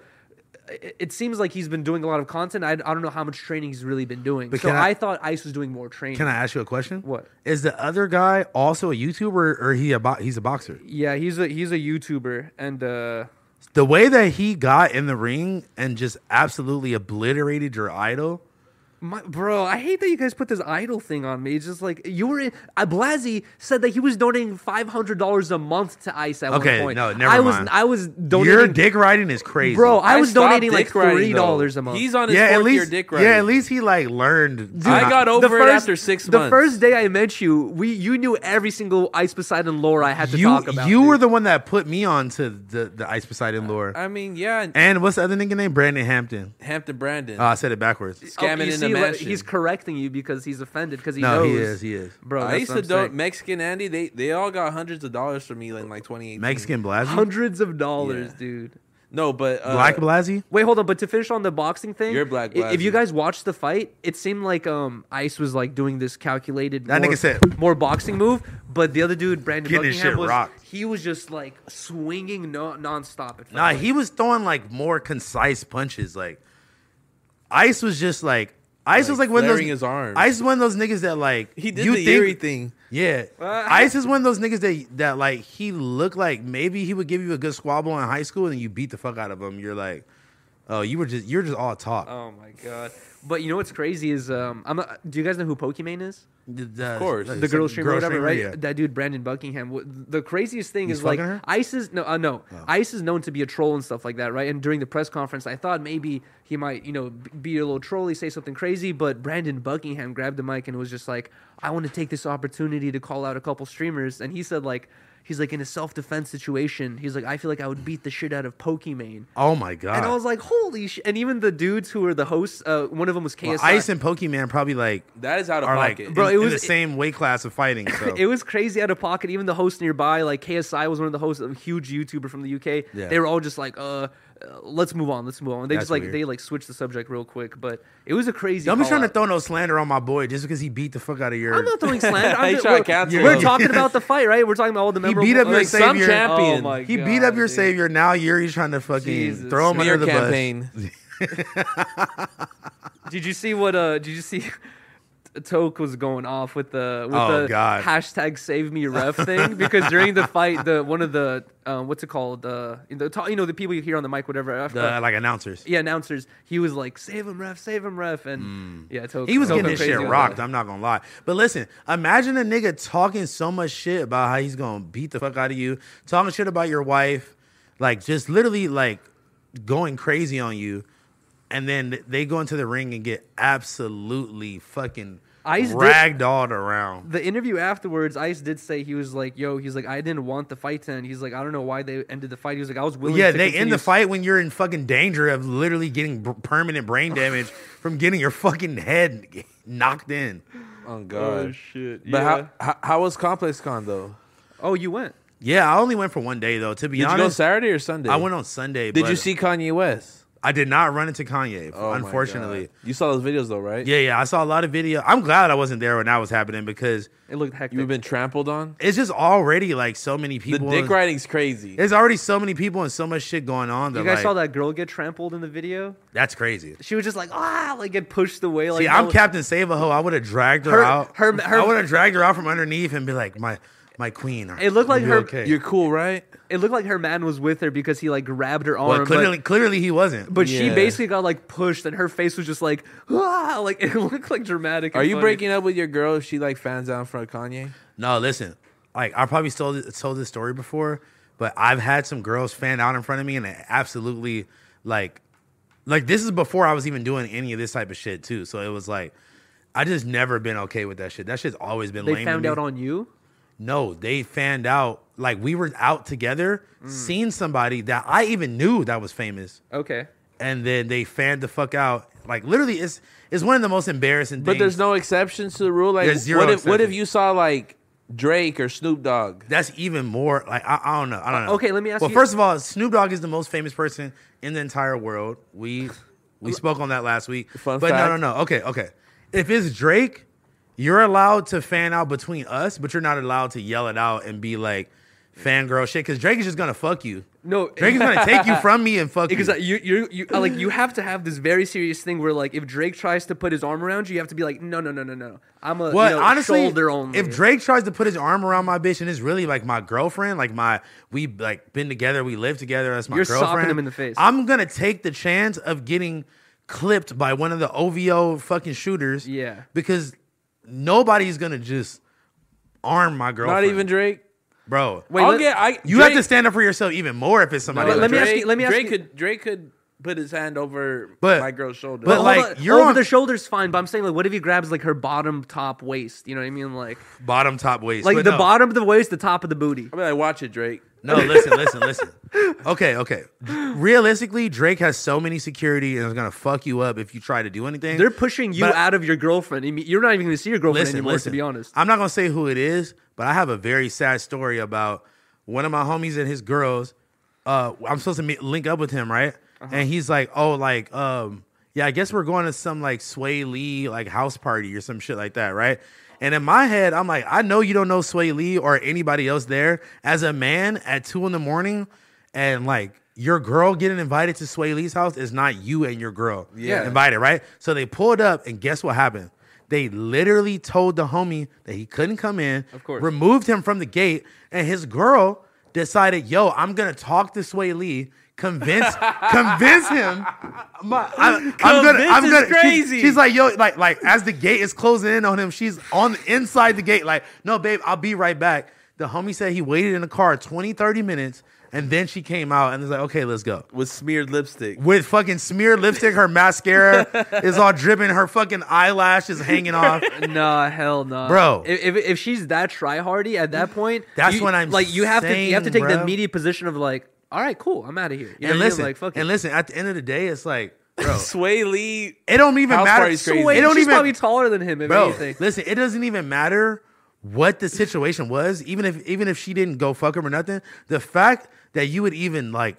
Speaker 3: It it seems like he's been doing a lot of content. I, I don't know how much training he's really been doing.
Speaker 1: But
Speaker 3: so
Speaker 1: can I-
Speaker 3: I, thought Ice was doing more training.
Speaker 1: Can I ask you a question?
Speaker 3: What?
Speaker 1: is the other guy also a YouTuber or he a bo- he's a boxer?
Speaker 3: Yeah, he's a he's a YouTuber, and uh,
Speaker 1: The way that he got in the ring and just absolutely obliterated your idol.
Speaker 3: My, bro, I hate that you guys put this idol thing on me. It's just like you were. In, uh, Blasi said that he was donating five hundred dollars a month to ICE at
Speaker 1: Okay,
Speaker 3: one point.
Speaker 1: no, never
Speaker 3: I
Speaker 1: mind.
Speaker 3: was I was donating.
Speaker 1: Your dick riding is crazy,
Speaker 3: bro. I, was
Speaker 2: stopped
Speaker 3: donating like
Speaker 2: dick riding,
Speaker 3: three dollars
Speaker 2: though.
Speaker 3: a month.
Speaker 2: He's on his
Speaker 1: yeah,
Speaker 2: fourth
Speaker 1: at least
Speaker 2: year dick
Speaker 1: yeah,
Speaker 2: riding.
Speaker 1: at least he like learned.
Speaker 2: I
Speaker 1: not-
Speaker 2: got over it after six
Speaker 3: the
Speaker 2: months.
Speaker 3: first day I met you, we you knew every single Ice Poseidon lore I had to
Speaker 1: you.
Speaker 3: talk about.
Speaker 1: you
Speaker 3: dude.
Speaker 1: were the one that put me on to the the Ice Poseidon lore.
Speaker 2: I mean, yeah,
Speaker 1: and what's the other nigga name? Brandon Hampton.
Speaker 2: Hampton Brandon.
Speaker 1: Oh, I said it backwards.
Speaker 3: Oh, you
Speaker 2: scamming in the
Speaker 3: see, like,
Speaker 2: mansion.
Speaker 3: He's correcting you because he's offended because he
Speaker 1: No,
Speaker 3: knows.
Speaker 1: he is. He is.
Speaker 3: Bro,
Speaker 2: I
Speaker 3: that's
Speaker 2: used
Speaker 3: what
Speaker 2: to
Speaker 3: I'm
Speaker 2: do
Speaker 3: saying.
Speaker 2: Mexican Andy. They they all got hundreds of dollars from me in like 2018.
Speaker 1: Mexican Blasi.
Speaker 3: hundreds of dollars, dude.
Speaker 2: No, but uh,
Speaker 1: Black Blasi?
Speaker 3: Wait, hold on. But to finish on the boxing thing,
Speaker 2: You're Black
Speaker 3: i- If you
Speaker 2: Blasi.
Speaker 3: guys watched the fight, it seemed like um Ice was like doing this calculated
Speaker 1: That
Speaker 3: more,
Speaker 1: nigga said-
Speaker 3: more boxing move, but the other dude Brandon
Speaker 1: Getting his
Speaker 3: Buckingham
Speaker 1: shit
Speaker 3: was
Speaker 1: rocked.
Speaker 3: he was just like swinging no nonstop. At
Speaker 1: Nah,
Speaker 3: first.
Speaker 1: he was throwing like more concise punches. Like Ice was just like Ice was
Speaker 2: Like,
Speaker 1: like one of those
Speaker 2: flaring his arms.
Speaker 1: Ice is one of those niggas that like
Speaker 2: he did
Speaker 1: you
Speaker 2: the
Speaker 1: think-
Speaker 2: eerie thing. Uh-huh.
Speaker 1: Yeah, Ice is one of those niggas that that like he looked like maybe he would give you a good squabble in high school and you beat the fuck out of him. You're like, oh, you were just you're just all talk.
Speaker 2: Uh,
Speaker 3: Oh my god! But you know what's crazy is um I'm not, do you guys know who Pokimane is?
Speaker 1: of
Speaker 2: course.
Speaker 3: the girl streamer, or whatever, right?
Speaker 1: Yeah.
Speaker 3: That dude Brandon Buckingham. wh- The craziest thing
Speaker 1: He's
Speaker 3: is like
Speaker 1: fucking her? Oh.
Speaker 3: ICE is no, uh, no. ICE is known to be a troll and stuff like that, right? And during the press conference, I thought maybe he might, you know, b- be a little trolly, say something crazy, but Brandon Buckingham grabbed the mic and was just like, "I want to take this opportunity to call out a couple streamers," and he said like. He's like in a self-defense situation. He's like, I feel like I would beat the shit out of Pokimane.
Speaker 1: Oh my god!
Speaker 3: And I was like, holy shit! And even the dudes who were the hosts, uh, one of them was KSI.
Speaker 1: Well, Ice and Pokemon probably like
Speaker 2: That is out of
Speaker 1: are like
Speaker 2: pocket.
Speaker 3: Bro,
Speaker 1: in,
Speaker 3: it
Speaker 1: in
Speaker 3: was-
Speaker 1: the same weight class of
Speaker 3: [laughs]
Speaker 1: fighting. So
Speaker 3: it was crazy out of pocket. Even the host nearby, like KSI was one of the hosts, a huge YouTuber from the UK.
Speaker 1: Yeah.
Speaker 3: They were all just like, uh, uh, let's move on, let's move on. They
Speaker 1: That's
Speaker 3: just like
Speaker 1: weird.
Speaker 3: they like switched the subject real quick, but it was a crazy.
Speaker 1: don't be
Speaker 3: call
Speaker 1: trying to
Speaker 3: out.
Speaker 1: throw no slander on my boy just because he beat the fuck out of your.
Speaker 3: Oh, I'm
Speaker 1: [laughs]
Speaker 3: not throwing slander. I'm
Speaker 2: He
Speaker 3: just,
Speaker 2: tried to
Speaker 3: we're,
Speaker 2: cancel
Speaker 3: we're
Speaker 2: him.
Speaker 3: talking about the fight, right? We're talking about all the
Speaker 1: He
Speaker 3: memorable.
Speaker 1: beat up your
Speaker 2: Like, some
Speaker 1: savior.
Speaker 2: champion.
Speaker 3: Oh my
Speaker 1: he beat up
Speaker 3: God,
Speaker 1: your
Speaker 3: dude.
Speaker 1: savior. Now you're he's trying to fucking
Speaker 3: Jesus.
Speaker 1: throw him
Speaker 2: smear
Speaker 1: under the
Speaker 2: campaign.
Speaker 3: Did you see what? uh Did you see? [laughs] Toke was going off with the with
Speaker 1: Oh,
Speaker 3: the
Speaker 1: God.
Speaker 3: hashtag save me
Speaker 1: [laughs]
Speaker 3: ref thing because during the fight the one of the um, what's it called the, the ta- you know the people you hear on the mic whatever I
Speaker 1: bus.
Speaker 3: forgot-
Speaker 1: The uh, like announcers.
Speaker 3: yeah, announcers. He was like, "Save him, ref! Save him, ref!" And yeah, Toke,
Speaker 1: Mm. He was
Speaker 3: Toke
Speaker 1: getting
Speaker 3: went
Speaker 1: his
Speaker 3: crazy
Speaker 1: shit
Speaker 3: with
Speaker 1: rocked.
Speaker 3: that.
Speaker 1: I'm not gonna lie. But listen, imagine a nigga talking so much shit about how he's gonna beat the fuck out of you, talking shit about your wife, like just literally like going crazy on you, and then they go into the ring and get absolutely fucking
Speaker 3: Ice did-
Speaker 1: ragdolled around.
Speaker 3: The interview afterwards, Ice did say he was like, "Yo, he's like, I didn't want the fight to end." He's like, "I don't know why they ended the fight." He was like, "I was willing."
Speaker 1: Yeah,
Speaker 3: to
Speaker 1: they
Speaker 3: continue
Speaker 1: end the
Speaker 3: s-
Speaker 1: fight when you're in fucking danger of literally getting b- permanent brain
Speaker 2: [laughs]
Speaker 1: damage from getting your fucking head knocked in.
Speaker 2: Oh god.
Speaker 3: shit!
Speaker 2: But
Speaker 3: yeah.
Speaker 2: how, how how was Complex Con though?
Speaker 3: Oh, you went.
Speaker 1: Yeah, I only went for one day though. To be
Speaker 2: Did you go
Speaker 1: honest,
Speaker 2: Saturday or Sunday?
Speaker 1: I went on Sunday.
Speaker 2: Did you
Speaker 1: but
Speaker 2: see Kanye West?
Speaker 1: I did not run into Kanye,
Speaker 2: Oh, my
Speaker 1: unfortunately.
Speaker 2: God. you saw those videos though, right?
Speaker 1: Yeah, yeah, I saw a lot of video. I'm glad I wasn't there when that was happening because
Speaker 3: It looked hectic.
Speaker 2: You've been trampled on.
Speaker 1: it's just already like so many
Speaker 2: The
Speaker 1: people.
Speaker 2: dick riding's crazy.
Speaker 1: There's already so many people and so much shit going on. That,
Speaker 3: you guys
Speaker 1: like,
Speaker 3: saw that girl get trampled in the video?
Speaker 1: That's crazy.
Speaker 3: She was just like, ah, like get pushed away. Like
Speaker 1: See, I'm
Speaker 3: no-
Speaker 1: Captain Save a Ho. I would have dragged her,
Speaker 3: Her-
Speaker 1: out.
Speaker 3: her- her-
Speaker 1: I would have dragged her out from underneath and be like, my my queen. are-
Speaker 3: It looked like
Speaker 1: you
Speaker 3: her-
Speaker 1: Okay?
Speaker 2: You're cool, right?
Speaker 3: It looked like her man was with her because he like grabbed her arm.
Speaker 1: well,
Speaker 3: but-
Speaker 1: clearly, clearly he wasn't.
Speaker 3: But she
Speaker 2: Yeah.
Speaker 3: basically got like pushed, and her face was just like, ah, like [laughs] it looked like dramatic. and
Speaker 2: Are you
Speaker 3: funny.
Speaker 2: breaking up with your girl if she like fans out in front of Kanye?
Speaker 1: No, listen. Like I probably told told this story before, but I've had some girls fan out in front of me, and it absolutely like like this is before I was even doing any of this type of shit too. So it was like I just never been okay with that shit. That shit's always been
Speaker 3: They
Speaker 1: lame. to
Speaker 3: found
Speaker 1: me.
Speaker 3: out on you.
Speaker 1: no, they fanned out. Like we were out together,
Speaker 3: Mm.
Speaker 1: seen somebody that I even knew that was famous,
Speaker 3: Okay.
Speaker 1: and then they fanned the fuck out. Like literally, it's it's one of the most embarrassing.
Speaker 2: But
Speaker 1: things.
Speaker 2: there's no exceptions to the rule. Like,
Speaker 1: There's zero
Speaker 2: what if what if
Speaker 1: exceptions.
Speaker 2: you saw like Drake or Snoop Dogg?
Speaker 1: That's even more like I, I don't know. I don't know.
Speaker 3: Uh, Okay, let me ask
Speaker 1: Well,
Speaker 3: you-
Speaker 1: first of all, Snoop Dogg is the most famous person in the entire world. We we spoke on that last week.
Speaker 2: Fun
Speaker 1: but no,
Speaker 2: fact.
Speaker 1: no, no. Okay, okay. If it's Drake, you're allowed to fan out between us, but you're not allowed to yell it out and be like fangirl shit because Drake is just gonna fuck you.
Speaker 3: No,
Speaker 1: Drake is gonna take
Speaker 3: [laughs]
Speaker 1: you from me and fuck
Speaker 3: because uh,
Speaker 1: you.
Speaker 3: you you you uh, like you have to have this very serious thing where like if Drake tries to put his arm around you, you have to be like, no, no, no, no, no. I'm a
Speaker 1: Well,
Speaker 3: you know,
Speaker 1: honestly,
Speaker 3: shoulder only.
Speaker 1: if Drake tries to put his arm around my bitch and it's really like my girlfriend, like my we like been together, we live together, that's my
Speaker 3: You're sopping
Speaker 1: girlfriend.
Speaker 3: him in the face.
Speaker 1: I'm gonna take the chance of getting clipped by one of the OVO fucking shooters.
Speaker 3: Yeah.
Speaker 1: because nobody's gonna just arm my girlfriend.
Speaker 2: Not even Drake.
Speaker 1: bro.
Speaker 3: Wait,
Speaker 2: I'll
Speaker 3: let-
Speaker 2: get. I
Speaker 1: you
Speaker 2: Drake,
Speaker 1: have to stand up for yourself even more if it's somebody.
Speaker 3: No,
Speaker 1: like
Speaker 3: let me
Speaker 1: Drake.
Speaker 3: ask you- let me ask
Speaker 2: Drake
Speaker 3: you-
Speaker 2: could Drake could put his hand over
Speaker 1: But-
Speaker 2: my girl's shoulder.
Speaker 1: but
Speaker 3: Hold
Speaker 1: like,
Speaker 3: on,
Speaker 1: you're
Speaker 3: over
Speaker 1: on-
Speaker 3: the shoulders fine, but I'm saying like, what if he grabs like her bottom top waist? You know what I mean? Like
Speaker 1: bottom top waist,
Speaker 3: like
Speaker 1: But
Speaker 3: the
Speaker 1: no.
Speaker 3: bottom of the waist, the top of the booty.
Speaker 2: I mean, like watch it, Drake.
Speaker 1: No, listen, listen, listen. Okay, okay. Realistically, Drake has so many security and is gonna fuck you up if you try to do anything.
Speaker 3: They're pushing you
Speaker 1: But-
Speaker 3: out of your girlfriend. I mean, You're not even going to see your girlfriend
Speaker 1: listen,
Speaker 3: anymore,
Speaker 1: listen.
Speaker 3: to be honest.
Speaker 1: I'm not gonna say who it is, but I have a very sad story about one of my homies and his girls uh, I'm supposed to meet, link up with him, right?
Speaker 3: Uh-huh.
Speaker 1: And he's like, oh, like, um, yeah, I guess we're going to some like Sway Lee like house party or some shit like that, right? And in my head, I'm like, I know you don't know Sway Lee or anybody else there. As a man, at two in the morning, and like your girl getting invited to Sway Lee's house is not you and your girl
Speaker 3: Yeah.
Speaker 1: invited, right? So they pulled up, and guess what happened? They literally told the homie that he couldn't come in. Of
Speaker 3: course.
Speaker 1: removed him from the gate, and his girl decided, "Yo, I'm gonna talk to Sway Lee."
Speaker 2: [laughs]
Speaker 1: Convince, convince him. My- I, am gonna, I'm
Speaker 2: Convince is
Speaker 1: gonna. she's-
Speaker 2: crazy.
Speaker 1: she's like, yo, like, like as the gate is closing in on him, she's on inside the gate. Like, no, babe, I'll be right back. The homie said he waited in the car 20, 30 minutes, and then she came out and was like, okay, let's go
Speaker 2: with smeared lipstick.
Speaker 1: with fucking smeared lipstick. Her
Speaker 3: [laughs]
Speaker 1: mascara is all dripping. Her fucking eyelash is hanging off.
Speaker 3: Nah, hell no,
Speaker 1: Bro.
Speaker 3: If, if, if she's that tryhardy at that point,
Speaker 1: That's
Speaker 3: you-
Speaker 1: what I'm
Speaker 3: like. You have to you have to
Speaker 1: saying,
Speaker 3: take
Speaker 1: bruh.
Speaker 3: the immediate position of like, all right, cool, I'm out of here. You
Speaker 1: and
Speaker 3: know what I mean?
Speaker 1: listen,
Speaker 3: like, fuck it.
Speaker 1: and listen. At the end of the day, it's like, bro,
Speaker 2: [laughs] Sway Lee.
Speaker 1: it don't even
Speaker 2: House
Speaker 1: matter.
Speaker 2: party's crazy.
Speaker 3: Wait,
Speaker 1: It don't
Speaker 3: she's
Speaker 1: even
Speaker 3: probably taller than him. If
Speaker 1: bro.
Speaker 3: anything,
Speaker 1: Listen, it doesn't even matter what the situation was. Even if even if she didn't go fuck him or nothing, the fact that you would even like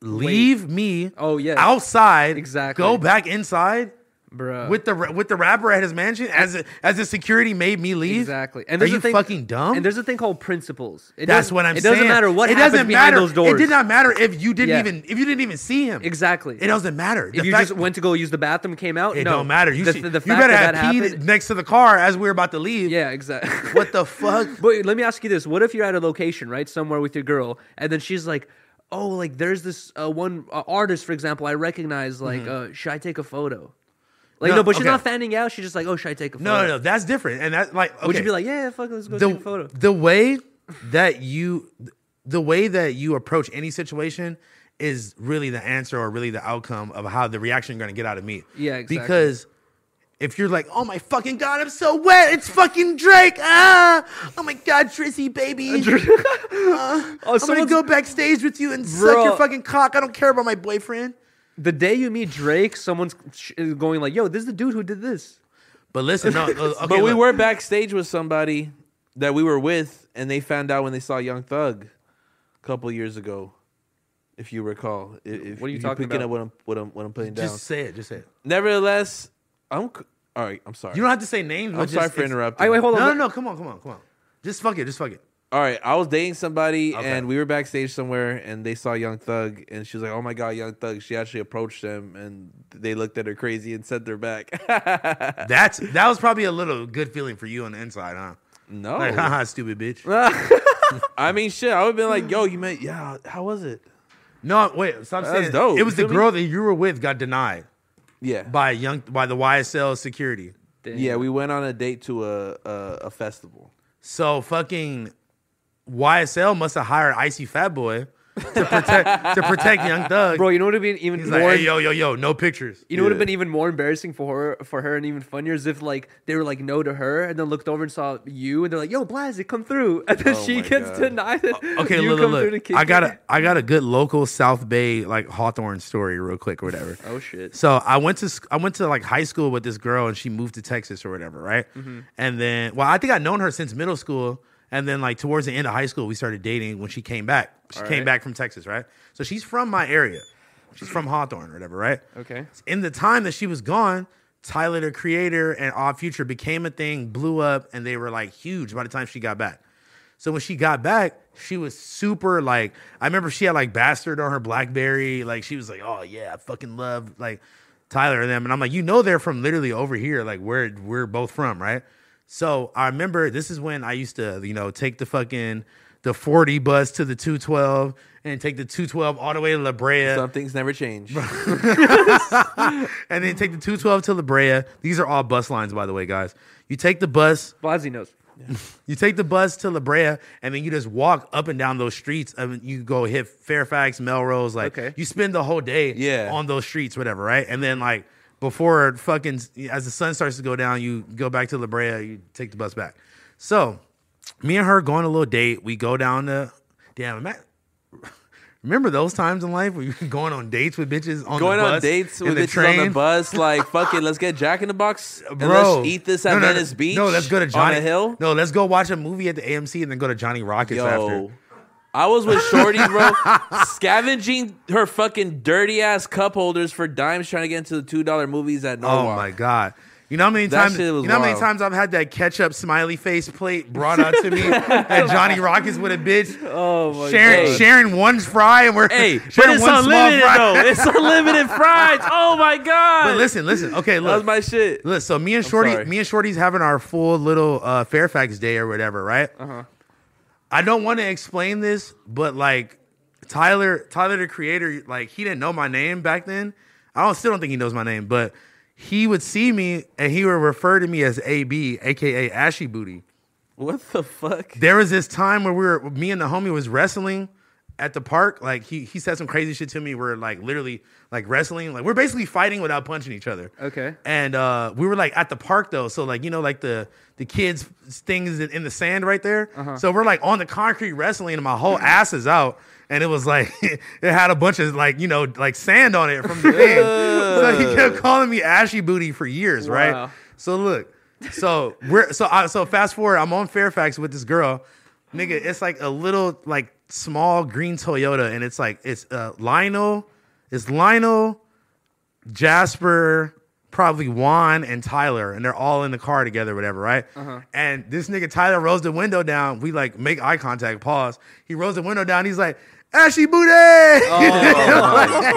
Speaker 1: leave me,
Speaker 3: Oh, yes.
Speaker 1: outside,
Speaker 3: Exactly. Uh.
Speaker 1: go back inside.
Speaker 3: bro.
Speaker 1: With the with the rapper at his mansion, as a, as the security made me leave.
Speaker 3: Exactly. And
Speaker 1: are
Speaker 3: there's
Speaker 1: you
Speaker 3: a thing,
Speaker 1: fucking dumb?
Speaker 3: And there's a thing called principles. It
Speaker 1: That's
Speaker 3: doesn't-
Speaker 1: what I'm
Speaker 3: it
Speaker 1: saying.
Speaker 3: doesn't matter what
Speaker 1: it
Speaker 3: happens
Speaker 1: doesn't
Speaker 3: behind
Speaker 1: matter.
Speaker 3: those doors.
Speaker 1: It did not matter if you didn't
Speaker 3: Yeah.
Speaker 1: even if you didn't even see him.
Speaker 3: Exactly.
Speaker 1: It doesn't matter. The
Speaker 3: If you
Speaker 1: fact-
Speaker 3: just went to go use the bathroom, came out.
Speaker 1: it
Speaker 3: no.
Speaker 1: don't matter. You,
Speaker 3: the,
Speaker 1: should-
Speaker 3: the
Speaker 1: you
Speaker 3: fact
Speaker 1: better
Speaker 3: that
Speaker 1: have
Speaker 3: that
Speaker 1: peed
Speaker 3: happened-
Speaker 1: next to the car as we were about to leave.
Speaker 3: Yeah, exactly. [laughs]
Speaker 1: What the fuck?
Speaker 3: But let me ask you this: What if you're at a location, right, somewhere with your girl, and then she's like, "Oh, like there's this uh, one uh, artist, for example, I recognize. Like, uh, should I take a photo? Like,
Speaker 1: Mm-hmm. No,
Speaker 3: no, but she's
Speaker 1: okay.
Speaker 3: not fanning out. She's just like, oh, should I take a photo?
Speaker 1: No, no, no. That's different. And that like okay.
Speaker 3: Would you be like, yeah, yeah, fuck, it, let's go take a photo?
Speaker 1: the way that you the way that you approach any situation is really the answer or really the outcome of how the reaction you're gonna get out of me.
Speaker 3: Yeah, exactly.
Speaker 1: Because if you're like, oh my fucking god, I'm so wet, it's fucking Drake. Ah, oh my god, Trissy
Speaker 2: [laughs]
Speaker 1: baby.
Speaker 2: Oh,
Speaker 1: Uh, I'm gonna
Speaker 3: someone's-
Speaker 1: go backstage with you and suck
Speaker 3: Bro.
Speaker 1: your fucking cock. I don't care about my boyfriend.
Speaker 3: The day you meet Drake, someone's sh- is going like, yo, this is the dude who did this.
Speaker 1: But listen,
Speaker 2: [laughs]
Speaker 1: no, uh, okay,
Speaker 2: but we
Speaker 1: look.
Speaker 2: were backstage with somebody that we were with, and they found out when they saw Young Thug a couple years ago, if you recall. If, if
Speaker 3: What are you
Speaker 2: if
Speaker 3: talking
Speaker 2: picking
Speaker 3: about?
Speaker 2: Up what I'm what I'm what I'm putting down.
Speaker 1: just say it, just say it.
Speaker 2: Nevertheless, I'm c- all right. I'm sorry.
Speaker 1: You don't have to say names.
Speaker 2: I'm
Speaker 1: but
Speaker 2: sorry
Speaker 1: just-
Speaker 2: for
Speaker 1: it's-
Speaker 2: interrupting.
Speaker 3: I wait, hold on.
Speaker 1: No, no,
Speaker 3: let-
Speaker 1: no, come on, come on, come on. Just fuck it, just fuck it.
Speaker 2: All right, I was dating somebody
Speaker 1: Okay.
Speaker 2: and we were backstage somewhere and they saw Young Thug and she was like, "Oh my god, Young Thug." She actually approached them and they looked at her crazy and sent her back. [laughs]
Speaker 1: That's that was probably a little good feeling for you on the inside, huh?
Speaker 2: [laughs]
Speaker 3: [laughs]
Speaker 2: no.
Speaker 1: Like, haha, stupid bitch.
Speaker 2: I mean, shit, I would have been like, "Yo, you meant yeah, how was it?"
Speaker 1: No, wait, stop
Speaker 2: That's
Speaker 1: saying.
Speaker 2: dope.
Speaker 1: It was the
Speaker 2: You feel me?
Speaker 1: girl that you were with got denied
Speaker 2: Yeah.
Speaker 1: by young by the YSL security.
Speaker 2: Yeah, we went on a date to a a, a festival.
Speaker 1: So fucking YSL must have hired Icy Fat Boy to protect to protect Young Thug.
Speaker 3: Bro, you know what would have been even
Speaker 1: He's
Speaker 3: more.
Speaker 1: like, hey, yo, yo, yo, no pictures.
Speaker 3: You know, what would have been even more embarrassing for her, for her, and even funnier is if like they were like no to her, and then looked over and saw you, and they're like, "Yo, Blazzy, come through," [laughs] and then
Speaker 2: Oh
Speaker 3: she
Speaker 2: my
Speaker 3: gets
Speaker 2: God.
Speaker 3: denied. It.
Speaker 1: Okay,
Speaker 3: you
Speaker 1: look,
Speaker 3: come
Speaker 1: look,
Speaker 3: through to
Speaker 1: look.
Speaker 3: kick
Speaker 1: I got
Speaker 3: it.
Speaker 1: a I got a good local South Bay like Hawthorne story real quick or whatever.
Speaker 3: Oh shit.
Speaker 1: So I went to sc- I went to like high school with this girl, and she moved to Texas or whatever, right?
Speaker 3: Mm-hmm.
Speaker 1: And then, well, I think I'd known her since middle school, and then like towards the end of high school, we started dating when she came back. She came
Speaker 3: right.
Speaker 1: back from Texas, right? So she's from my area. She's from Hawthorne or whatever, right?
Speaker 3: Okay.
Speaker 1: In the time that she was gone, Tyler the Creator and Odd Future became a thing, blew up, and they were like huge by the time she got back. So when she got back, she was super like I remember she had like bastard on her BlackBerry. Like she was like, Oh yeah, I fucking love like Tyler and them. And I'm like, you know they're from literally over here, like where we're both from, right? So I remember this is when I used to, you know, take the fucking the 40 bus to the 212 and take the 212 all the way to La Brea
Speaker 2: Some things never change.
Speaker 1: and then take the 212 to La Brea. These are all bus lines, by the way, guys. You take the bus,
Speaker 3: Blasi knows.
Speaker 1: you take the bus to La Brea, and then you just walk up and down those streets. I mean, you go hit Fairfax, Melrose. Like,
Speaker 3: Okay.
Speaker 1: you spend the whole day
Speaker 2: Yeah.
Speaker 1: on those streets, whatever, right? And then, like, before fucking, as the sun starts to go down, you go back to La Brea, you take the bus back. So, me and her go on a little date. We go down to, damn, ima- [laughs] Remember those times in life where you [laughs] were going on dates with bitches on
Speaker 2: Going
Speaker 1: the bus,
Speaker 2: on dates
Speaker 1: in
Speaker 2: with
Speaker 1: the
Speaker 2: bitches on the
Speaker 1: train?
Speaker 2: bus, like fuck it, let's get Jack in the Box and
Speaker 1: Bro,
Speaker 2: let's eat this at Venice Beach.
Speaker 1: No, let's go to Johnny
Speaker 2: on a hill.
Speaker 1: No, let's go watch a movie at the AMC and then go to Johnny Rockets
Speaker 2: Yo, Oh,
Speaker 1: after.
Speaker 2: I was with Shorty, bro,
Speaker 1: [laughs]
Speaker 2: scavenging her fucking dirty ass cup holders for dimes, trying to get into the two dollar movies at
Speaker 1: Oh
Speaker 2: Norwalk.
Speaker 1: my god. You know how many
Speaker 2: That
Speaker 1: times
Speaker 2: shit
Speaker 1: you
Speaker 2: was
Speaker 1: know how many
Speaker 2: wild.
Speaker 1: times I've had that ketchup smiley face plate brought out to
Speaker 2: [laughs]
Speaker 1: me at Johnny Rockets with a bitch. Oh my sharing,
Speaker 2: God.
Speaker 1: Sharing one fry and we're
Speaker 2: Hey, but
Speaker 1: sharing
Speaker 2: it's
Speaker 1: one small
Speaker 2: unlimited
Speaker 1: fry.
Speaker 2: though. It's
Speaker 1: [laughs]
Speaker 2: unlimited fries. Oh my god.
Speaker 1: But listen, listen. Okay,
Speaker 2: that was
Speaker 1: look.
Speaker 2: my shit.
Speaker 1: Look, so me and Shorty,
Speaker 2: sorry.
Speaker 1: me and Shorty's having our full little uh, Fairfax day or whatever, right? Uh-huh. I don't want to explain this, but like Tyler, Tyler the creator, like he didn't know my name back then. I don't, still don't think he knows my name, but he would see me and he would refer to me as AB, aka Ashy Booty.
Speaker 2: What the fuck?
Speaker 1: There was this time where we were, me and the homie was wrestling at the park. Like he, he said some crazy shit to me. We're like literally like wrestling, like we're basically fighting without punching each other.
Speaker 3: Okay.
Speaker 1: And uh, we were like at the park though, so like you know like the the kids things in, in the sand right there. So we're like on the concrete wrestling, and my whole ass is out. And it was like [laughs] it had a bunch of like you know like sand on it from the thing. so he kept calling me ashy booty for years, right?
Speaker 3: Wow.
Speaker 1: So look, so we're so I, so fast forward. I'm on Fairfax with this girl, nigga. It's like a little like small green Toyota, and it's like it's uh, Lionel, it's Lionel, Jasper, probably Juan and Tyler, and they're all in the car together, whatever, right? And this nigga Tyler rolls the window down. We like make eye contact, pause. He rolls the window down. He's like, "Ashy booty!"
Speaker 2: Oh [laughs] my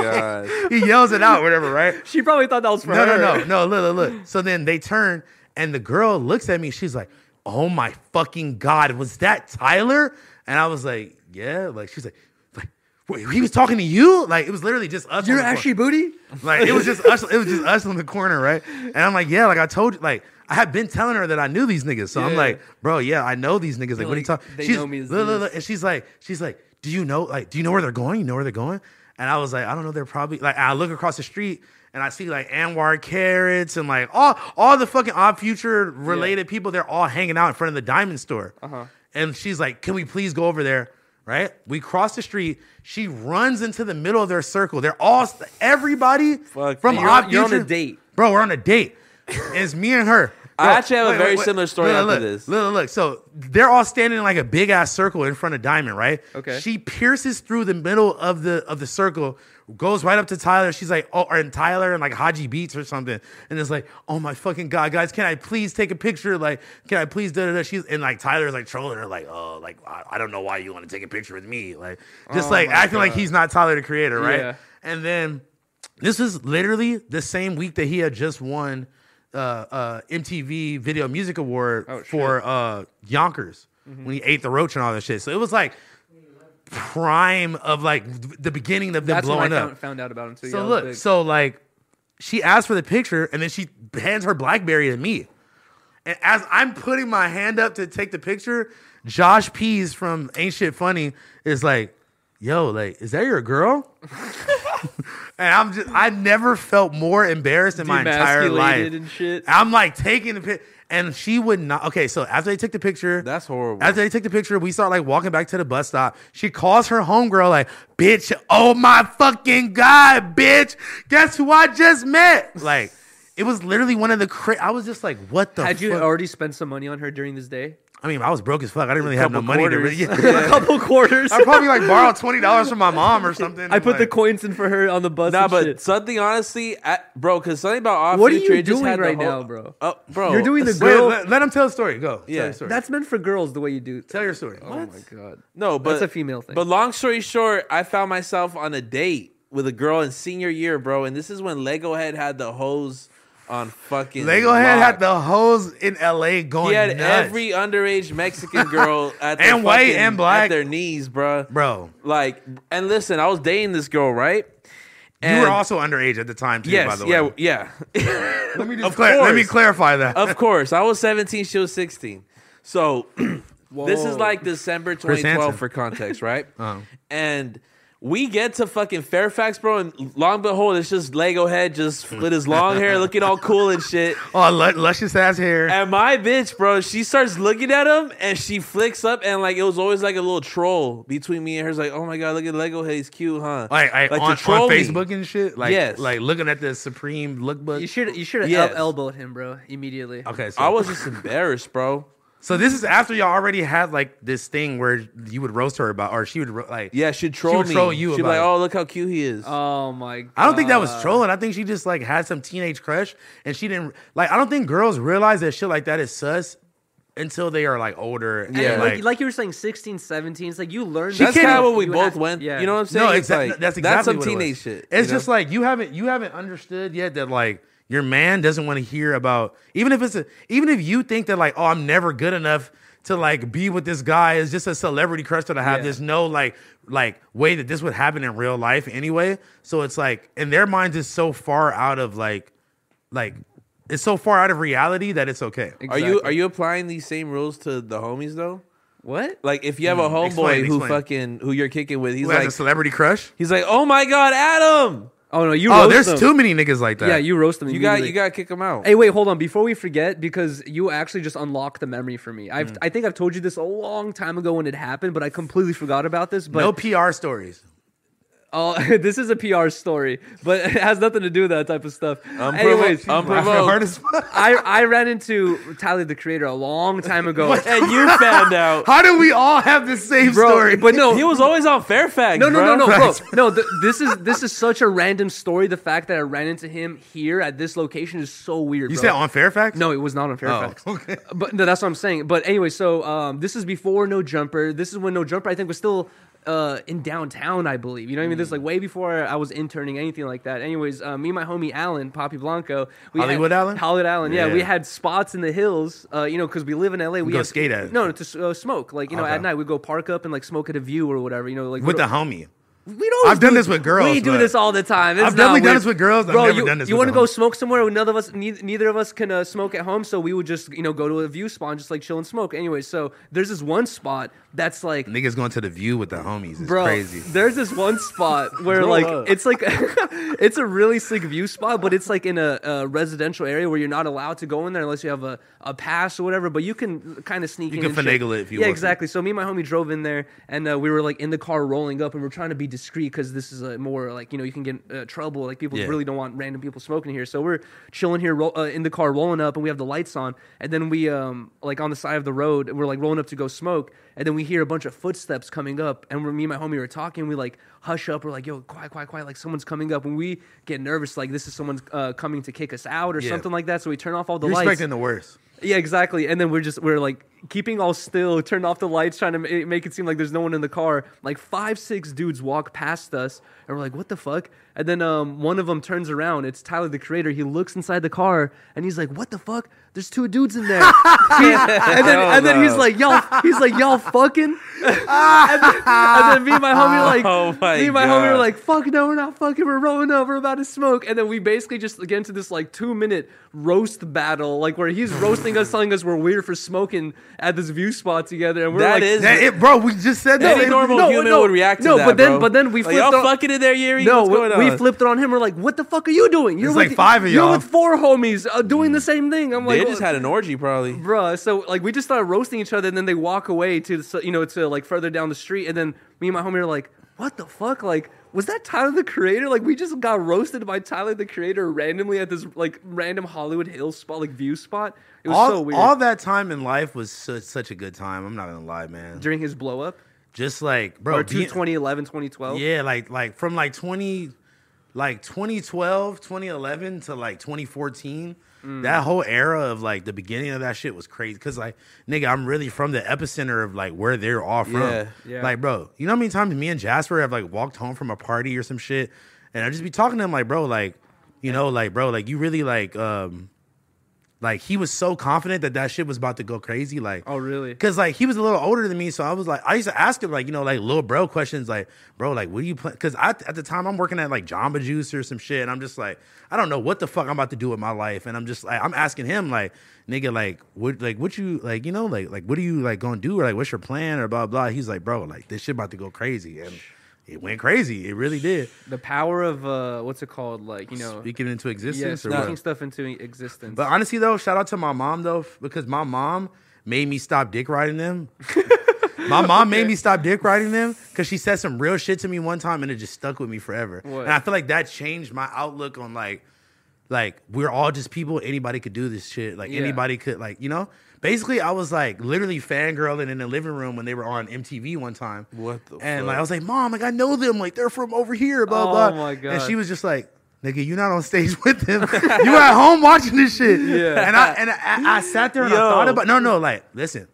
Speaker 1: [laughs]
Speaker 2: god.
Speaker 1: he yells it out, whatever, right?
Speaker 3: She probably thought that was for
Speaker 1: No,
Speaker 3: her.
Speaker 1: no, no, no. Look, look, look. So then they turn, and the girl looks at me. She's like, "Oh my fucking god, was that Tyler?" And I was like, "Yeah." Like she's like, "Like wait, he was talking to you?" Like it was literally just us. on
Speaker 3: [laughs] You're
Speaker 1: the phone.
Speaker 3: Ashy Booty?
Speaker 1: Like it was just us. It was just us in the corner, right? And I'm like, yeah. Like I told you, like I had been telling her that I knew these niggas. So I'm
Speaker 3: Yeah.
Speaker 1: like, bro, yeah, I know these niggas. Like, what are you
Speaker 3: like,
Speaker 1: talking?
Speaker 3: they know me as
Speaker 1: look, look,
Speaker 3: this.
Speaker 1: look. And she's like, she's like, do you know? Like, do you know where they're going? You know where they're going? And I was like, I don't know. They're probably like. I look across the street and I see like Anwar carrots and like all all the fucking odd future related people. They're all hanging out in front of the diamond store. Uh-huh. And she's like, can we please go over there? right? We cross the street. She runs into the middle of their circle. They're all everybody
Speaker 2: Fuck,
Speaker 1: from
Speaker 2: you're
Speaker 1: Odd
Speaker 3: on- you're on a
Speaker 1: Future-
Speaker 3: date.
Speaker 1: bro. We're on a date. It's me and her.
Speaker 2: I
Speaker 1: Bro,
Speaker 2: actually have a very similar story
Speaker 1: look,
Speaker 2: after
Speaker 1: look,
Speaker 2: this.
Speaker 1: Look, look, look. So they're all standing in like a big ass circle in front of Diamond, right?
Speaker 3: Okay.
Speaker 1: She pierces through the middle of the of the circle, goes right up to Tyler. She's like, oh, or and Tyler and like Haji Beats or something, and it's like, oh my fucking god, guys, can I please take a picture? Like, can I please da da da? She's and like Tyler's like trolling her, like, oh, like I, I don't know why you want to take a picture with me, like just like acting like he's not Tyler the creator, right?
Speaker 3: Yeah.
Speaker 1: And then this is literally the same week that he had just won uh, uh, MTV Video Music Award
Speaker 3: Oh,
Speaker 1: for uh, Yonkers
Speaker 3: Mm-hmm.
Speaker 1: when he ate the roach and all that shit. So it was like prime of like th- the beginning of them
Speaker 3: That's
Speaker 1: blowing
Speaker 3: when I
Speaker 1: up.
Speaker 3: found, found out about him too.
Speaker 1: so
Speaker 3: yeah, I was
Speaker 1: look,
Speaker 3: big.
Speaker 1: so like she asked for the picture and then she hands her BlackBerry to me. And as I'm putting my hand up to take the picture, Josh Pease from Ain't Shit Funny is like, yo, like, is that your girl? [laughs] and I'm just, I never felt more embarrassed in my entire life.
Speaker 3: Demasculated and shit.
Speaker 1: I'm like taking the pic, and she would not. Okay, so after they took the picture,
Speaker 2: That's horrible.
Speaker 1: After they took the picture, we start like walking back to the bus stop. She calls her homegirl like, "Bitch, oh my fucking god, bitch! Guess who I just met?" Like, it was literally one of the. Cra- I was just like, "What the?"
Speaker 3: Had you
Speaker 1: fuck?
Speaker 3: already spent some money on her during this day?
Speaker 1: I mean, I was broke as fuck. I didn't really have no
Speaker 2: Couple
Speaker 1: money to. Really,
Speaker 2: quarters.
Speaker 1: [laughs] yeah. [laughs]
Speaker 3: a couple quarters.
Speaker 1: I probably like borrowed twenty dollars from my mom or something.
Speaker 3: [laughs] I put the
Speaker 1: like-
Speaker 3: coins in for her on the bus.
Speaker 2: Nah,
Speaker 3: and
Speaker 2: but
Speaker 3: shit.
Speaker 2: something honestly, I, bro, because something about off
Speaker 3: What are
Speaker 2: Future,
Speaker 3: you
Speaker 2: it just
Speaker 3: doing
Speaker 2: had the
Speaker 3: right
Speaker 2: whole-
Speaker 3: now, bro?
Speaker 2: Oh, bro,
Speaker 3: You're doing the
Speaker 1: Wait,
Speaker 3: girl.
Speaker 1: let, let him tell the story. Go.
Speaker 2: Yeah.
Speaker 1: tell your story.
Speaker 3: that's meant for girls the way you do.
Speaker 1: tell your story.
Speaker 3: Oh my god.
Speaker 2: no, but
Speaker 3: that's a female thing.
Speaker 2: But long story short, I found myself on a date with a girl in senior year, bro, and this is when Lego Head had the hose on fucking.
Speaker 1: Lego Head had
Speaker 2: lock.
Speaker 1: the hoes in L.A. going.
Speaker 2: He had
Speaker 1: nuts.
Speaker 2: every underage Mexican girl
Speaker 1: [laughs]
Speaker 2: at their
Speaker 1: And white
Speaker 2: fucking-
Speaker 1: and black.
Speaker 2: at their knees, bro.
Speaker 1: bro.
Speaker 2: Like, and listen, I was dating this girl, right?
Speaker 1: You were
Speaker 2: And-
Speaker 1: also underage at the time, too,
Speaker 2: yes,
Speaker 1: by the way.
Speaker 2: yeah, yeah.
Speaker 1: Let me
Speaker 2: Of clar-
Speaker 1: let me clarify that.
Speaker 2: of course. I was 17, she was 16. So [clears throat] this is like December
Speaker 1: Hansen. Uh-huh.
Speaker 2: 2012 for
Speaker 1: [laughs]
Speaker 2: context, right? And we get to fucking Fairfax, bro, and long behold, it's just Lego head just with his
Speaker 1: [laughs]
Speaker 2: long hair looking all cool and shit.
Speaker 1: oh, lu- luscious ass hair.
Speaker 2: And my bitch, bro, she starts looking at him and she flicks up and like it was always like a little troll between me and her. It's like, oh my god, look at Lego head, he's cute, huh?
Speaker 1: like, like,
Speaker 2: to
Speaker 1: on, on
Speaker 2: troll me.
Speaker 1: Facebook and shit. Like,
Speaker 2: Yes.
Speaker 1: like looking at the Supreme lookbook.
Speaker 3: You should you should have
Speaker 2: Yes.
Speaker 3: elbowed him, bro, immediately.
Speaker 1: okay, so
Speaker 2: I was just embarrassed, bro.
Speaker 1: So this is after y'all already had like this thing where you would roast her about, or she would ro- like.
Speaker 2: Yeah, she'd troll
Speaker 1: would
Speaker 2: me.
Speaker 1: troll you
Speaker 2: She'd be
Speaker 1: about
Speaker 2: like,
Speaker 1: it.
Speaker 2: "Oh, look how cute he is."
Speaker 3: Oh my god.
Speaker 1: I don't think that
Speaker 2: Uh,
Speaker 1: was trolling. I think she just like had some teenage crush, and she didn't like. I don't think girls realize that shit like that is sus until they are like older.
Speaker 3: Yeah,
Speaker 1: and,
Speaker 3: like,
Speaker 1: like,
Speaker 3: like you were saying, 16, 17, it's like you learned.
Speaker 1: She
Speaker 3: that
Speaker 2: that's
Speaker 1: can't-
Speaker 2: kind
Speaker 3: stuff.
Speaker 2: of what we
Speaker 3: You
Speaker 2: both
Speaker 3: had-
Speaker 2: went.
Speaker 3: Yeah.
Speaker 2: You know what I'm saying?
Speaker 1: No,
Speaker 2: It's
Speaker 1: exactly.
Speaker 2: like,
Speaker 1: that's exactly
Speaker 2: some
Speaker 1: what it was.
Speaker 2: teenage shit.
Speaker 1: It's
Speaker 2: you know?
Speaker 1: just like you haven't you haven't understood yet that like your man doesn't want to hear about even if it's a, even if you think that like oh I'm never good enough to like be with this guy is just a celebrity crush that I have.
Speaker 3: Yeah.
Speaker 1: There's no like like way that this would happen in real life anyway. So it's like in their minds it's so far out of like like it's so far out of reality that it's okay.
Speaker 2: are you
Speaker 3: Exactly.
Speaker 2: are you applying these same rules to the homies though?
Speaker 3: What?
Speaker 2: Like if you have a homeboy
Speaker 1: Mm, explain,
Speaker 2: who
Speaker 1: explain.
Speaker 2: fucking who you're kicking with, he's
Speaker 1: Who has
Speaker 2: like
Speaker 1: a celebrity crush?
Speaker 2: he's like, "Oh my god, Adam,
Speaker 3: Oh no, you.
Speaker 1: Oh,
Speaker 3: roast
Speaker 1: there's
Speaker 3: them.
Speaker 1: too many niggas like that.
Speaker 3: Yeah, you roast them.
Speaker 2: you got
Speaker 3: immediately.
Speaker 2: you got to kick him out."
Speaker 3: Hey, wait, hold on. Before we forget, because you actually just unlocked the memory for me.
Speaker 1: Mm.
Speaker 3: I've, I think I've told you this a long time ago when it happened, but I completely forgot about this. But
Speaker 1: no PR stories.
Speaker 3: uh, [laughs] this is a PR story, but [laughs] it has nothing to do with that type of stuff.
Speaker 2: Unprovo-
Speaker 3: Anyways, [laughs]
Speaker 1: [laughs]
Speaker 2: unprovoked.
Speaker 1: Hard as fuck.
Speaker 3: I, I ran into Tyler the Creator a long time ago.
Speaker 2: [laughs] and you found out.
Speaker 1: How do we all have the same
Speaker 3: Bro,
Speaker 1: story?
Speaker 3: but [laughs] no,
Speaker 2: He was always on Fairfax.
Speaker 3: No, no, no,
Speaker 2: bruh.
Speaker 3: no, bro.
Speaker 2: [laughs]
Speaker 3: No, th- this is this is such a random story. The fact that I ran into him here at this location is so weird.
Speaker 1: You
Speaker 3: bro.
Speaker 1: said on Fairfax? Oh,
Speaker 3: No, it was not on Fairfax. Uh,
Speaker 1: okay.
Speaker 3: But no, that's what I'm saying. But anyway, so um, this is before No Jumper. This is when No Jumper, I think, was still uh, in downtown, I believe. You know what I mean? This is like way before I was interning, anything like that. Anyways, uh, me and my homie Alan, Poppy Blanco. We
Speaker 1: Hollywood
Speaker 3: had,
Speaker 1: Alan?
Speaker 3: Hollywood Allen, yeah, We
Speaker 1: Yeah.
Speaker 3: had spots in the hills, uh, you know, because we live in LA. We
Speaker 1: go
Speaker 3: had-
Speaker 1: skate at it.
Speaker 3: No, to uh, smoke. Like, you know,
Speaker 1: Okay.
Speaker 3: at night, we'd go park up and like smoke at a view or whatever, you know, like
Speaker 1: With
Speaker 3: we
Speaker 1: the
Speaker 3: don't-
Speaker 1: homie.
Speaker 3: we don't. always
Speaker 1: I've done
Speaker 3: do-
Speaker 1: this with girls,
Speaker 3: We do
Speaker 1: but-
Speaker 3: this all the time. It's
Speaker 1: I've definitely done
Speaker 3: not weird.
Speaker 1: this with girls. I've
Speaker 3: Bro,
Speaker 1: never
Speaker 3: you,
Speaker 1: done this
Speaker 3: You
Speaker 1: with
Speaker 3: want to
Speaker 1: them.
Speaker 3: go smoke somewhere? where None of us, neither, neither of us, can uh, smoke at home, so we would just, you know, go to a view spot and just like chill and smoke. Anyway, so there's this one spot that's like.
Speaker 1: Niggas going to the view with the homies. It's
Speaker 3: Bro,
Speaker 1: crazy.
Speaker 3: there's this one spot where like
Speaker 2: up.
Speaker 3: it's like [laughs] it's a really sleek view spot, but it's like in a, a residential area where you're not allowed to go in there unless you have a, a pass or whatever. But you can kind of sneak.
Speaker 1: You
Speaker 3: in
Speaker 1: can
Speaker 3: and shit.
Speaker 1: finagle it if you
Speaker 3: Yeah,
Speaker 1: want to.
Speaker 3: exactly. So me and my homie drove in there, and uh, we were like in the car rolling up, and we're trying to be discreet because this is a more like you know you can get uh, trouble. Like people
Speaker 1: Yeah.
Speaker 3: really don't want random people smoking here. So we're chilling here ro- uh, in the car rolling up, and we have the lights on, and then we um like on the side of the road, we're like rolling up to go smoke, and then we hear a bunch of footsteps coming up, and we're, me and my homie are talking. We like hush up. We're like, yo, quiet, quiet, quiet. Like someone's coming up, and we get nervous. Like this is someone uh, coming to kick us out or
Speaker 1: Yeah.
Speaker 3: something like that. So we turn off all the
Speaker 1: You're
Speaker 3: lights.
Speaker 1: expecting the worst.
Speaker 3: Yeah, exactly. And then we're just we're like keeping all still, turn off the lights, trying to ma- make it seem like there's no one in the car. Like five, six dudes walk past us, and we're like, "What the fuck?" And then um, one of them turns around. It's Tyler, the creator. He looks inside the car, and he's like, "What the fuck? There's two dudes
Speaker 2: [laughs]
Speaker 3: in there." and
Speaker 2: Oh,
Speaker 3: then and then he's like, "Y'all," he's like, "Y'all fucking." [laughs] and, then, and then me and my homie like,
Speaker 2: [laughs] Oh my
Speaker 3: me and my homie were
Speaker 2: God.
Speaker 3: like, "Fuck no, we're not fucking. We're rolling up. We're about to smoke." And then we basically just get into this like two minute roast battle, like where he's roasting us, telling us we're weird for smoking at this view spot together, and we're
Speaker 2: That
Speaker 3: like,
Speaker 2: is-
Speaker 1: That it, bro, we just said that.
Speaker 2: Any normal
Speaker 3: no,
Speaker 2: human
Speaker 3: no,
Speaker 2: would react to
Speaker 3: no,
Speaker 2: that.
Speaker 3: but then-
Speaker 2: bro.
Speaker 3: but then we
Speaker 2: like,
Speaker 3: flipped
Speaker 2: y'all
Speaker 3: on-
Speaker 2: fucking in there, Yuri.
Speaker 3: No,
Speaker 2: What's going
Speaker 3: we,
Speaker 2: on?
Speaker 3: we flipped it on him. We're like, "What the fuck are you doing? You're
Speaker 1: It's
Speaker 3: with
Speaker 1: like five of
Speaker 3: You're
Speaker 1: y'all."
Speaker 3: with four homies uh, doing the same thing." I'm like,
Speaker 2: they just
Speaker 3: "Well,
Speaker 2: had an orgy, probably.
Speaker 3: bruh. So like we just started roasting each other, and then they walk away to the- you know to like further down the street, and then me and my homie are like, "What the fuck? Like, was that Tyler the Creator? Like, we just got roasted by Tyler the Creator randomly at this like random Hollywood Hills spot, like view spot. It was
Speaker 1: all,
Speaker 3: so weird.
Speaker 1: all that time in life was such, such a good time. I'm not gonna lie, man.
Speaker 3: during his blow up
Speaker 1: Just like, bro,
Speaker 3: or two
Speaker 1: being-
Speaker 3: 2011, 2012.
Speaker 1: Yeah, like like from like 20 like 2012, 2011 to like 2014. That whole era of like the beginning of that shit was crazy cuz like nigga, I'm really from the epicenter of like where they're all from.
Speaker 2: Yeah,
Speaker 3: yeah.
Speaker 1: Like bro, you know how many times me and Jasper have like walked home from a party or some shit and I just be talking to him like, "Bro, like, you know, like bro, like you really like um like he was so confident that that shit was about to go crazy. Like,
Speaker 3: Oh, really?
Speaker 1: Because like he was a little older than me, so I was like, I used to ask him like you know like little bro questions like, bro, like what are you playing? Because I at the time I'm working at like Jamba Juice or some shit, and I'm just like, I don't know what the fuck I'm about to do with my life, and I'm just like, I'm asking him like, nigga, like what, like what you like, you know, like like what are you like gonna do or like what's your plan or blah blah. He's like, bro, like this shit about to go crazy, and it went crazy. It really did.
Speaker 3: The power of uh, what's it called? Like you know,
Speaker 1: Speaking into
Speaker 3: yeah,
Speaker 1: existence, or
Speaker 3: speaking
Speaker 1: what?
Speaker 3: stuff into existence.
Speaker 1: But honestly, though, shout out to my mom though, f- because my mom made me stop dick riding
Speaker 3: [laughs]
Speaker 1: them. my mom made me stop dick riding them because she said some real shit to me one time, and it just stuck with me forever.
Speaker 3: What?
Speaker 1: And I feel like that changed my outlook on like like we're all just people. Anybody could do this shit. Like
Speaker 3: Yeah.
Speaker 1: anybody could like you know. Basically, I was like literally fangirling in the living room when they were on MTV one time.
Speaker 2: What the
Speaker 1: And
Speaker 2: fuck?
Speaker 1: like I was like, Mom, like I know them. Like they're from over here. Blah
Speaker 3: Oh,
Speaker 1: blah.
Speaker 3: my
Speaker 1: And
Speaker 3: God.
Speaker 1: she was just like. Nigga, you're not on stage [laughs] with them. you at home watching this shit.
Speaker 3: Yeah.
Speaker 1: And I and I, I sat there and I
Speaker 2: Yo.
Speaker 1: thought about no, no, like, listen,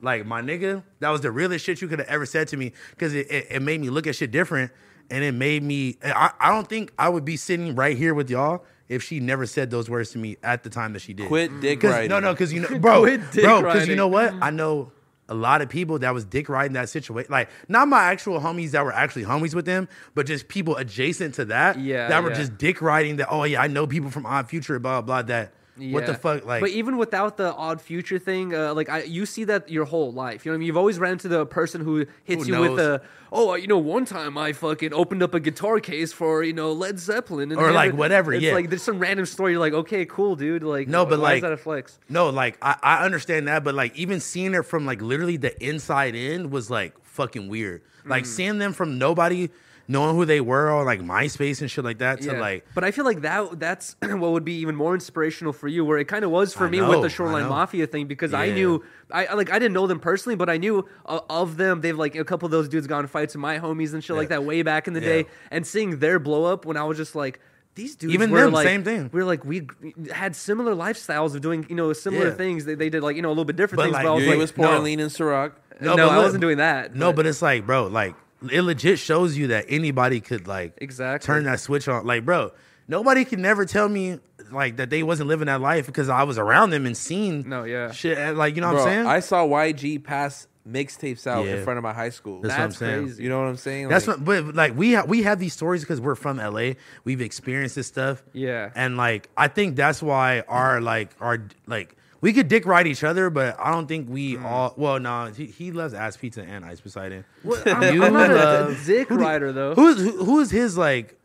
Speaker 1: like my nigga, that was the realest shit you could have ever said to me because it, it, it made me look at shit different, and it made me. I, I don't think I would be sitting right here with y'all if she never said those words to me at the time that she did.
Speaker 2: Quit dick
Speaker 1: 'Cause-
Speaker 2: riding.
Speaker 1: No, no, because you know,
Speaker 2: [laughs]
Speaker 1: bro,
Speaker 3: Quit dick
Speaker 1: bro, because you
Speaker 3: riding.
Speaker 1: know what? I know a lot of people that was dick riding that situation. Like not my actual homies that were actually homies with them, but just people adjacent to that.
Speaker 3: Yeah,
Speaker 1: that were
Speaker 3: yeah.
Speaker 1: just dick riding. That oh yeah, I know people from Odd Future, blah blah. That what the
Speaker 3: Yeah.
Speaker 1: fuck? Like
Speaker 3: but e-, even without the odd future thing, uh, like I, you see that your whole life. You know what I mean? You've always ran into the person who hits
Speaker 1: Who
Speaker 3: you with
Speaker 1: knows?
Speaker 3: a, oh, you know, one time I fucking opened up a guitar case for you know Led Zeppelin and
Speaker 1: Or,
Speaker 3: they
Speaker 1: like,
Speaker 3: have a-
Speaker 1: whatever,
Speaker 3: It's
Speaker 1: yeah.
Speaker 3: like there's some random story. You're like, okay, cool, dude. Like,
Speaker 1: No,
Speaker 3: wh-
Speaker 1: but
Speaker 3: why
Speaker 1: like
Speaker 3: is that a flex?
Speaker 1: No, like I, I understand that, but like even seeing it from like literally the inside in was like fucking weird. Like
Speaker 3: Mm.
Speaker 1: seeing them from nobody knowing who they were on like MySpace and shit like that to
Speaker 3: Yeah.
Speaker 1: like
Speaker 3: but I feel like that that's [clears throat] what would be even more inspirational for you, where it kind of was for
Speaker 1: I
Speaker 3: me
Speaker 1: know,
Speaker 3: with
Speaker 1: I
Speaker 3: the Shoreline
Speaker 1: know.
Speaker 3: Mafia thing because I
Speaker 1: Yeah.
Speaker 3: knew I I, like I didn't know them personally, but I knew uh, of them. They've like a couple of those dudes gone and fights with my homies and shit like that way back in the
Speaker 1: Yeah.
Speaker 3: day, and seeing their blow up when I was just like. These dudes
Speaker 1: Even
Speaker 3: were
Speaker 1: them,
Speaker 3: like,
Speaker 1: same thing.
Speaker 3: We are like we had similar lifestyles of doing you know similar
Speaker 1: Yeah.
Speaker 3: things. They, they did like you know a little bit different
Speaker 1: But,
Speaker 3: things.
Speaker 1: like,
Speaker 3: but I was
Speaker 2: You
Speaker 3: like,
Speaker 2: was pouring
Speaker 1: no.
Speaker 2: lean in Ciroc.
Speaker 3: no,
Speaker 1: but
Speaker 3: I
Speaker 1: look-
Speaker 3: wasn't doing that.
Speaker 1: No, but it's like, bro, like it legit shows you that anybody could like
Speaker 3: Exactly.
Speaker 1: turn that switch on. Like, bro, nobody can never tell me like that they wasn't living that life because I was around them and seen
Speaker 3: No, yeah.
Speaker 1: shit and, like you know
Speaker 2: Bro,
Speaker 1: what I'm saying?
Speaker 2: I saw YG pass mixtapes out
Speaker 1: Yeah.
Speaker 2: in front of my high school.
Speaker 1: That's what I'm
Speaker 3: that's
Speaker 1: saying.
Speaker 3: crazy.
Speaker 2: you know what I'm saying?
Speaker 1: That's
Speaker 2: Like,
Speaker 1: what, but like we ha- we have these stories because we're from LA. We've experienced this stuff.
Speaker 3: Yeah.
Speaker 1: and like I think that's why our like our like we could dick ride each other, but I don't think
Speaker 3: Mm.
Speaker 1: we all. Well, no, he, he loves ass pizza and ice Poseidon.
Speaker 3: I'm, [laughs]
Speaker 1: You uh,
Speaker 3: I'm not a
Speaker 1: love-
Speaker 3: dick rider though.
Speaker 1: Who's who, who is his like?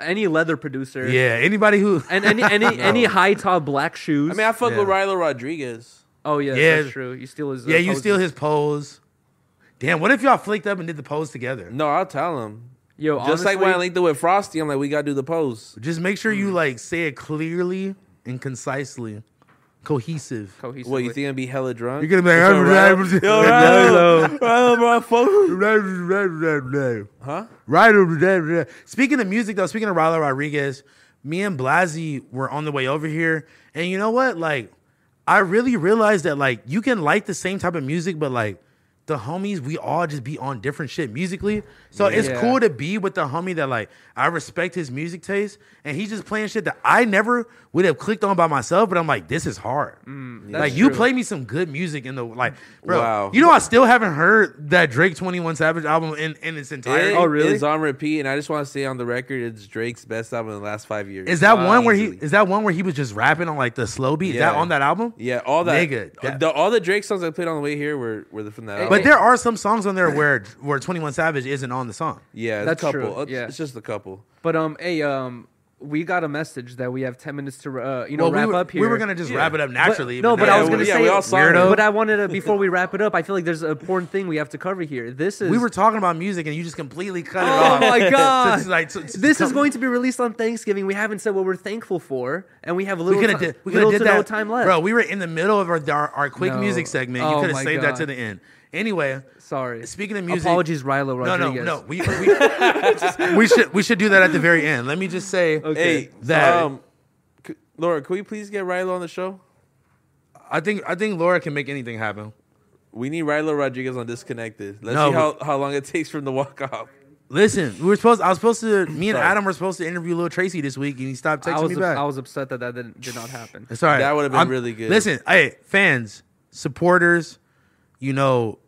Speaker 3: Any leather producer,
Speaker 1: Yeah, anybody who
Speaker 3: and any any, any high top black shoes.
Speaker 2: I mean, I fuck with
Speaker 1: Yeah.
Speaker 2: Rilo Rodriguez.
Speaker 3: oh yeah,
Speaker 1: Yeah.
Speaker 3: that's true. You steal his.
Speaker 1: [laughs]
Speaker 3: uh,
Speaker 1: yeah, you
Speaker 3: poses.
Speaker 1: steal his pose. Damn, what if y'all flicked up and did the pose together?
Speaker 2: No, I'll tell him.
Speaker 3: Yo,
Speaker 2: Just like when I
Speaker 3: honestly,
Speaker 2: linked it with Frosty, I'm like, we gotta do the pose.
Speaker 1: Just make sure you like say it clearly and concisely, cohesive.
Speaker 3: cohesive.
Speaker 2: What you think I'm be hella drunk?
Speaker 1: You're gonna be like, I'm [laughs]
Speaker 2: Rilo- Yo, Rilo, Rilo, bro, I fuck [laughs] with you.
Speaker 1: Huh? Right. Speaking of music, though, speaking of Rilo Rodriguez, me and Blasey were on the way over here, and you know what? Like, I really realized that like you can like the same type of music, but like the homies, we all just be on different shit musically. So it's
Speaker 3: Yeah.
Speaker 1: cool to be with the homie that like I respect his music taste, and he's just playing shit that I never would have clicked on by myself. But I'm like, this is hard.
Speaker 3: Mm, That's
Speaker 1: Like you
Speaker 3: true.
Speaker 1: play me some good music in the like, bro.
Speaker 2: Wow.
Speaker 1: You know I still haven't heard that Drake Twenty One Savage album in, in its entirety.
Speaker 2: It
Speaker 3: Oh, really?
Speaker 2: is on repeat, and I just want to say on the record, it's Drake's best album in the last five years.
Speaker 1: Is that
Speaker 2: Wow.
Speaker 1: one where he
Speaker 2: Easily.
Speaker 1: is that one where he was just rapping on like the slow beat? Is that
Speaker 2: Yeah.
Speaker 1: on that album?
Speaker 2: Yeah, all that. Uh,
Speaker 1: Nigga, that-
Speaker 2: the, all the Drake songs I played on the way here were were the, from that.
Speaker 1: But
Speaker 2: album.
Speaker 1: there are some songs on there where where Twenty One Savage isn't on the song.
Speaker 2: yeah, it's
Speaker 3: That's
Speaker 2: a
Speaker 3: true,
Speaker 2: couple. It's,
Speaker 3: yeah.
Speaker 2: it's just a couple.
Speaker 3: But um, hey um, we got a message that we have ten minutes to uh, you know
Speaker 1: Well,
Speaker 3: wrap
Speaker 1: we were,
Speaker 3: up here.
Speaker 1: we were gonna just wrap it up
Speaker 3: But-
Speaker 1: naturally.
Speaker 3: no, but
Speaker 2: yeah,
Speaker 3: I was
Speaker 2: we-
Speaker 3: gonna
Speaker 2: yeah,
Speaker 3: say,
Speaker 2: we all saw it.
Speaker 3: but I wanted to before we wrap it up. I feel like there's an important thing we have to cover here. This is
Speaker 1: we were talking about music and you just completely cut it
Speaker 3: [laughs] Oh
Speaker 1: off. [laughs]
Speaker 3: my god!
Speaker 1: To- like, to- to-
Speaker 3: this is
Speaker 1: to-
Speaker 3: going to be released on Thanksgiving. We haven't said what we're thankful for, and we have a
Speaker 1: We
Speaker 3: little,
Speaker 1: could have
Speaker 3: ti-
Speaker 1: did, we could
Speaker 3: little
Speaker 1: have
Speaker 3: to
Speaker 1: did
Speaker 3: no
Speaker 1: that,
Speaker 3: time left.
Speaker 1: bro. We were in the middle of our our, our quick
Speaker 3: No.
Speaker 1: music segment. You
Speaker 3: Oh
Speaker 1: could
Speaker 3: my
Speaker 1: have saved
Speaker 3: God.
Speaker 1: that to the end. Anyway,
Speaker 3: Sorry.
Speaker 1: Speaking of music,
Speaker 3: Apologies, Rilo
Speaker 1: No, no,
Speaker 3: Rodriguez.
Speaker 1: no. We, we, [laughs] we should we should do that at the very end. Let me just say
Speaker 3: Okay.
Speaker 2: Hey,
Speaker 1: that
Speaker 2: um, c- Laura, can we please get Rilo on the show?
Speaker 1: I think I think Laura can make anything happen.
Speaker 2: We need Rilo Rodriguez on Disconnected. Let's
Speaker 1: No,
Speaker 2: see how, how long it takes from the walk off.
Speaker 1: Listen, we were supposed. I was supposed to. Me and
Speaker 2: Sorry.
Speaker 1: Adam were supposed to interview Lil Tracy this week, and he stopped
Speaker 3: I
Speaker 1: texting
Speaker 3: was
Speaker 1: me back.
Speaker 3: I was upset that that didn't, did not happen.
Speaker 1: It's all right.
Speaker 2: That would've been
Speaker 1: I'm-
Speaker 2: really good.
Speaker 1: Listen, hey, fans, supporters, you know,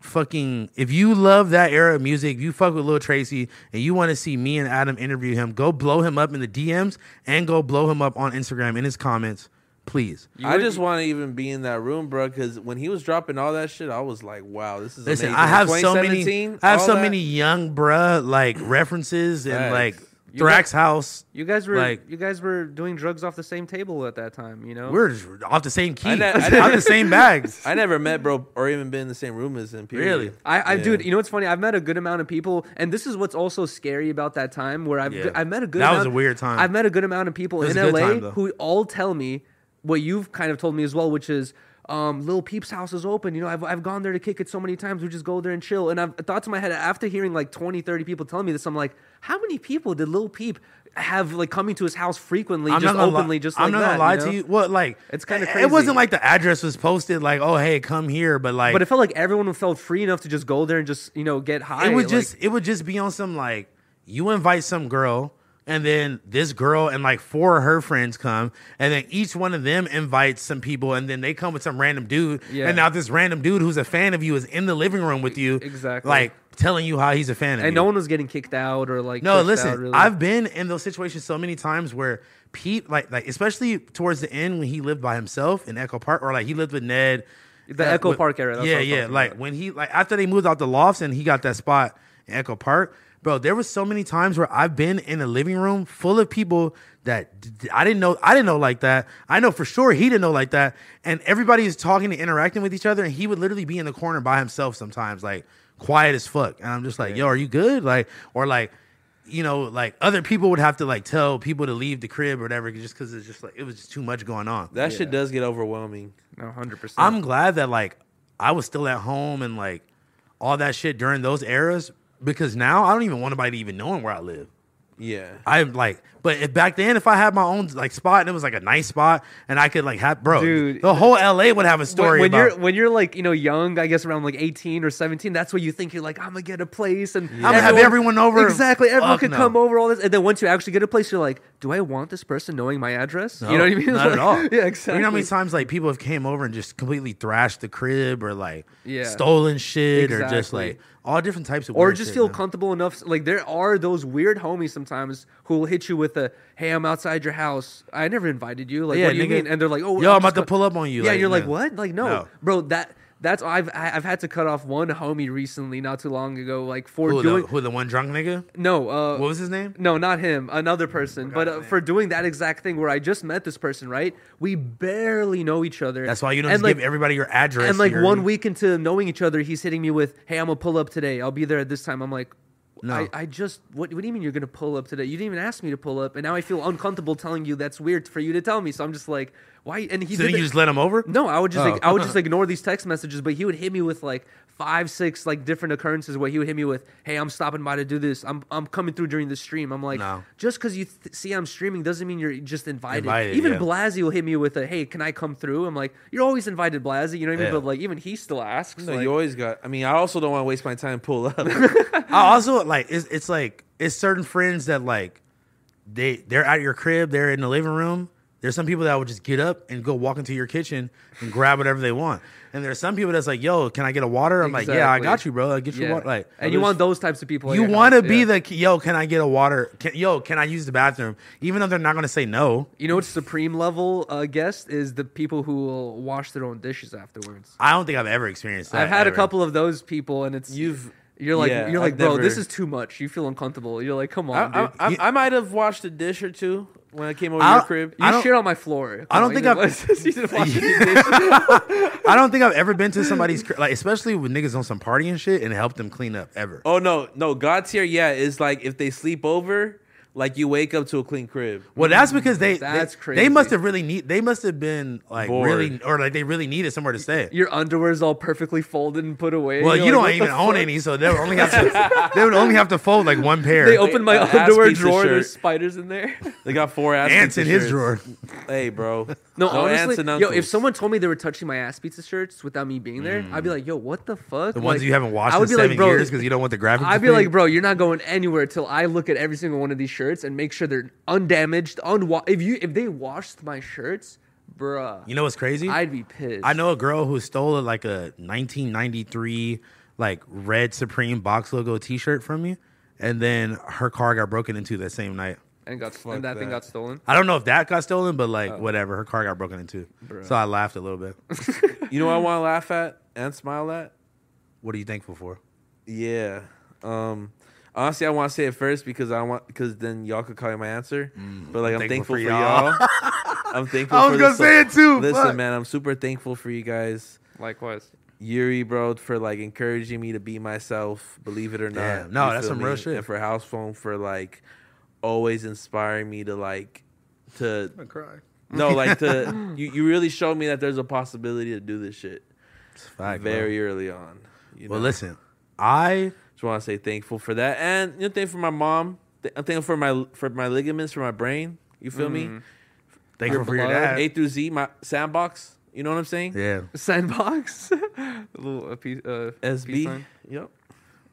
Speaker 1: fucking, if you love that era of music, if you fuck with Lil Tracy and you want to see me and Adam interview him, go blow him up in the DMs and go blow him up on Instagram in his comments, please.
Speaker 2: I just want to even be in that room, bro. Because when he was dropping all that shit, I was like, "Wow, this is
Speaker 1: Listen,
Speaker 2: amazing."
Speaker 1: I have so many,
Speaker 2: 2017,
Speaker 1: I have
Speaker 2: all
Speaker 1: so
Speaker 2: that-
Speaker 1: many young bruh like references and
Speaker 2: Facts.
Speaker 1: like Thrax house.
Speaker 3: You guys were
Speaker 1: Like-
Speaker 3: you guys were doing drugs off the same table at that time, you know.
Speaker 1: We're just off the same key,
Speaker 2: I ne- I
Speaker 1: [laughs]
Speaker 2: ne-
Speaker 1: off the same
Speaker 2: [laughs]
Speaker 1: bags.
Speaker 2: I never met bro or even been in the same room as him. Period.
Speaker 1: Really?
Speaker 3: I, I dude, you know what's funny? I've met a good amount of people, and this is what's also scary about that time where I've
Speaker 1: Yeah.
Speaker 3: I've met a good
Speaker 1: That was
Speaker 3: amount,
Speaker 1: a weird time.
Speaker 3: I've met a good amount of people
Speaker 1: It was
Speaker 3: in
Speaker 1: a good
Speaker 3: LA
Speaker 1: time, though.
Speaker 3: who all tell me what you've kind of told me as well, which is. Um, Lil Peep's house is open. You know, I've, I've gone there to kick it so many times. We just go there and chill. And I've thought to my head, after hearing like 20, 30 people telling me this, I'm like, how many people did Lil Peep have like coming to his house frequently, just
Speaker 1: gonna li-
Speaker 3: openly, just like
Speaker 1: I'm not
Speaker 3: that?
Speaker 1: gonna lie
Speaker 3: know?
Speaker 1: to you. What like
Speaker 3: It's kinda
Speaker 1: it-
Speaker 3: crazy.
Speaker 1: It wasn't like the address was posted like, oh hey, come here, but like
Speaker 3: But it felt like everyone felt free enough to just go there and just, you know, get high.
Speaker 1: it would
Speaker 3: like-
Speaker 1: just it would just be on some like you invite some girl and then this girl and like four of her friends come and then each one of them invites some people and then they come with some random dude
Speaker 3: Yeah.
Speaker 1: and now this random dude who's a fan of you is in the living room with you
Speaker 3: Exactly.
Speaker 1: like telling you how he's a fan of you
Speaker 3: and no one was getting kicked out or like
Speaker 1: no
Speaker 3: pushed
Speaker 1: listen
Speaker 3: out, really.
Speaker 1: i've been in those situations so many times where pete like like especially towards the end when he lived by himself in echo park or like he lived with ned
Speaker 3: The
Speaker 1: uh,
Speaker 3: Echo
Speaker 1: with-
Speaker 3: Park era, that's what
Speaker 1: yeah
Speaker 3: I was
Speaker 1: yeah
Speaker 3: talking
Speaker 1: like
Speaker 3: about.
Speaker 1: when he like after they moved out the lofts and he got that spot in echo park bro there was so many times where i've been in a living room full of people that d- d- i didn't know i didn't know like that i know for sure he didn't know like that and everybody is talking and interacting with each other and he would literally be in the corner by himself sometimes like quiet as fuck and i'm just like yo are you good like or like you know, like other people would have to like tell people to leave the crib or whatever, just because it's just like it was just too much going on.
Speaker 2: That shit does get overwhelming.
Speaker 3: no hundred percent.
Speaker 1: I'm glad that like I was still at home and like all that shit during those eras because now I don't even want anybody even knowing where I live.
Speaker 2: Yeah.
Speaker 1: I'm like, but if back then, if I had my own like spot and it was like a nice spot and I could like have, bro,
Speaker 3: Dude.
Speaker 1: the whole LA would have a story
Speaker 3: when, when
Speaker 1: about.
Speaker 3: you're when you're like you know young, I guess around like eighteen or seventeen, that's what you think you're like I'm gonna get a place and I'm
Speaker 1: gonna have everyone over.
Speaker 3: Exactly, everyone
Speaker 1: Fuck
Speaker 3: could
Speaker 1: no.
Speaker 3: come over all this, and then once you actually get a place, you're like, do I want this person knowing my address? you know what I mean?
Speaker 1: Not
Speaker 3: Like,
Speaker 1: at all.
Speaker 3: [laughs] Yeah, exactly.
Speaker 1: You know how many times like people have came over and just completely thrashed the crib or like
Speaker 3: Yeah.
Speaker 1: stolen shit or just
Speaker 3: Exactly.
Speaker 1: like all different types of
Speaker 3: or
Speaker 1: weird
Speaker 3: just
Speaker 1: shit,
Speaker 3: feel
Speaker 1: man.
Speaker 3: comfortable enough. Like there are those weird homies sometimes who will hit you with a, "Hey, I'm outside your house. I never invited you. Like,
Speaker 1: Yeah,
Speaker 3: what do you
Speaker 1: nigga.
Speaker 3: mean?" And they're like, "Oh,
Speaker 1: Yo, I'm
Speaker 3: just
Speaker 1: about to
Speaker 3: co-
Speaker 1: pull up on you."
Speaker 3: Yeah,
Speaker 1: Like,
Speaker 3: and you're like,
Speaker 1: no.
Speaker 3: "What? Like, no,
Speaker 1: No.
Speaker 3: bro. That that's I've I- I've had to cut off one homie recently, not too long ago, like for
Speaker 1: Who the,
Speaker 3: doing
Speaker 1: who the one drunk nigga?
Speaker 3: no. Uh,
Speaker 1: What was his name?
Speaker 3: no, not him. Another person. But uh, for doing that exact thing where I just met this person, right? We barely know each other.
Speaker 1: That's why you don't
Speaker 3: And,
Speaker 1: just
Speaker 3: like,
Speaker 1: give everybody your address.
Speaker 3: and like
Speaker 1: your-
Speaker 3: one week into knowing each other, he's hitting me with, "Hey, I'm gonna pull up today. I'll be there at this time." I'm like,
Speaker 1: No.
Speaker 3: I, I just what, what do you mean you're gonna pull up today? You didn't even ask me to pull up, and now I feel uncomfortable telling you that's weird for you to tell me. So I'm just like, why? And he
Speaker 1: So then
Speaker 3: did
Speaker 1: you
Speaker 3: it-
Speaker 1: just let him over?
Speaker 3: No, I would just like,
Speaker 1: Oh.
Speaker 3: I
Speaker 1: [laughs]
Speaker 3: would just ignore these text messages, but he would hit me with like five, six like different occurrences where he would hit me with, "Hey, I'm stopping by to do this. I'm I'm coming through during the stream." I'm like,
Speaker 1: No.
Speaker 3: just because you th- see I'm streaming doesn't mean you're just invited.
Speaker 1: Invited,
Speaker 3: even
Speaker 1: yeah.
Speaker 3: Blasi will hit me with a, "Hey, can I come through?" I'm like, "You're always invited, Blasi." You know what I mean?
Speaker 1: Yeah.
Speaker 3: But like, even he still asks.
Speaker 2: So
Speaker 3: like-
Speaker 2: you always got. I mean, I also don't want to waste my time.
Speaker 1: [laughs]
Speaker 2: Pull up.
Speaker 1: I also like it's, it's like it's certain friends that like they they're at your crib, they're in the living room. There's some people that would just get up and go walk into your kitchen and grab whatever they want. And there's some people that's like, "Yo, can I get a water?" I'm like, "Yeah, I
Speaker 3: Exactly.
Speaker 1: got you, bro. I get you
Speaker 3: Yeah.
Speaker 1: water." Like,
Speaker 3: and you want those types of people. at
Speaker 1: you
Speaker 3: your
Speaker 1: want to
Speaker 3: house,
Speaker 1: be
Speaker 3: yeah.
Speaker 1: the yo? Can I get a water? Can, yo, can I use the bathroom? Even though they're not gonna say no.
Speaker 3: You know what supreme level uh, guest is the people who will wash their own dishes afterwards.
Speaker 1: I don't think I've ever experienced that.
Speaker 3: I've had a
Speaker 1: ever.
Speaker 3: couple of those people, and it's
Speaker 2: You've-
Speaker 3: you're like
Speaker 2: yeah,
Speaker 3: you're like
Speaker 2: I've
Speaker 3: bro, this
Speaker 2: never-
Speaker 3: is too much. You feel uncomfortable. You're like, come
Speaker 2: I,
Speaker 3: on,
Speaker 2: I,
Speaker 3: dude.
Speaker 2: I, I might have washed a dish or two when I came over
Speaker 1: I-
Speaker 2: your crib.
Speaker 1: I
Speaker 3: you
Speaker 1: don't-
Speaker 3: shit on my floor. Come
Speaker 1: I don't
Speaker 3: on,
Speaker 1: think
Speaker 3: you
Speaker 1: I've-
Speaker 3: didn't- [laughs] you didn't wash
Speaker 1: [laughs]
Speaker 3: any dishes.
Speaker 1: I don't think I've ever been to somebody's cri- like, especially with niggas on some party and shit, and helped them clean up ever.
Speaker 2: Oh no, no God tier. Yeah, is like if they sleep over, like you wake up to a clean crib.
Speaker 1: Well, that's because they
Speaker 3: Mm, That's
Speaker 1: they,
Speaker 3: crazy.
Speaker 1: They must have really need. They must have been like
Speaker 2: Bored.
Speaker 1: really, or like they really needed somewhere to stay.
Speaker 3: Your underwear's all perfectly folded and put away.
Speaker 1: well,
Speaker 3: You're
Speaker 1: you
Speaker 3: like,
Speaker 1: don't
Speaker 3: what the
Speaker 1: even own
Speaker 3: fuck?
Speaker 1: any, so they would only have
Speaker 3: [laughs]
Speaker 1: to, they would only have to fold like one pair.
Speaker 3: They opened my
Speaker 2: An ass
Speaker 3: underwear
Speaker 2: piece of
Speaker 3: drawer.
Speaker 2: shirt.
Speaker 3: There's spiders
Speaker 1: [laughs]
Speaker 3: in there.
Speaker 2: They got four ass
Speaker 1: Ants
Speaker 2: pizza
Speaker 1: in his
Speaker 2: shirts.
Speaker 1: drawer. [laughs]
Speaker 2: Hey, bro.
Speaker 3: No, honestly,
Speaker 2: aunts and
Speaker 3: yo, if
Speaker 2: uncles.
Speaker 3: someone told me they were touching my ass pizza shirts without me being there, I'd be like, yo, what the fuck?
Speaker 1: Hmm. The ones you haven't washed
Speaker 3: I would
Speaker 1: in
Speaker 3: be
Speaker 1: seven
Speaker 3: like, bro,
Speaker 1: years because you don't want the graphic.
Speaker 3: I'd
Speaker 1: to
Speaker 3: be
Speaker 1: [laughs]
Speaker 3: like,
Speaker 1: fade.
Speaker 3: bro, you're not going anywhere till I look at every single one of these shirts and make sure they're undamaged, unwa- If you if they washed my shirts, bruh,
Speaker 1: You know what's crazy?
Speaker 3: I'd be pissed.
Speaker 1: I know a girl who stole like a 1993 like red Supreme box logo T-shirt from me, and then her car got broken into that same night.
Speaker 3: and got and that, thing
Speaker 2: that.
Speaker 3: got stolen.
Speaker 1: I don't know if that got stolen, but
Speaker 2: Oh.
Speaker 1: like whatever, her car got broken into. So I laughed a little
Speaker 2: [laughs]
Speaker 1: bit.
Speaker 2: you know, what I want to laugh at and smile at.
Speaker 1: what are you thankful for?
Speaker 2: Yeah. Um, Honestly, I want to say it first because I want because then y'all could call me my answer. But like, I'm
Speaker 1: Mm, Thankful
Speaker 2: thankful,
Speaker 1: for
Speaker 2: for y'all.
Speaker 1: [laughs]
Speaker 2: I'm thankful.
Speaker 1: I was
Speaker 2: for
Speaker 1: gonna
Speaker 2: the
Speaker 1: say it too,
Speaker 2: Listen,
Speaker 1: fuck.
Speaker 2: man, I'm super thankful for you guys,
Speaker 3: Likewise.
Speaker 2: Yuri, bro, for like encouraging me to be myself. Believe it or not,
Speaker 1: Damn. No,
Speaker 2: you
Speaker 1: that's
Speaker 2: feel
Speaker 1: some real
Speaker 2: me?
Speaker 1: shit.
Speaker 2: And for House Phone for like always inspiring me to like to
Speaker 6: I'm gonna cry.
Speaker 2: no like to you. You really showed me that there's a possibility to do this shit
Speaker 1: Fact, bro.
Speaker 2: very early on. You
Speaker 1: Well,
Speaker 2: know?
Speaker 1: listen, I
Speaker 2: Just want to say thankful for that, and you know, thankful for my mom. Th- I'm thankful for my for my ligaments, for my brain. You feel me?
Speaker 1: thankful for your
Speaker 3: blood,
Speaker 1: dad.
Speaker 2: A through Z, my sandbox. You know what I'm saying?
Speaker 1: yeah.
Speaker 3: Sandbox. [laughs] a little a piece, uh,
Speaker 2: SB.
Speaker 3: peace sign.
Speaker 2: Yep.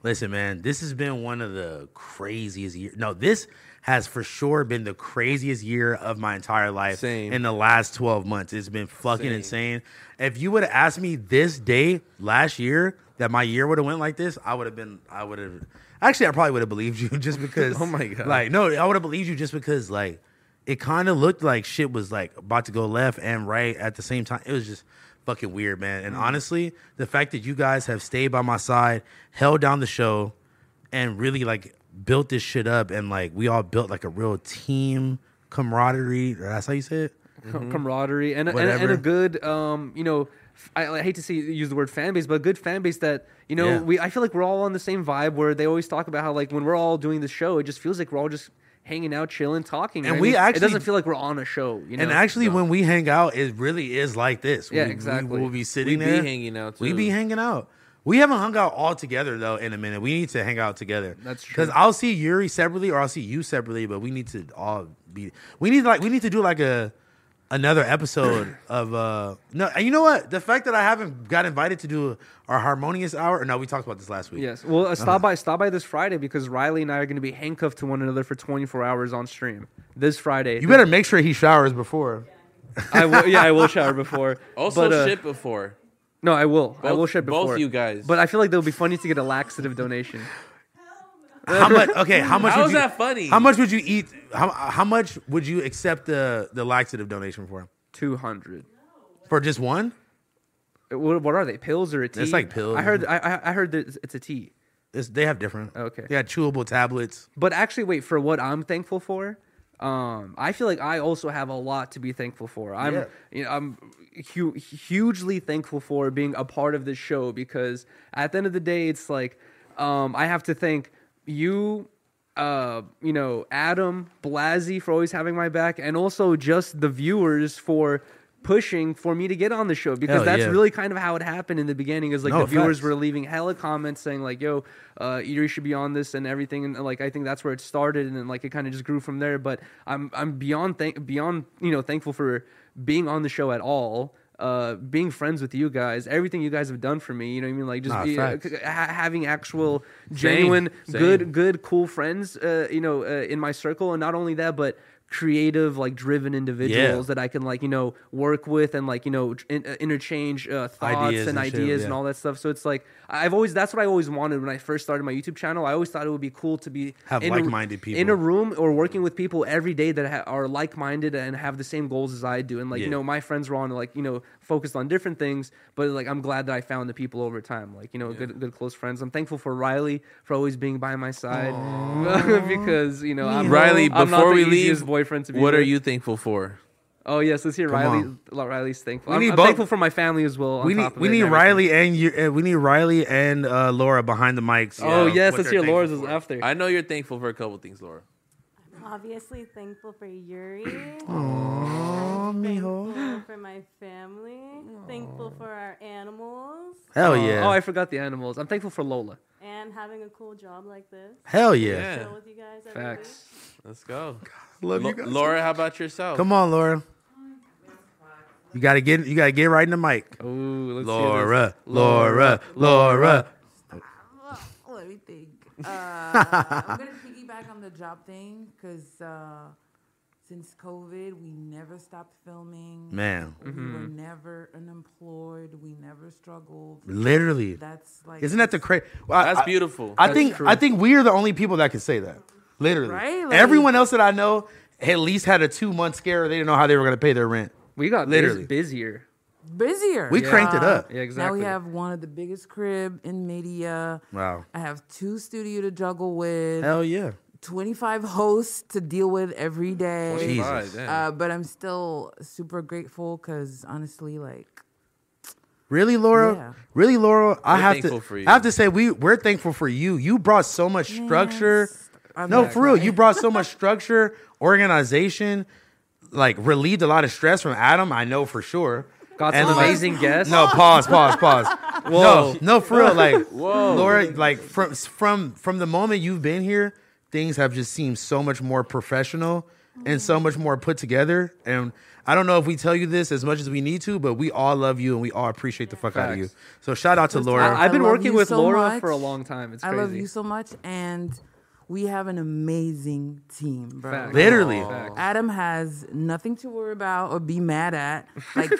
Speaker 1: Listen, man, this has been one of the craziest years. No, this has for sure been the craziest year of my entire life.
Speaker 2: Same.
Speaker 1: In the last 12 months, it's been fucking
Speaker 2: Same.
Speaker 1: insane. If you would have asked me this day last year that my year would have went like this, I would have been, I would have, actually, I probably would have believed you [laughs] just because.
Speaker 2: Oh my God.
Speaker 1: Like, no, I would have believed you just because, like, it kind of looked like shit was like about to go left and right at the same time. It was just fucking weird, man.
Speaker 2: Mm.
Speaker 1: And honestly, the fact that you guys have stayed by my side, held down the show, and really like built this shit up, and like we all built like a real team camaraderie. That's how you say it.
Speaker 3: com- camaraderie and a, and, a- and
Speaker 1: Mm-hmm. Whatever.
Speaker 3: a good um you know f- I, I hate to say use the word fan base but a good fan base that you know
Speaker 1: Yeah.
Speaker 3: we I feel like we're all on the same vibe where they always talk about how like when we're all doing the show it just feels like we're all just hanging out chilling talking
Speaker 1: And
Speaker 3: right?
Speaker 1: we
Speaker 3: It's-
Speaker 1: actually-
Speaker 3: it doesn't feel like we're on a show you know
Speaker 1: and actually, when we hang out, it really is like this.
Speaker 3: Yeah,
Speaker 1: We- we,
Speaker 3: exactly.
Speaker 1: We'll be sitting
Speaker 2: We be
Speaker 1: there
Speaker 2: hanging out,
Speaker 1: We be
Speaker 2: too.
Speaker 1: hanging out. We haven't hung out all together though in a minute. We need to hang out together.
Speaker 3: That's true.
Speaker 1: Because I'll see Yuri separately, or I'll see you separately. But we need to all be. We need like we need to do like a another episode of uh no. And you know what? The fact that I haven't got invited to do our harmonious hour. Or no, we talked about this last week.
Speaker 3: yes well uh,
Speaker 1: Uh-huh.
Speaker 3: stop by stop by this Friday because Riley and I are going to be handcuffed to one another for 24 hours on stream this Friday
Speaker 1: You better make sure he showers before.
Speaker 3: I will, yeah I will shower before
Speaker 2: [laughs] Also,
Speaker 3: but, uh,
Speaker 2: shit before.
Speaker 3: no I will I
Speaker 2: Both-
Speaker 3: will shit
Speaker 2: both
Speaker 3: before
Speaker 2: you guys.
Speaker 3: but I feel like that would be funny to get a laxative donation.
Speaker 1: How much? Okay, how much?
Speaker 2: How
Speaker 1: would
Speaker 2: is
Speaker 1: you-
Speaker 2: that funny?
Speaker 1: How much would you eat? How, how much would you accept the the laxative donation for?
Speaker 3: Two hundred.
Speaker 1: For just one?
Speaker 3: What, what are they? Pills or a tea?
Speaker 1: like pills.
Speaker 3: I heard. I- I, I heard that it's- it's a tea.
Speaker 1: It's, they have different.
Speaker 3: Oh, Okay.
Speaker 1: They got chewable tablets.
Speaker 3: But actually, wait for what I'm thankful for. Um, I feel like I also have a lot to be thankful for. I'm,
Speaker 1: Yeah.
Speaker 3: you know, I'm hu- hugely thankful for being a part of this show because at the end of the day, it's like um, I have to thank you, uh, you know, Adam Blasey for always having my back, and also just the viewers for pushing for me to get on the show because
Speaker 1: Hell
Speaker 3: that's
Speaker 1: yeah.
Speaker 3: really kind of how it happened in the beginning. Is like
Speaker 1: No,
Speaker 3: the viewers
Speaker 1: facts.
Speaker 3: were leaving hella comments saying like, "Yo, uh, Eatery should be on this" and everything, and like I think that's where it started, and then like it kind of just grew from there. But I'm I'm beyond thank beyond you know thankful for being on the show at all. Uh, being friends with you guys, everything you guys have done for me, you know what I mean? Like just
Speaker 1: Nah,
Speaker 3: be- uh,
Speaker 1: facts.
Speaker 3: ha- having actual, genuine, good, good, cool friends, uh, you know, uh, in my circle, and not only that, but creative, like driven individuals that I can like you know work with and like you know tr- in, uh, interchange uh, thoughts
Speaker 1: Ideas
Speaker 3: and,
Speaker 1: and shit,
Speaker 3: ideas and
Speaker 1: yeah.
Speaker 3: all that stuff. So it's like I've always that's what I always wanted when I first started my YouTube channel. I always thought it would be cool to be
Speaker 1: Have
Speaker 3: in a-
Speaker 1: like-minded people.
Speaker 3: in a room or working with people every day that ha- are like-minded and have the same goals as I do. And like
Speaker 1: Yeah.
Speaker 3: you know, my friends were on like you know focused on different things, but like I'm glad that I found the people over time. Like you know, good good close friends. I'm thankful for Riley for always being by my side [laughs] because you know I'm,
Speaker 2: Riley,
Speaker 3: I'm not
Speaker 2: before
Speaker 3: the
Speaker 2: we
Speaker 3: easiest
Speaker 2: leave,
Speaker 3: boyfriend to be.
Speaker 2: What are
Speaker 3: with.
Speaker 2: you thankful for?
Speaker 3: Oh yes, let's hear Riley.
Speaker 1: on.
Speaker 3: Riley's thankful.
Speaker 1: We
Speaker 3: I'm,
Speaker 1: need
Speaker 3: I'm
Speaker 1: both.
Speaker 3: thankful for my family as well. on
Speaker 1: We
Speaker 3: top
Speaker 1: need
Speaker 3: of
Speaker 1: we
Speaker 3: it and
Speaker 1: need
Speaker 3: everything.
Speaker 1: Riley and you, uh, we need Riley and uh, Laura behind the mics.
Speaker 3: Oh
Speaker 1: uh,
Speaker 3: yes,
Speaker 1: what
Speaker 3: let's
Speaker 1: they're
Speaker 3: hear Laura's
Speaker 1: thankful for.
Speaker 3: after.
Speaker 2: I know you're thankful for a couple things, Laura.
Speaker 5: Obviously thankful for Yuri. I'm Thankful for my family. Thankful for our animals
Speaker 1: Hell
Speaker 3: Uh,
Speaker 1: yeah!
Speaker 3: Oh, I forgot the animals. I'm thankful for Lola.
Speaker 5: and having a cool job like this.
Speaker 1: Hell yeah!
Speaker 2: Yeah.
Speaker 5: Chill with you guys every week.
Speaker 3: Facts.
Speaker 2: Let's go.
Speaker 1: Love
Speaker 2: Lo- Laura, how about yourself?
Speaker 1: Come on, Laura. You gotta get you gotta get right in the mic.
Speaker 3: Ooh, Oh, let's hear this.
Speaker 1: Laura, Laura, Laura.
Speaker 4: Let me
Speaker 1: [laughs]
Speaker 4: think. Uh, I'm gonna piggyback on the job thing because uh, since COVID, we never stopped filming.
Speaker 1: Man,
Speaker 4: we
Speaker 3: Mm-hmm.
Speaker 4: were never unemployed. We never struggled.
Speaker 1: literally,
Speaker 4: That's like
Speaker 1: isn't that the crazy?
Speaker 2: That's beautiful.
Speaker 1: I think I think we are the only people that can say that. Literally,
Speaker 4: Right? Like-
Speaker 1: everyone else that I know at least had a two month scare. They didn't know how they were going to pay their rent.
Speaker 3: We got
Speaker 1: Literally.
Speaker 3: literally busier.
Speaker 4: busier.
Speaker 1: We cranked it up.
Speaker 3: Yeah, exactly.
Speaker 4: Now we have one of the biggest crib in media.
Speaker 1: Wow.
Speaker 4: I have two studio to juggle with,
Speaker 1: Hell yeah.
Speaker 4: 25 hosts to deal with every day.
Speaker 1: Jesus.
Speaker 2: Alright, damn.
Speaker 4: Uh, but I'm still super grateful because honestly, like,
Speaker 1: Really, Laura?
Speaker 4: Yeah.
Speaker 1: Really, Laura? I
Speaker 2: We're
Speaker 1: have
Speaker 2: thankful
Speaker 1: to.
Speaker 2: for you.
Speaker 1: I have to say we we're thankful for you. You brought so much structure.
Speaker 4: I'm
Speaker 1: no,
Speaker 4: not
Speaker 1: for real,
Speaker 4: crying.
Speaker 1: you brought so much structure, organization, like relieved a lot of stress from Adam. I know for sure.
Speaker 3: Got
Speaker 1: And,
Speaker 3: some
Speaker 1: like-
Speaker 4: [laughs]
Speaker 3: amazing guests.
Speaker 1: No, pause, pause, pause. No, no, for real,
Speaker 3: [laughs]
Speaker 1: like Laura, like from from from the moment you've been here, things have just seemed so much more professional and so much more put together. And I don't know if we tell you this as much as we need to, but we all love you and we all appreciate the fuck out of you.
Speaker 3: Facts.
Speaker 1: So shout out to Laura.
Speaker 3: I- I've been
Speaker 4: love
Speaker 3: working
Speaker 4: you
Speaker 3: with
Speaker 4: so
Speaker 3: Laura
Speaker 4: much.
Speaker 3: for a long time. It's
Speaker 4: I love
Speaker 3: crazy.
Speaker 4: you so much, and we have an amazing team, bro.
Speaker 3: Facts.
Speaker 1: Literally.
Speaker 3: Facts.
Speaker 4: Adam has nothing to worry about or be mad at.
Speaker 2: [laughs]
Speaker 4: Like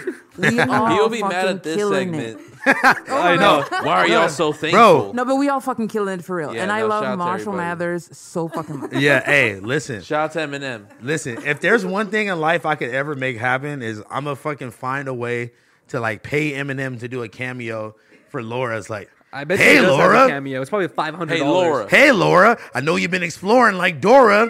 Speaker 4: we all
Speaker 2: You'll be
Speaker 4: Oh, fucking
Speaker 2: mad at this
Speaker 4: killing
Speaker 2: segment.
Speaker 4: [laughs] it.
Speaker 1: I know.
Speaker 2: Why are y'all so thankful?
Speaker 4: No, but we all fucking killing it for real.
Speaker 2: Yeah,
Speaker 4: and I
Speaker 2: no, shout out
Speaker 4: love
Speaker 2: to
Speaker 4: Marshall
Speaker 2: everybody.
Speaker 4: Mathers so fucking much.
Speaker 1: Yeah, hey, listen.
Speaker 2: Shout out to Eminem.
Speaker 1: Listen, if there's one thing in life I could ever make happen is I'm gonna fucking find a way to like pay Eminem to do a cameo for Laura's like
Speaker 3: I bet
Speaker 1: hey
Speaker 3: she does
Speaker 1: Laura.
Speaker 3: have a cameo. It's probably five hundred.
Speaker 2: Hey, Laura.
Speaker 1: Hey Laura, I know you've been exploring like Dora.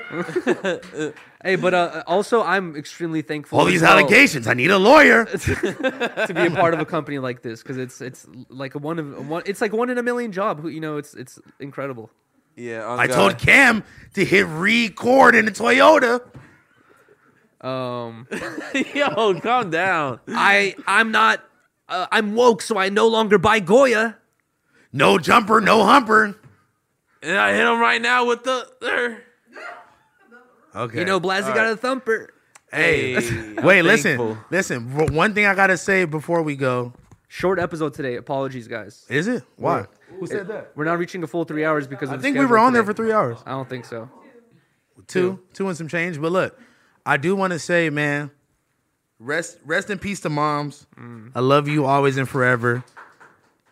Speaker 3: Hey, but uh, also I'm extremely thankful.
Speaker 1: All
Speaker 3: as
Speaker 1: these
Speaker 3: well
Speaker 1: allegations. I need a lawyer.
Speaker 3: to be a part
Speaker 1: [laughs]
Speaker 3: of a company like this because it's it's like one of one. It's like one in a million job. Who you know? It's it's incredible.
Speaker 2: Yeah, on
Speaker 1: I
Speaker 2: God.
Speaker 1: told Cam to hit record in the Toyota.
Speaker 3: Um, [laughs]
Speaker 2: Yo, calm down.
Speaker 3: I I'm not. Uh, I'm woke, so I no longer buy Goya.
Speaker 1: No jumper, no humper.
Speaker 2: And I hit him right now with the. [laughs] there.
Speaker 1: Okay.
Speaker 3: You know, Blasi got a thumper.
Speaker 1: hey, [laughs]
Speaker 2: Hey, I'm
Speaker 1: wait, listen,
Speaker 2: thankful.
Speaker 1: listen. w- One thing I gotta say before we go
Speaker 3: Short episode today. Apologies, guys.
Speaker 1: is it why?
Speaker 3: Who said that? We're not reaching a full three hours because of
Speaker 1: I think we were on there for three hours.
Speaker 3: I don't think so.
Speaker 1: two, two and some change. But look, I do want to say, man, rest rest in peace to moms. I love you always and forever.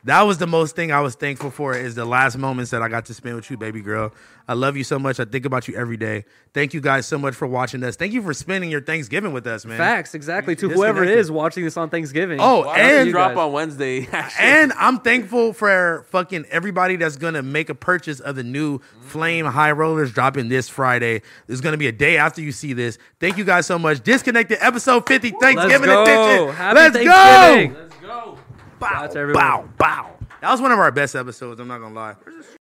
Speaker 1: That was the most thing I was thankful for is the last moments that I got to spend with you, baby girl. I love you so much. I think about you every day. Thank you guys so much for watching us. Thank you for spending your Thanksgiving with us, man.
Speaker 3: Facts, exactly. To whoever it
Speaker 1: disconnected.
Speaker 3: is watching this on Thanksgiving.
Speaker 1: Oh,
Speaker 2: Why don't
Speaker 1: and
Speaker 2: you drop
Speaker 3: guys.
Speaker 2: on Wednesday? [laughs] actually?
Speaker 1: and I'm thankful for fucking everybody that's gonna make a purchase of the new Flame High Rollers dropping this Friday. There's gonna be a day after you see this. Thank you guys so much. Disconnected episode 50 Thanksgiving
Speaker 3: go.
Speaker 1: edition.
Speaker 3: Happy
Speaker 1: Let's
Speaker 3: Thanksgiving.
Speaker 1: go.
Speaker 3: Shout out to
Speaker 1: Bow,
Speaker 3: everyone.
Speaker 1: bow, bow. That was one of our best episodes. I'm not gonna lie.